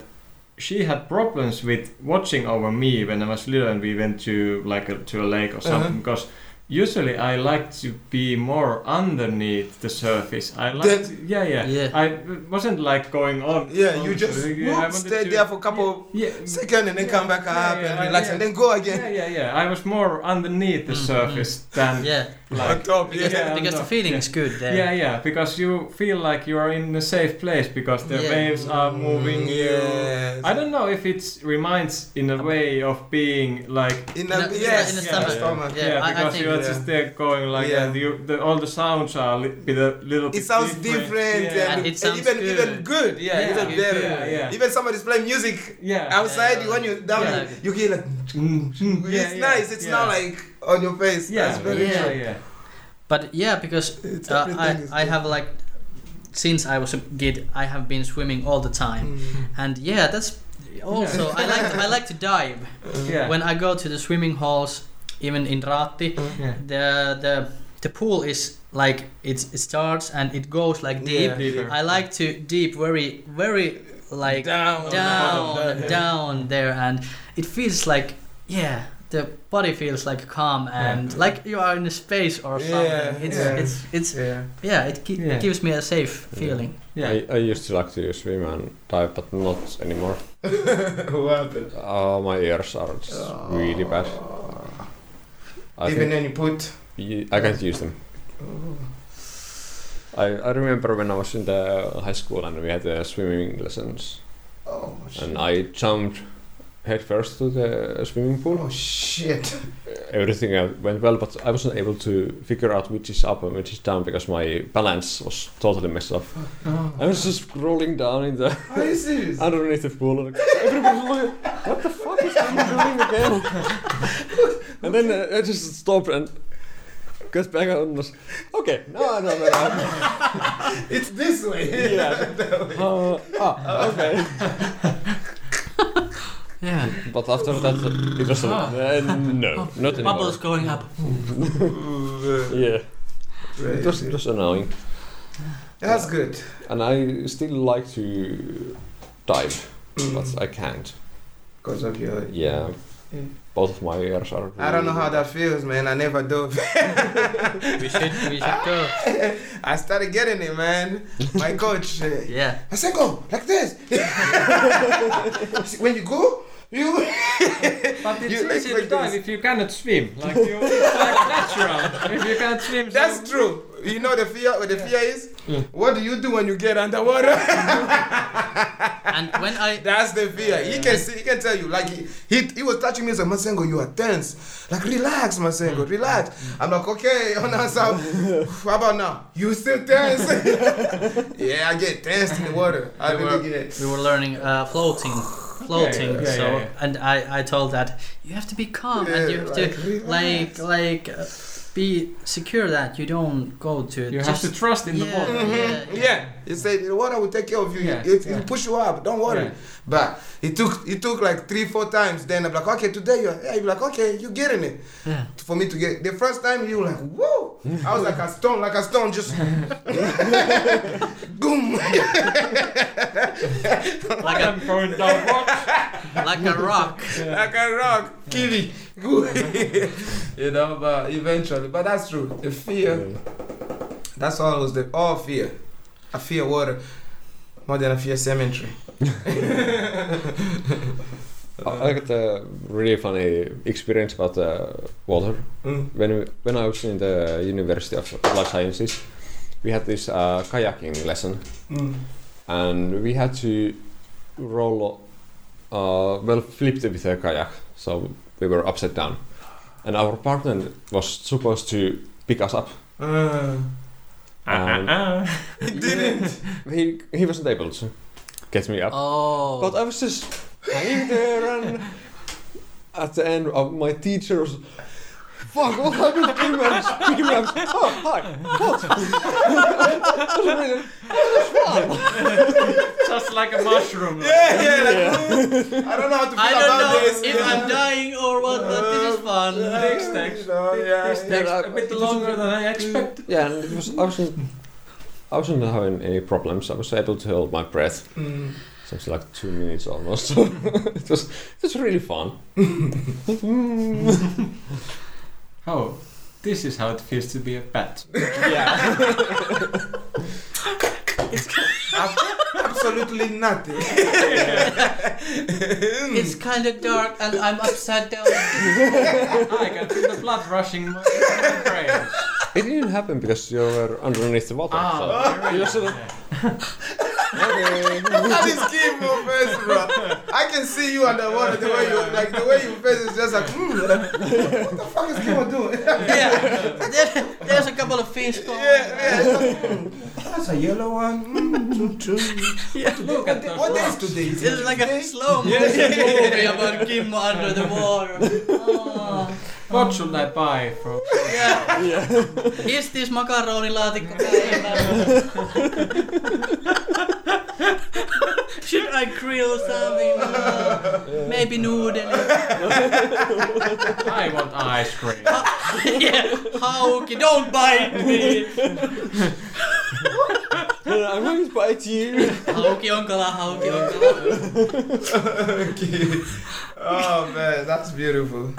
she had problems with watching over me when I was little and we went to like a, to a lake or something Uh-huh. because usually I like to be more underneath the surface. I like Then- to- yeah, yeah Yeah. I wasn't like going on. Yeah, you on- just I whoop, wanted stay to- there for a couple yeah, seconds and then come back Yeah, up yeah, and I- relax yeah. and then go yeah, again. yeah, yeah. I was more underneath the Mm, surface than Yeah, like on top. Yeah. Because, Yeah, because no, the feeling yeah. is good there. Yeah, yeah, because you feel like you are in a safe place because the Yeah. waves are moving Mm, you. Yes. I don't know if it reminds in a way of being like In No, a, in a- yes. in a yeah, stomach. yeah. Yeah, yeah, I- I because think- you are yeah. just there going like Yeah. and you, the, all the sounds are li- bit a little. It bit sounds different, Yeah, and, And it sounds and even good. even good. Yeah, Yeah. even Yeah, better. yeah, yeah. Even somebody's playing music yeah. outside Yeah. when you're down, Yeah. you hear like Mm, mm, yeah, it's yeah, nice. It's yeah. not like on your face. yeah, That's very yeah. yeah, true. yeah, But yeah, because It's uh, everything I is I good. have like since I was a kid, I have been swimming all the time, Mm. and yeah, that's also Oh, I like I like to dive. yeah. When I go to the swimming halls, even in Ratti, yeah. the the the pool is like it's, it starts and it goes like deep. Yeah. Deeper. I like to deep very very like down, down, bottom, down, yeah. down there, and it feels like yeah, the body feels like calm and Yeah. like you are in a space or Yeah, something. It's yeah. it's it's Yeah. yeah, it gi- Yeah. gives me a safe Yeah. feeling. yeah. I, I used to like to swim and dive, but not anymore. what happened? Uh, my ears are just really bad. I, Even think when you put. you, I can't use them. Oh. I, I remember when I was in the high school and we had uh, swimming lessons, Oh shit. and I jumped headfirst to the swimming pool. Oh shit. Everything uh, went well, but I wasn't able to figure out which is up and which is down because my balance was totally messed up. I was just rolling down in the Are you serious? underneath the pool. Like, everybody was looking, what the fuck is he doing again? and then uh, I just stopped and got back on and was, okay, no, no, no, no. It's this way. Yeah. Uh, ah, okay. Yeah, But after that, it was uh, no, not anymore. bubbles going up. Yeah, it was, Crazy. it was annoying. That's good. And I still like to dive, but I can't. Because Mm, of your. Yeah. Yeah. Both of my ears are. I don't know really how that feels, man. I never do. we should we should go. I started getting it, man. My coach. uh, Yeah, I said, go like this. when you go, you. But it's easy You like to like dive this. if you cannot swim. Like you, it's like natural. If you can't swim, so- That's true. You know the fear. What the fear is? Yeah. What do you do when you get underwater? and when I That's the fear. He can see. He can tell you. Like he, he, he was touching me and said, Masengo, you are tense. Like relax, Masengo, relax. I'm like, okay, on myself. How about now? You still tense? yeah, I get tense in the water. I We really get. we were learning uh, floating, floating. yeah, yeah, so yeah, yeah. and I I told that you have to be calm and you Yeah, have like, to relax. like like uh, be secure that you don't go to You have just to trust in the Yeah. water. Mhm, Yeah, he said the water will take care of you. Yeah, It, yeah. It'll push you up. Don't worry. Yeah. But it took it took like three four times. Then I'm like, okay, today you're yeah. You're like, okay, you're getting it. yeah. For me to get the first time, you were like, whoa! I was like a stone, like a stone, just boom. like a I'm going down. What? like a rock. like a rock, kiwi. you know, but eventually, but that's true. The fear. That's all was the all fear. I fear water more than I fear cemetery. Uh, I I got a really funny experience about uh, water. Mm. When when I was in the University of Life Sciences, we had this uh, kayaking lesson, Mm. and we had to roll, uh, well, flip with a kayak. So we were upside down, and our partner was supposed to pick us up. Uh, Ah, Ah, And it didn't. he he wasn't able to get me up, Oh. but I was just hanging there, and at the end, of my teacher was. Fuck, what happened to him? And just pick him up. Oh, hi. What? That was really- Just like a mushroom. like- yeah, yeah. Like, mm, I don't know how to feel I don't about know this. Uh, if yeah. I'm dying or what, but this is fun. Yeah, Next text. you know, Oh, yeah, This yeah. takes a bit longer than I expected. Yeah, and it was, I wasn't, I wasn't having any problems. I was able to hold my breath, Mm. something like two minutes almost. it was, it was really fun. Oh, this is how it feels to be a bat. Ah, Yeah, Ab- Absolutely nothing. It's kind of dark and I'm upside down. I can feel the blood rushing in my brain. It didn't happen because you were underneath the water. Ah, so you just okay. Look at this kid your face, bro. I can see you underwater the way you like the way your face is just like mm, like, what the fuck is Kimo doing? yeah, there, there's a couple of fish going. yeah, yeah. hmm. That's a yellow one. Mm, true, true. yeah. Look at the, what day is today? Is It's like a slow movie about Kim under the water. Oh. What should I buy from? Yeah. yeah. Is this makaronilaatikko Should I grill something? Uh, maybe noodle. I want ice cream. yeah, hauki, don't bite me. I'm going to bite you. Hauki on kala, hauki ah. on kala. okay. Oh man, that's beautiful.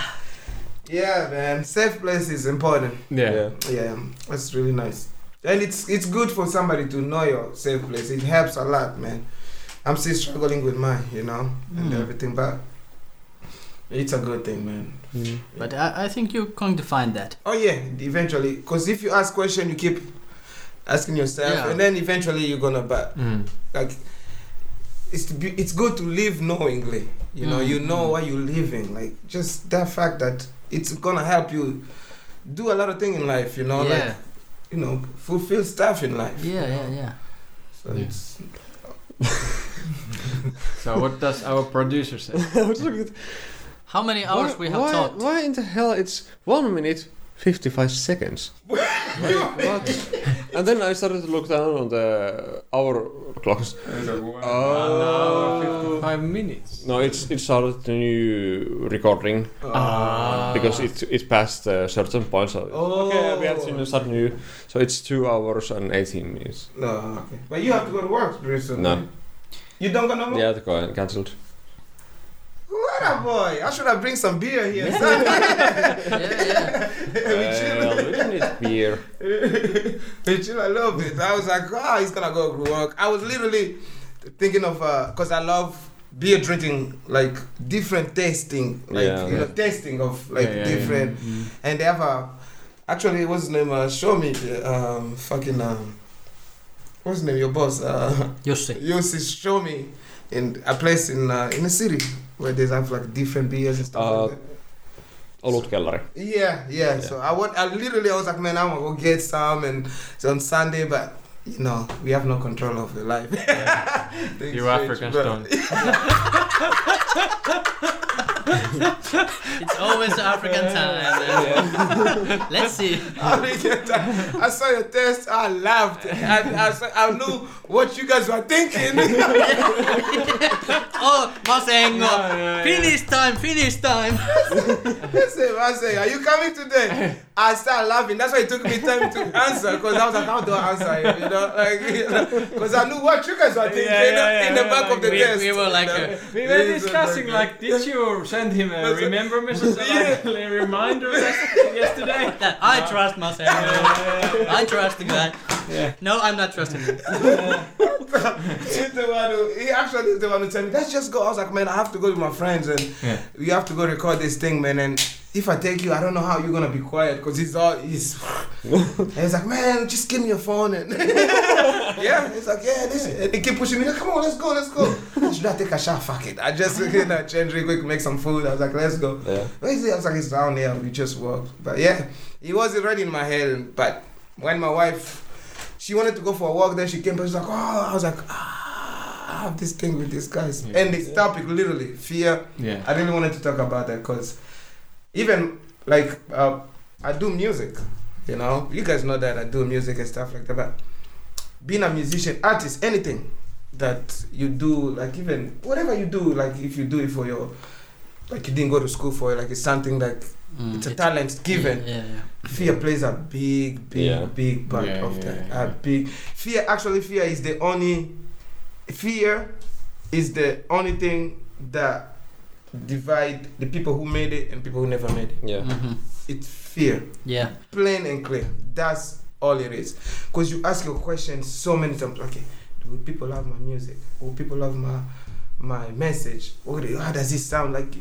Yeah, man. Safe place is important. Yeah. Yeah, that's really nice. And it's it's good for somebody to know your safe place. It helps a lot, man. I'm still struggling with mine, you know, and Mm. everything, but it's a good thing, man. But I, I think you're going to find that. Oh yeah, eventually, because if you ask question, you keep asking yourself, Yeah. and then eventually you're gonna but like it's be, it's good to live knowingly. You know, you know Mm. why you're living. Like just that fact that it's gonna help you do a lot of thing in life. You know, like yeah. you know, fulfill stuff in life. yeah, yeah, yeah. So Yeah. it's So what does our producer say? How many hours we have why, talked? Why in the hell it's one minute fifty-five seconds? Like, what? and then I started to look down on the hour clocks. Oh. One hour, Oh. fifty-five minutes. No, it's it started the new recording uh, Ah. because it it passed a certain point. So Oh. okay, we have to start new. So it's two hours and eighteen minutes. no, okay. But you have to go to work very soon. No, you don't go no more. yeah, the go and cancelled. What a boy! I should have bring some beer here. Yeah. son. yeah, yeah. Well, we don't need beer. Which I love it. I was like, ah, he's gonna go to work. I was literally thinking of uh, cause I love beer drinking, like different tasting, like Yeah, you know, yeah. tasting of like Yeah, yeah, yeah. different. And they have a actually what's his name? Uh, show me the um fucking um what's his name? Your boss uh Jussi. Yossi show me in a place in uh, in a city where they have like different beers and stuff. Uh, like that. Olutkellari. Yeah, yeah. Yeah. So I want, I literally, I was like, man, I'm gonna go get some, and it's on Sunday, but you know, we have no control of the life. Things You change, Africans but- don't. It's always African time. eh? Let's see. African time. I saw your test. I laughed. I, I, saw, I knew what you guys were thinking. Oh, Yeah, Masengo. yeah, yeah. Finish time, finish time. I say, I say, are you coming today? I start laughing. That's why it took me time to answer because I was like, how do I answer it? You know, like because I knew what you guys were thinking Yeah, yeah, in the yeah, back of the we, test. we were like, you know? uh, We Yeah, were it's discussing like- like, did you send him a That's a- remember message, like a reminder yesterday? that I trust Masengo. I trust the guy. Yeah. No, I'm not trusting him. He's the one who, he actually is the one who told me, let's just go. I was like, man, I have to go with my friends and Yeah. we have to go record this thing, man. And if I take you, I don't know how you're gonna be quiet because he's all he's. and he's like, man, just give me your phone and yeah. He's like, yeah, this. And he keep pushing me. Like, Come on, let's go, let's go. Should I take a shower? Fuck it. I just you know change real quick, make some food. I was like, let's go. Yeah. Where is he? I was like, he's down there. We just walked. But yeah, he was already in my head. But when my wife, she wanted to go for a walk, then she came back. She's like, oh, I was like, ah, I have this thing with these guys. Yeah. And this topic, literally, fear. Yeah. I really wanted to talk about that because even like uh, I do music, you know, you guys know that I do music and stuff like that. But being a musician, artist, anything that you do, like even whatever you do, like if you do it for your, like you didn't go to school for it, like it's something like Mm, it's a talent given Yeah, yeah. fear plays a big big Yeah. big part Yeah, of yeah, that yeah. a big fear actually fear is the only fear is the only thing that divide the people who made it and people who never made it Yeah. Mhm. it's fear Yeah. plain and clear that's all it is because you ask your question so many times okay do people love my music will people love my my message what how does it sound like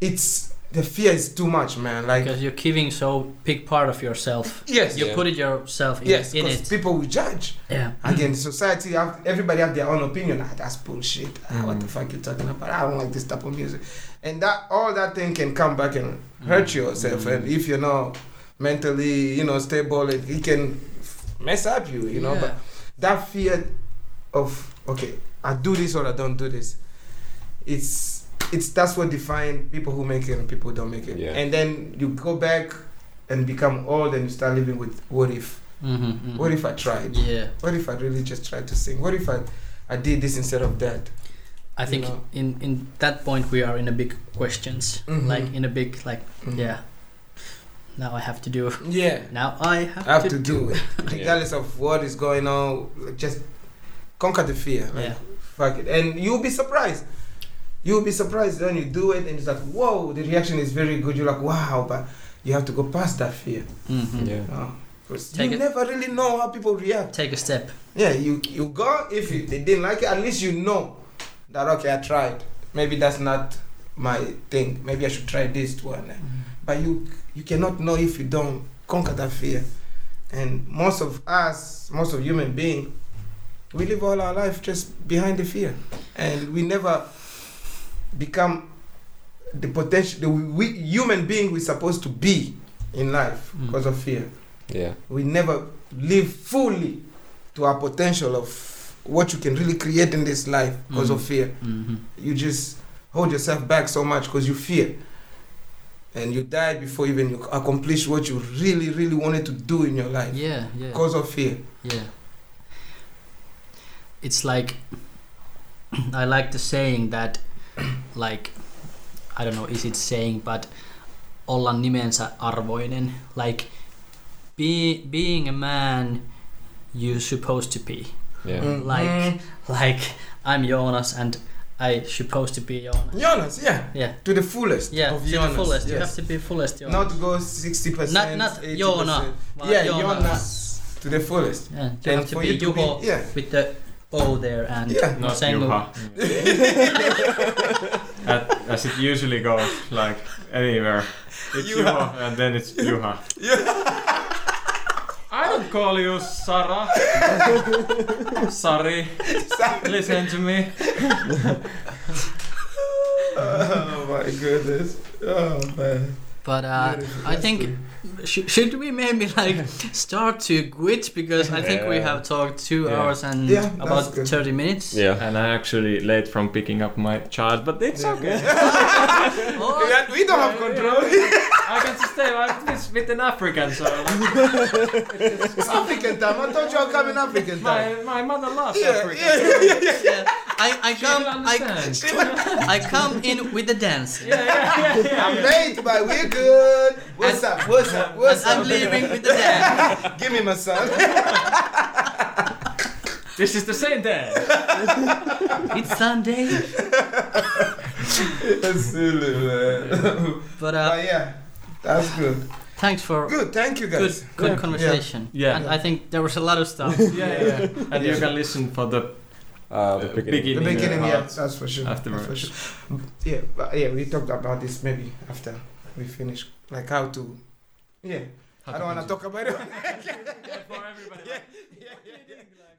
it's the fear is too much, man. Like because you're giving so big part of yourself. yes, You Yeah. put it yourself in, yes, in because it. Mm. people will judge. Yeah. Again, society, have, everybody have their own opinion. Ah, that's bullshit. Ah, what the Mm. fuck you talking about? I don't like this type of music. And that all that thing can come back and hurt yourself. Mm. And if you're not mentally, you know, stable, it, it can mess up you, you know. But that fear of okay, I do this or I don't do this. It's it's that's what define people who make it and people who don't make it. Yeah. And then you go back and become old and you start living with what if? Mm-hmm, What if I tried? Yeah. What if I really just tried to sing? What if I, I did this instead of that? I think know. in in that point we are in a big questions, Mhm. like in a big like Mhm. yeah. Now I have to do. Yeah. Now I have, I have to do it. Regardless of what is going on, like, just conquer the fear. Like, Yeah. Fuck it. And you'll be surprised. You'll be surprised when you do it and it's like, whoa, the reaction is very good. You're like, wow, but you have to go past that fear. hmm Yeah. No. 'Cause Take you it- never really know how people react. Take a step. Yeah, you you go if you, they didn't like it, at least you know that okay, I tried. Maybe that's not my thing. Maybe I should try this one. But you you cannot know if you don't conquer that fear. And most of us, most of human being, we live all our life just behind the fear, and we never become the potential the we, human being we're supposed to be in life Mm. because of fear Yeah. we never live fully to our potential of what you can really create in this life because of Mhm. fear. Mm-hmm. You just hold yourself back so much because you fear. And you die before even you accomplish what you really, really wanted to do in your life Yeah. Yeah. because of fear. Yeah. It's like I like the saying that like I don't know is it saying but olla nimensä arvoinen like be, being a man you're supposed to be Yeah. Mm. like like I'm Jonas and I supposed to be Jonas Mm. Jonas, yeah, yeah to the fullest. yeah of to Jonas, the fullest you have yes. to be fullest Jonas Not go 60%. not, not 80%. Joona vaan Yeah, Jonas. Jonas. To the fullest. yeah, you And have to for be you to be- Juho yeah. with the O there and Yeah. Not Sengu. Juha. At- as it usually goes, like anywhere. It's Juha, and then it's Juha. I don't call you Sarah. Sorry. Listen to me. oh my goodness. Oh man. But uh, Beautiful. I think should, should we maybe like start to quit because I think we Yeah. have talked two Yeah. hours and Yeah, that's about good. thirty minutes. Yeah. And I'm actually late from picking up my child, but it's okay. Oh, Yeah, we don't have control. I can stay like this with an African, so It's African time. I thought you were coming African my, time. my mother loves Yeah, African. yeah, yeah, yeah. yeah. I, I She don't come I, understand. I come in with the dance Yeah, yeah, yeah, yeah. I'm late, but we're good. What's And- up? What's up? and What's up? I'm leaving with the dance. Give me my son. This is the same day. It's Sunday. That's silly, man. But uh, but yeah, that's good. thanks for Good. Thank you good guys. good conversation. Yeah. And I think there was a lot of stuff. yeah, yeah. And you can listen for the Uh, the Uh, beginning. The beginning. beginning, yeah, parts that's for sure. That's for afterwards. sure. Yeah, but yeah, we talked about this maybe after we finish, like how to. Yeah, I don't want to talk about it. For everybody. like, Yeah, what do you think, like-